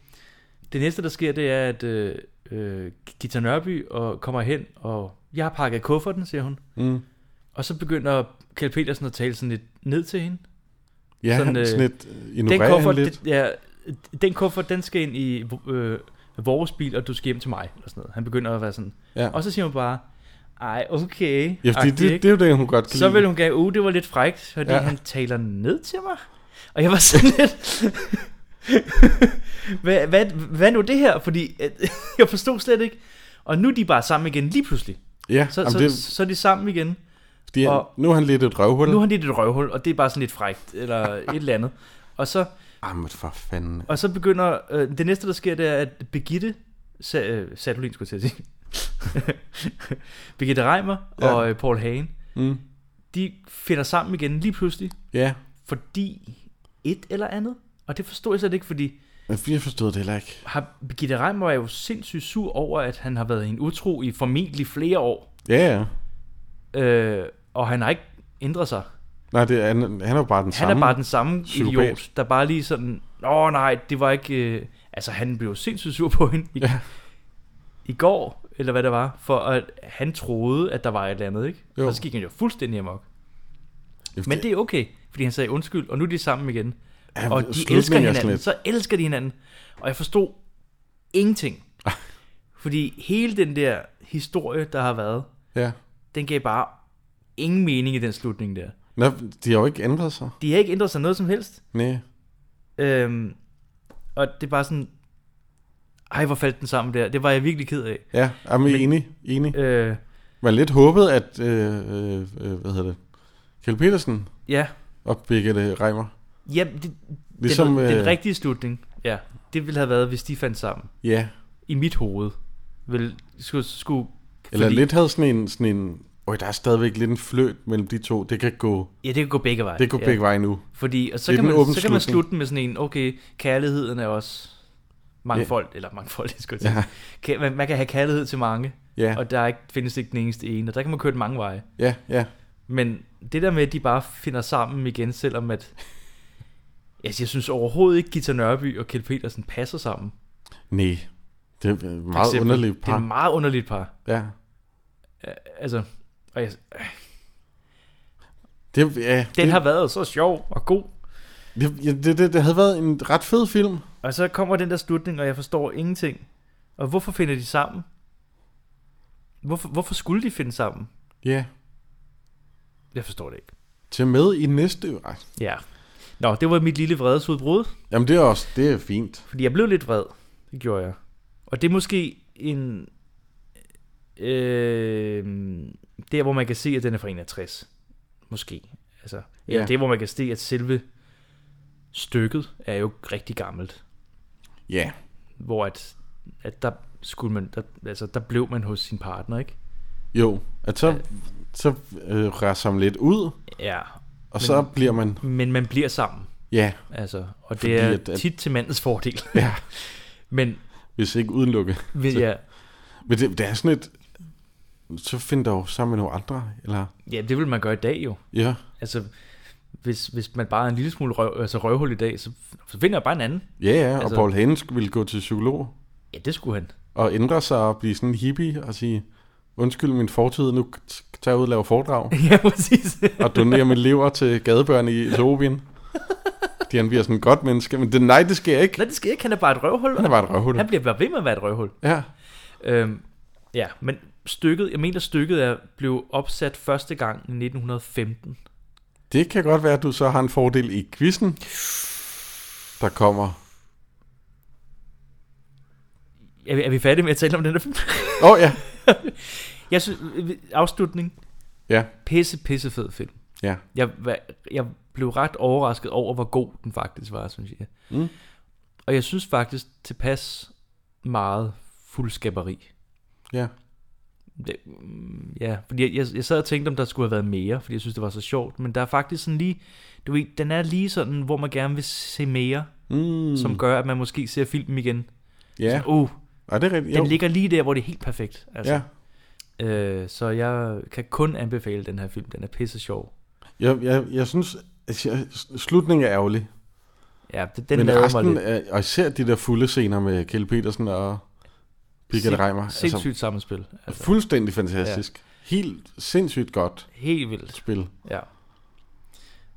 Det næste, der sker, det er, at øh, øh, Gita Nørby og kommer hen, og jeg har pakket kufferten, siger hun.
Mm.
Og så begynder Kjeld Petersen at tale sådan lidt ned til hende.
ja,
Sådan,
sådan, øh,
øh,
sådan lidt øh,
den
ignorerer
kuffert,
han lidt.
den, ja, den kuffert, den skal ind i øh, vores bil, og du skal hjem til mig. Eller sådan noget. Han begynder at være sådan.
ja.
Og så siger hun bare, ej, okay.
ja, fordi
agtigt,
det, det,
ikke?
det, er jo det, hun godt kan
så
lide.
vil hun gerne, uh, det var lidt frækt, fordi
Ja.
ja. han taler ned til mig. Og jeg var sådan lidt... hvad, hvad, hvad nu det her? Fordi at, jeg forstod slet ikke. Og nu er de bare sammen igen lige pludselig.
Ja,
Så,
jamen,
så,
det,
det... så, så er de sammen igen.
fordi, han-
og-
nu er han lidt et røvhul.
Nu har de et røvhul, og det er bare sådan lidt frækt, eller et eller andet. Og så,
Jamen for fanden.
Og så begynder, øh, det næste der sker, det er, at Birgitte, sa, øh, Satolin skulle jeg til at sige, Birgitte Reimer
Ja.
ja. og øh, Paul Hagen,
Mm.
de finder sammen igen lige pludselig,
Ja,
fordi et eller andet. Og det forstod jeg slet ikke, fordi
men jeg forstod det heller ikke.
har, Birgitte Reimer er jo sindssygt sur over, at han har været en utro i formentlig flere år,
Ja, ja.
øh, og han har ikke ændret sig.
Nej, det, er- han, han er jo bare den
Han
samme.
er bare den samme
psykopat.
idiot, der bare lige sådan, åh nej, det var ikke... Øh, altså, han blev sindssygt sur på hende i,
Ja.
ja. i går, eller hvad det var, for at han troede, at der var et eller andet, ikke?
Jo.
Jo. Og så gik han jo fuldstændig amok.
Ja, fordi-
Men det er okay, fordi han sagde undskyld, og nu er de sammen igen.
Ja,
og de
slutningen er
elsker
sådan
hinanden,
lidt-
så elsker de hinanden. Og jeg forstod ingenting. fordi hele den der historie, der har været,
Ja.
den gav bare ingen mening i den slutning der.
Nå, de har jo ikke ændret sig.
De har ikke ændret sig noget som helst.
Nej.
Øhm, og det er bare sådan, ej hvor faldt den sammen der, det var jeg virkelig ked af.
Ja, jamen, men, enig, enig.
Øh,
Man lidt håbede, at, øh, øh, øh, hvad hedder det, Kjell Petersen
ja,
og Birgitte Reimer.
ja det,
Ligesom,
ligesom, den,
øh,
den rigtige slutning, ja, det ville have været, hvis de fandt sammen.
Ja,
I mit hoved. Vil, skulle, skulle,
eller fordi... lidt havde sådan en, sådan en, øj, der er stadigvæk lidt en fløt mellem de to. Det kan gå,
Ja, det kan gå begge veje.
det kan gå
ja.
ja. begge veje nu.
Fordi, og så,
Det er
kan
den
man,
åbne
så kan man
slutning.
slutte den med sådan en, okay, kærligheden er også mangfold, yeah. eller mangfold, det skulle jeg
Ja.
sige. Kan- Man, man kan have kærlighed til mange,
Ja,
og der er ikke, findes ikke den eneste ene, og der kan man køre den mange veje.
ja, ja.
Men det der med, at de bare finder sammen igen, selvom at... Altså, jeg synes overhovedet ikke, Gita Nørby og Kjeld Petersen passer sammen. for
Nej, det er et meget
eksempel.
underligt
Det er
par.
et meget underligt par.
Ja.
Altså, og jeg,
Det, ja,
den
det,
har været så sjov og god.
det, ja, det, det, det havde været en ret fed film.
Og så kommer den der slutning, og jeg forstår ingenting. Og hvorfor finder de sammen? Hvorfor, hvorfor skulle de finde sammen?
Ja,
Jeg forstår det ikke.
til med i næste Ej,
Ja. Nå, det var mit lille vredesudbrud.
Jamen det er også, det er fint.
Fordi jeg blev lidt vred. Det gjorde jeg. Og det er måske en... Øh, der, hvor man kan se, at den er fra 61. Måske. Altså, ja.
Ja.
Eller det, hvor man kan se, at selve stykket er jo rigtig gammelt.
Ja,
Hvor at, at der skulle man... Der, altså, der blev man hos sin partner, ikke?
jo. At så, så øh, raser man lidt ud,
Ja.
og men, så bliver man...
Men man bliver sammen.
Ja.
Altså, og
Fordi
det er
at- at-
tit til mandens fordel.
Ja.
men
Hvis ikke udelukke.
Hvis- ja.
Men det, det er sådan et... Så find dig jo sammen med nogle andre, eller...
ja, det vil man gøre i dag jo.
Ja.
Altså, hvis, hvis man bare er en lille smule røv, altså røvhul i dag, så, så finder jeg bare en anden.
Ja, ja, og
altså,
altså, Paul Hanes ville gå til psykolog.
Ja, det skulle han.
Og ændre sig og blive sådan en hippie og sige, undskyld min fortid, nu t- tager jeg ud og laver foredrag.
Ja, præcis.
og donerer min lever til gadebørn i Etiopien. De han bliver sådan et godt menneske, men det, nej, det sker ikke.
Nej, det sker ikke. Han er bare et røvhul.
Han er bare et røvhul.
Han bliver bare ved med at være et røvhul.
Ja.
Øhm, ja, men stykket, jeg mener stykket er, blev opsat første gang i 1915.
Det kan godt være, at du så har en fordel i quizzen, der kommer.
Er vi, er vi færdige med at tale om den her film?
Åh, oh, ja.
jeg synes, afslutning.
Ja.
Pisse, pisse fed film.
Ja.
Jeg, var- jeg blev ret overrasket over, hvor god den faktisk var, synes jeg.
Mm.
Og jeg synes faktisk tilpas meget fuldskaberi.
Ja.
Det, mm, ja, fordi jeg, jeg, jeg sad og tænkte, om der skulle have været mere, fordi jeg synes, det var så sjovt. Men der er faktisk sådan lige, du ved, den er lige sådan, hvor man gerne vil se mere,
Mm.
som gør, at man måske ser filmen igen.
Ja.
Sådan, uh,
Ja, det er rigtigt.
den
Jo.
ligger lige der, hvor det er helt perfekt. Altså. Ja. Øh, så jeg kan kun anbefale den her film. Den er pisse sjov.
Jeg, jeg, jeg synes, at jeg, slutningen er ærgerlig.
Ja, det- den
men
lavede mig
resten,
lidt.
er, og især de der fulde scener med Kjell Petersen og Birgit
Sind-
Reimer.
sindssygt sammenspil, altså.
Altså. Fuldstændig fantastisk. Ja. Helt sindssygt godt.
Helt vildt.
Spil.
Ja.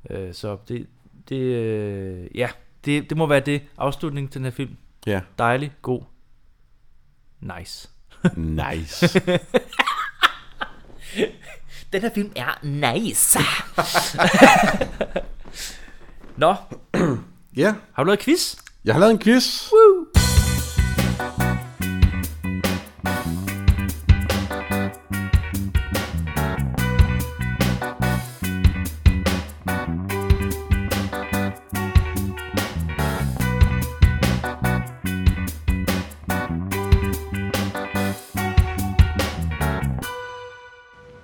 Øh, så det, det, øh, ja, det, det må være det. Afslutningen til den her film.
Ja.
Dejlig, god. Nice.
nice.
den her film er nice. Nå.
ja.
Har du lavet quiz?
Jeg har lavet en quiz.
Woo!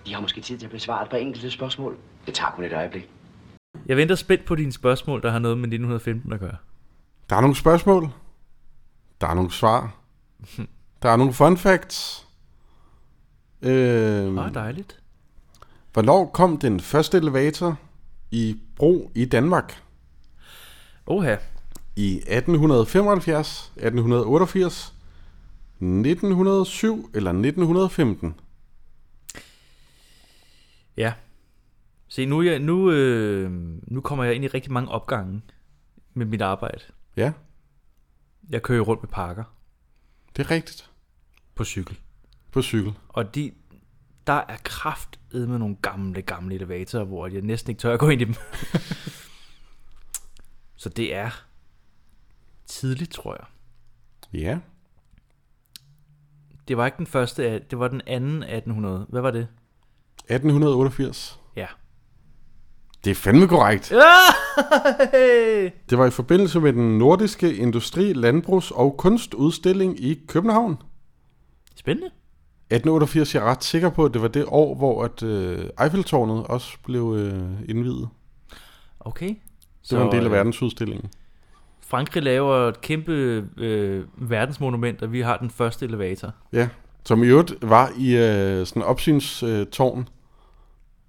I har måske tid til at besvare et par enkelte spørgsmål. Det tager kun et øjeblik.
Jeg venter spændt på dine spørgsmål, der har noget med 1915 at gøre.
Der er nogle spørgsmål. Der er nogle svar. Der er nogle fun facts. Øhm,
Åh, dejligt.
Hvornår kom den første elevator i brug i Danmark?
Oha.
I 1875, 1888, 1907 eller 1915?
Ja. Se, nu, er jeg, nu, øh, nu kommer jeg ind i rigtig mange opgange med mit arbejde.
Ja.
Jeg kører jo rundt med pakker.
Det er rigtigt.
På cykel.
På cykel.
Og de, der er kraft med nogle gamle, gamle elevatorer, hvor jeg næsten ikke tør at gå ind i dem. Så det er tidligt, tror jeg.
Ja.
Det var ikke den første, af- det var den anden 1800. Hvad var det?
1888.
Ja.
Det er fandme korrekt.
Ah!
Det var i forbindelse med den nordiske industri-, landbrugs- og kunstudstilling i København.
Spændende.
1888, jeg er ret sikker på, at det var det år, hvor at, øh, Eiffeltårnet også blev øh, indviet.
Okay. øh,
Det var en del af verdensudstillingen.
Frankrig laver et kæmpe øh, verdensmonument, og vi har den første elevator.
Ja, som i øvrigt var i øh, sådan en opsynstårn.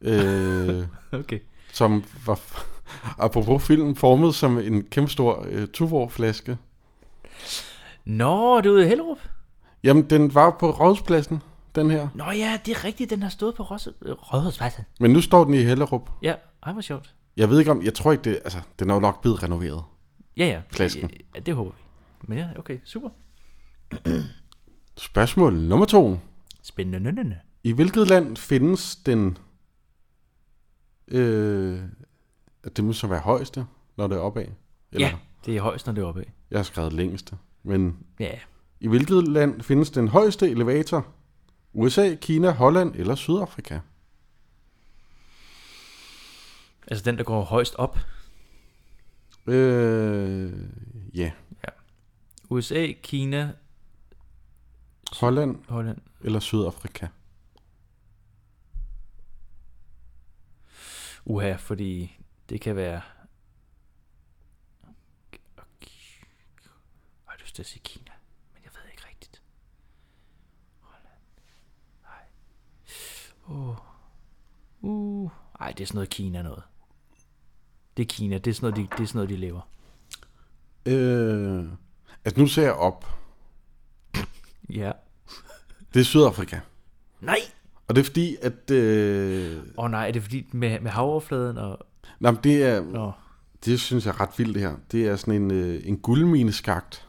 Øh,
Okay.
Som var, apropos filmen, formet som en kæmpe stor øh, Tuborg-flaske.
Nå, det er ude i Hellerup?
Jamen, den var på Rådspladsen, den her.
Nå ja, det er rigtigt, den har stået på Rosse... øh, Rådhuspladsen.
Men nu står den i Hellerup.
Ja, ej, hvor sjovt.
Jeg ved ikke om, jeg tror ikke det, altså, den er jo nok blevet renoveret.
Ja, ja.
Flasken.
Ja, det håber vi. Men ja, okay, super.
Spørgsmål nummer to.
Spændende.
I hvilket land findes den... Øh, det må så være højeste, når det er opad.
Eller? Ja, det er højst, når det er opad.
Jeg har skrevet længste, men...
Ja.
I hvilket land findes den højeste elevator? USA, Kina, Holland eller Sydafrika?
Altså den, der går højst op.
Øh, ja.
USA, Kina,
Holland,
Holland.
eller Sydafrika?
Uha, fordi det kan være... Jeg har lyst til at sige Kina, men jeg ved ikke rigtigt. Holland. Nej. Åh. Uh. Ej, det er sådan noget Kina noget. Det er Kina, det er sådan noget, de, det er sådan noget, de lever.
Øh, altså, nu ser jeg op.
Ja.
Det er Sydafrika.
Nej!
Og det er fordi, at... Øh,
Åh oh, nej, er det fordi med, med havoverfladen og...
nej, men det er... Det synes jeg er ret vildt, det her. Det er sådan en, øh, en guldmineskagt.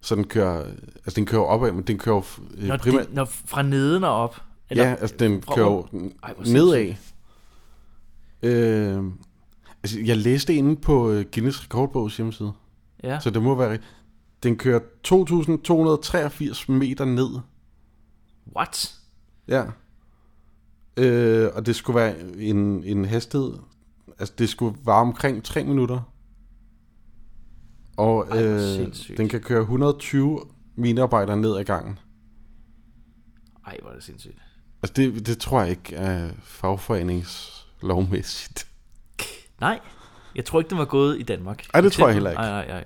Så den kører... Altså, den kører opad, men den kører jo, øh,
Når,
primært...
de, når fra neden og op.
ja, altså, den
fra
kører jo
op- Ej, hvor
nedad.
sindssygt.
Øh, altså, jeg læste inde på øh, Guinness Rekordbogs hjemmeside.
Ja.
Så det må være rigtigt. Den kører 2.283 meter ned.
What?
Ja. Øh, og det skulle være en, en hastighed. Altså, det skulle være omkring 3 minutter. Og
Ej, hvor
øh,
sindssygt.
den kan køre 120 minearbejdere ned ad gangen.
Ej, hvor er det sindssygt.
Altså, det, det tror jeg ikke er fagforeningslovmæssigt.
Nej, jeg tror ikke, den var gået i Danmark.
Ej, det tror jeg heller ikke.
Nej, nej, nej.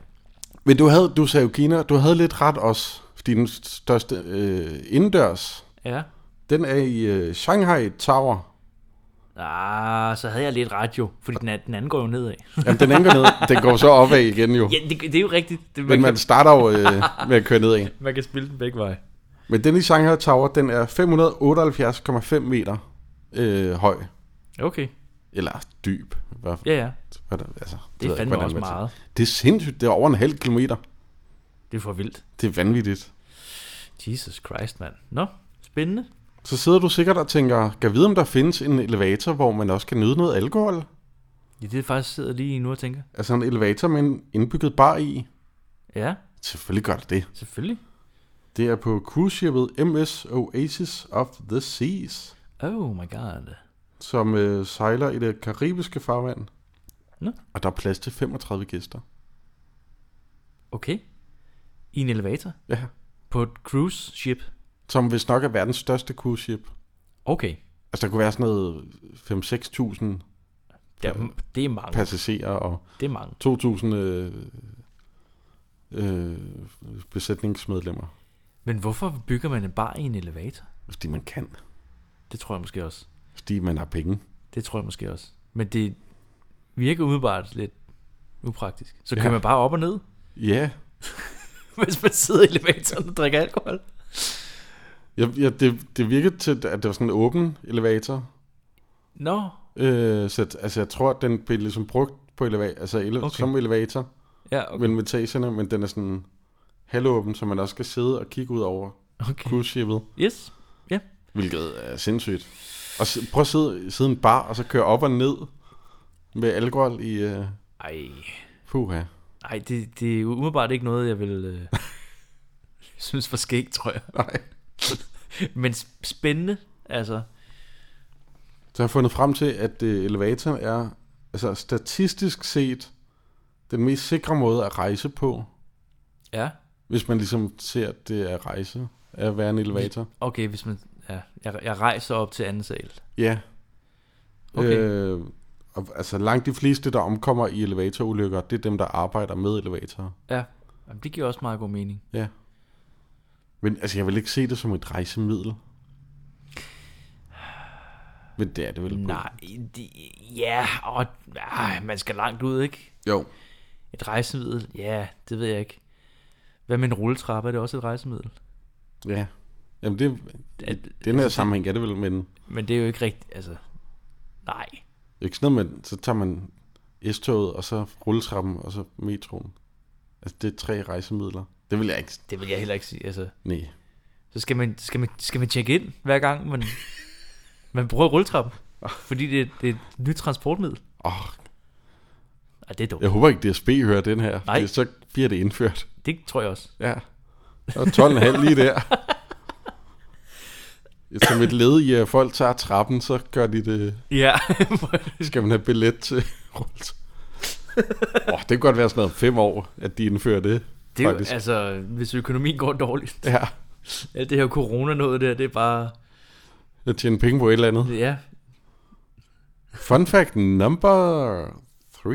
Men du havde, du sagde jo Kina, du havde lidt ret også, fordi den største øh, indendørs,
Ja.
den er i øh, Shanghai Tower.
Ah, så havde jeg lidt ret jo, fordi den, er- den anden går jo nedad.
Jamen, den anden går ned. Den går så opad igen jo.
Ja, det, det er jo rigtigt. Det,
Men man starter jo øh, med at køre ned en.
man kan spille den begge veje.
Men den i Shanghai Tower, den er 578,5 meter øh, høj.
Okay.
Eller dyb. Hvad,
Ja, ja.
Hvad, der- altså, ved
Det er
jeg
fandme
hvordan
også
man siger.
meget.
Det er sindssygt. Det er over en halv kilometer.
Det er for vildt.
Det er vanvittigt.
Jesus Christ, mand. Nå, spændende.
Så sidder du sikkert og tænker, kan vide, om der findes en elevator, hvor man også kan nyde noget alkohol?
Ja, det er faktisk sidder lige nu og tænker.
Altså en elevator med en indbygget bar i?
Ja.
Selvfølgelig gør det det.
Selvfølgelig.
Det er på cruise-skibet MS Oasis of the Seas,
Oh my god.
som øh, sejler i det karibiske farvand.
Nå.
Og der er plads til 35 gæster.
Okay. I en elevator?
Ja.
På et cruise ship?
Som hvis nok er verdens største cruise ship.
Okay.
Altså der kunne være sådan noget 5-6.000
Det er, det er mange.
passagerer og
Det er mange.
2.000 øh, øh, besætningsmedlemmer.
Men hvorfor bygger man en bar i en elevator?
Fordi man kan.
Det tror jeg måske også.
Fordi man har penge.
Det tror jeg måske også. Men det virker umiddelbart lidt upraktisk. Så
Ja.
kører man bare op og ned,
Ja,
hvis man sidder i elevatoren og drikker alkohol.
jeg, jeg, det, det virkede til, at det var sådan en åben elevator.
Nå,
Øh, så at- altså, jeg tror, at den blev ligesom brugt på eleva- altså, ele- okay.
Okay.
som elevator
Ja, okay.
mellem etagerne, men den er sådan halvåben, så man også skal sidde og kigge ud over
Okay.
cruise-shippet.
Yes. Ja.
Hvilket er sindssygt. Og s- prøv at sidde, sidde i en bar, og så køre op og ned med alkohol i... Øh,
Ej,
puha.
ej det, det er umiddelbart ikke noget, jeg vil øh, synes var skægt, tror jeg.
Nej.
Men sp- spændende, altså.
Så jeg har fundet frem til, at øh, elevatoren er altså, statistisk set den mest sikre måde at rejse på.
Ja.
Hvis man ligesom ser, at det er rejse at være en elevator.
Okay, hvis man... Ja, jeg, jeg rejser op til anden sal.
Ja.
Okay.
Øh, og, altså langt de fleste, der omkommer i elevatorulykker, det er dem, der arbejder med elevatorer.
Ja, Jamen, det giver også meget god mening.
Ja. Men altså, jeg vil ikke se det som et rejsemiddel. Men det er det vel?
Nej, de, ja, og ah, man skal langt ud, ikke?
Jo.
Et rejsemiddel? Ja, det ved jeg ikke. Hvad med en rulletrappe? Er det også et rejsemiddel?
Ja. Jamen, det,
At-
i den her
altså,
sammenhæng er det vel, men
Men det er jo ikke rigtigt, altså... Nej.
ikke sådan noget, men så tager man S-toget, og så rulletrappen, og så metroen. Altså, det er tre rejsemidler. Det vil jeg ikke.
Det vil jeg heller ikke sige, altså...
Nej.
Så skal man, skal man, skal man tjekke ind, hver gang man, man bruger rulletrappen. Fordi det, det er et nyt transportmiddel.
Åh.
Ej, det er dumt.
Jeg håber ikke, DSB hører den her.
Nej.
fordi Så bliver det indført.
Det tror jeg også.
Ja. Og 12,5 lige der. Som et led i, at folk tager trappen, så gør de det...
Ja.
Skal man have billet til rullet? Oh, det kan godt være sådan noget om fem år, at de indfører det.
Det er jo,
faktisk.
altså, hvis økonomien går dårligt.
Ja.
Alt det her corona noget der, det er bare...
At tjene penge på et eller andet.
Ja.
Fun fact number 3, 2.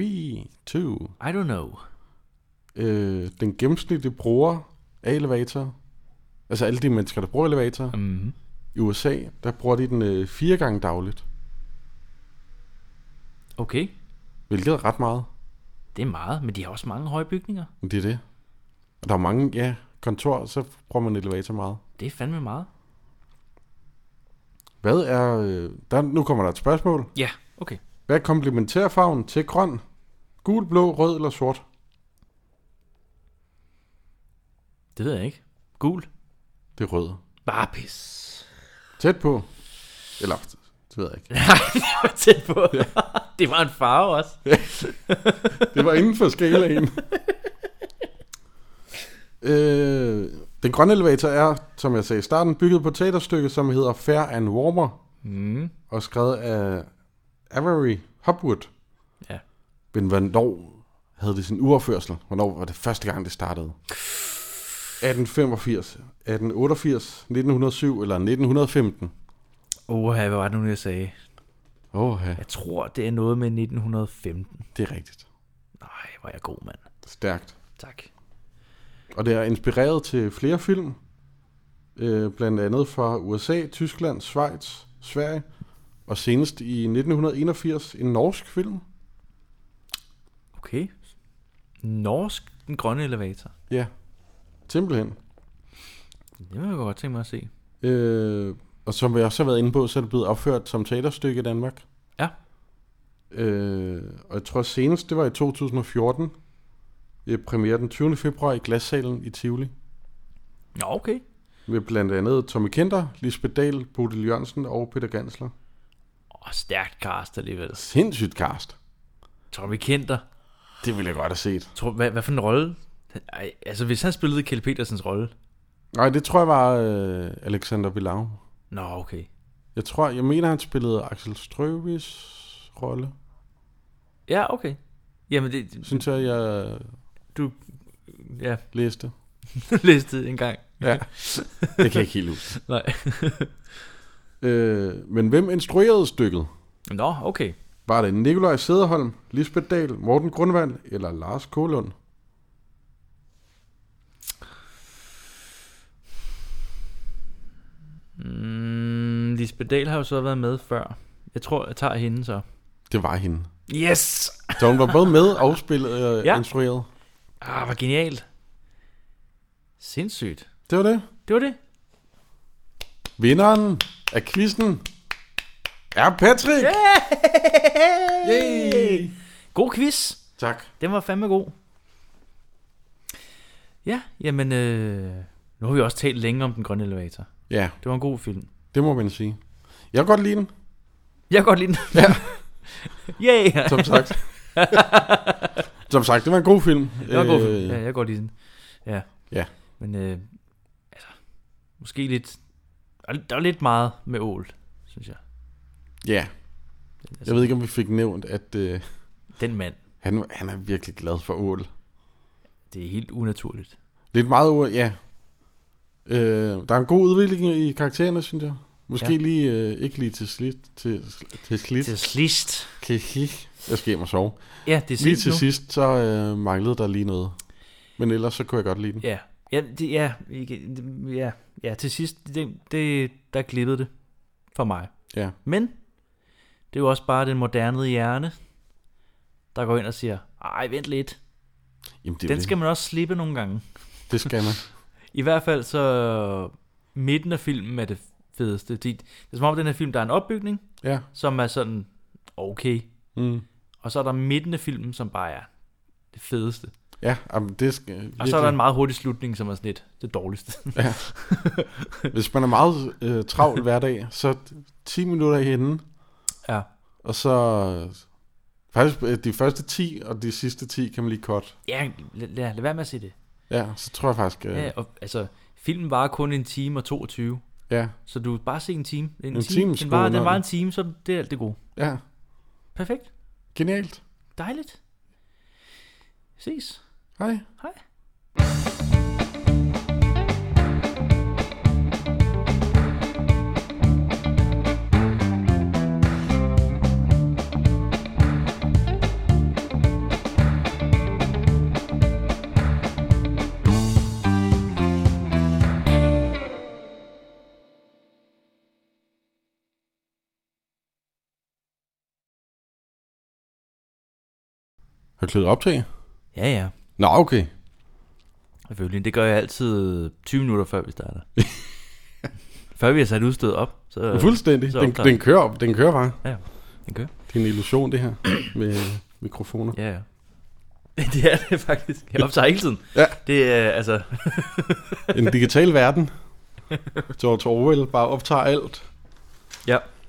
I don't know.
Øh, den gennemsnitlige bruger af elevator, altså alle de mennesker, der bruger elevator,
mm-hmm.
i USA, der bruger de den øh, fire gange dagligt.
Okay.
Hvilket er ret meget.
Det er meget, men de har også mange høje bygninger.
Men Det er det. Og der er mange, ja, kontor, så bruger man elevator meget.
Det er fandme meget.
Hvad er... øh, Der, nu kommer der et spørgsmål.
Ja, okay.
Hvad er komplementærfarven til grøn? Gul, blå, rød eller sort?
Det ved jeg ikke. Gul.
Det er rød.
Bare pis.
Tæt på. Eller, det ved jeg ikke.
Nej, det var tæt på. Ja. Det var en farve også.
det var inden for skalaen. øh, den grønne elevator er, som jeg sagde i starten, bygget på et teaterstykke, som hedder Fair and Warmer,
Mm.
og skrevet af Avery Hopwood.
Ja.
Men hvornår havde det sin urførsel? Hvornår var det første gang, det startede? 1885, 1888, 1907 eller 1915?
Oha, hvad var det nu, jeg sagde?
Åh,
Jeg tror, det er noget med 1915.
Det er rigtigt.
Nej, hvor er jeg god, mand.
Stærkt.
Tak.
Og det er inspireret til flere film, øh, blandt andet fra USA, Tyskland, Schweiz, Sverige, og senest i 1981 en norsk film.
Okay. Norsk, den grønne elevator.
Ja, simpelthen.
Det vil jeg godt tænke mig at se.
Øh, og som vi også har været inde på, så er det blevet opført som teaterstykke i Danmark.
Ja.
Øh, og jeg tror senest, det var i 2014. Øh, premiere den 20. februar i Glassalen i Tivoli.
Nå, okay.
Med blandt andet Tommy Kenter, Lisbeth Dahl, Bodil Jørgensen og Peter Gansler.
Åh, stærkt cast alligevel.
Sindssygt cast.
Tommy Kenter.
Det ville jeg godt have set.
Tror, hvad, hvad for en rolle? Ej, altså, hvis han spillede Kjell Petersens rolle.
Nej, det tror jeg var øh, Alexander Bilau.
Nå, okay.
Jeg tror, jeg mener, han spillede Axel Strøbis rolle.
Ja, okay. Jamen, det,
Synes jeg, jeg
du ja,
læste.
listede en gang.
Ja, det kan jeg ikke helt huske.
Nej.
Øh, men hvem instruerede stykket?
Nå, okay.
Var det Nikolaj Sederholm, Lisbeth Dahl, Morten Grundvald eller Lars Kålund?
Mm, Lisbeth Dahl har jo så været med før. Jeg tror, jeg tager hende så.
Det var hende.
Yes!
Så hun var både med og spillet, øh, ja.
Ja.
instrueret.
Ah, hvor genialt. Sindssygt.
Det var det.
Det var det.
Vinderen af quizzen er Patrick. Yeah! Yay!
God quiz.
Tak.
Den var fandme god. Ja, jamen, øh, nu har vi også talt længe om Den Grønne Elevator.
Ja,
Det var en god film.
det må man sige. Jeg kan godt lide den.
Jeg kan godt lide den.
Ja.
Yeah.
Som sagt. Som sagt, det var en god film.
Det var en god film.
Øh,
Ja, jeg kan godt lide den. Ja.
Ja.
Men, øh, altså, måske lidt... Der er- der er lidt meget med ål, synes jeg.
Ja. Jeg ved ikke, om vi fik nævnt, at øh,
Den mand,
han, han er virkelig glad for ål.
det er helt unaturligt.
Lidt meget ål, ja. Øh, der er en god udvikling i karaktererne, synes jeg. Måske ja.
Ja.
lige, øh, ikke lige til slidt. Til, til slidt.
Til sidst.
Til slidt. Jeg skal hjem og sove.
Ja, det er
Lige
sent
til
nu.
sidst, så øh, manglede der lige noget. Men ellers så kunne jeg godt lide den.
Ja. Ja, det, ja, ikke- det- ja, ja, til sidst, det, det, der glippede det for mig.
Ja.
Men det er jo også bare den moderne hjerne, der går ind og siger, ej, vent lidt.
Jamen, det, er
Den
det.
skal man også slippe nogle gange.
det skal man.
I hvert fald så midten af filmen er det fedeste. Det, det er som om, den her film, der er en opbygning,
Ja.
som er sådan, okay.
Mm.
Og så er der midten af filmen, som bare er det fedeste.
Ja, jamen, det skal virkelig.
Og så er der en meget hurtig slutning, som er sådan lidt det dårligste.
Ja. Hvis man er meget øh, travl hver dag, så 10 minutter henne,
ja.
og så øh, faktisk øh, de første 10 og de sidste 10 kan man lige kort.
Ja, lad, lad, lad være med at se det.
Ja, så tror jeg faktisk, øh,
Ja, og, altså, filmen var kun en time og 22.
ja,
Så du bare se en time. En,
En
time,
time
den
skulle
var, den
underholde.
var en time, så det er alt det gode.
ja,
Perfekt.
genialt.
Dejligt. Ses.
Hej.
Hej.
Har du klippet optag?
Ja, ja.
Nå, okay.
Selvfølgelig. Det gør jeg altid 20 minutter, før vi starter. før vi har sat udstødet op. Så,
Fuldstændig.
Øh, så
Den,
optager vi.
den kører op. Den kører bare.
Ja, den kører.
Det er en illusion, det her med øh, mikrofoner.
Ja, ja. Det er det faktisk. Jeg optager hele tiden.
Ja.
Det er, altså...
En digital verden. George Orwell bare optager alt.
Ja.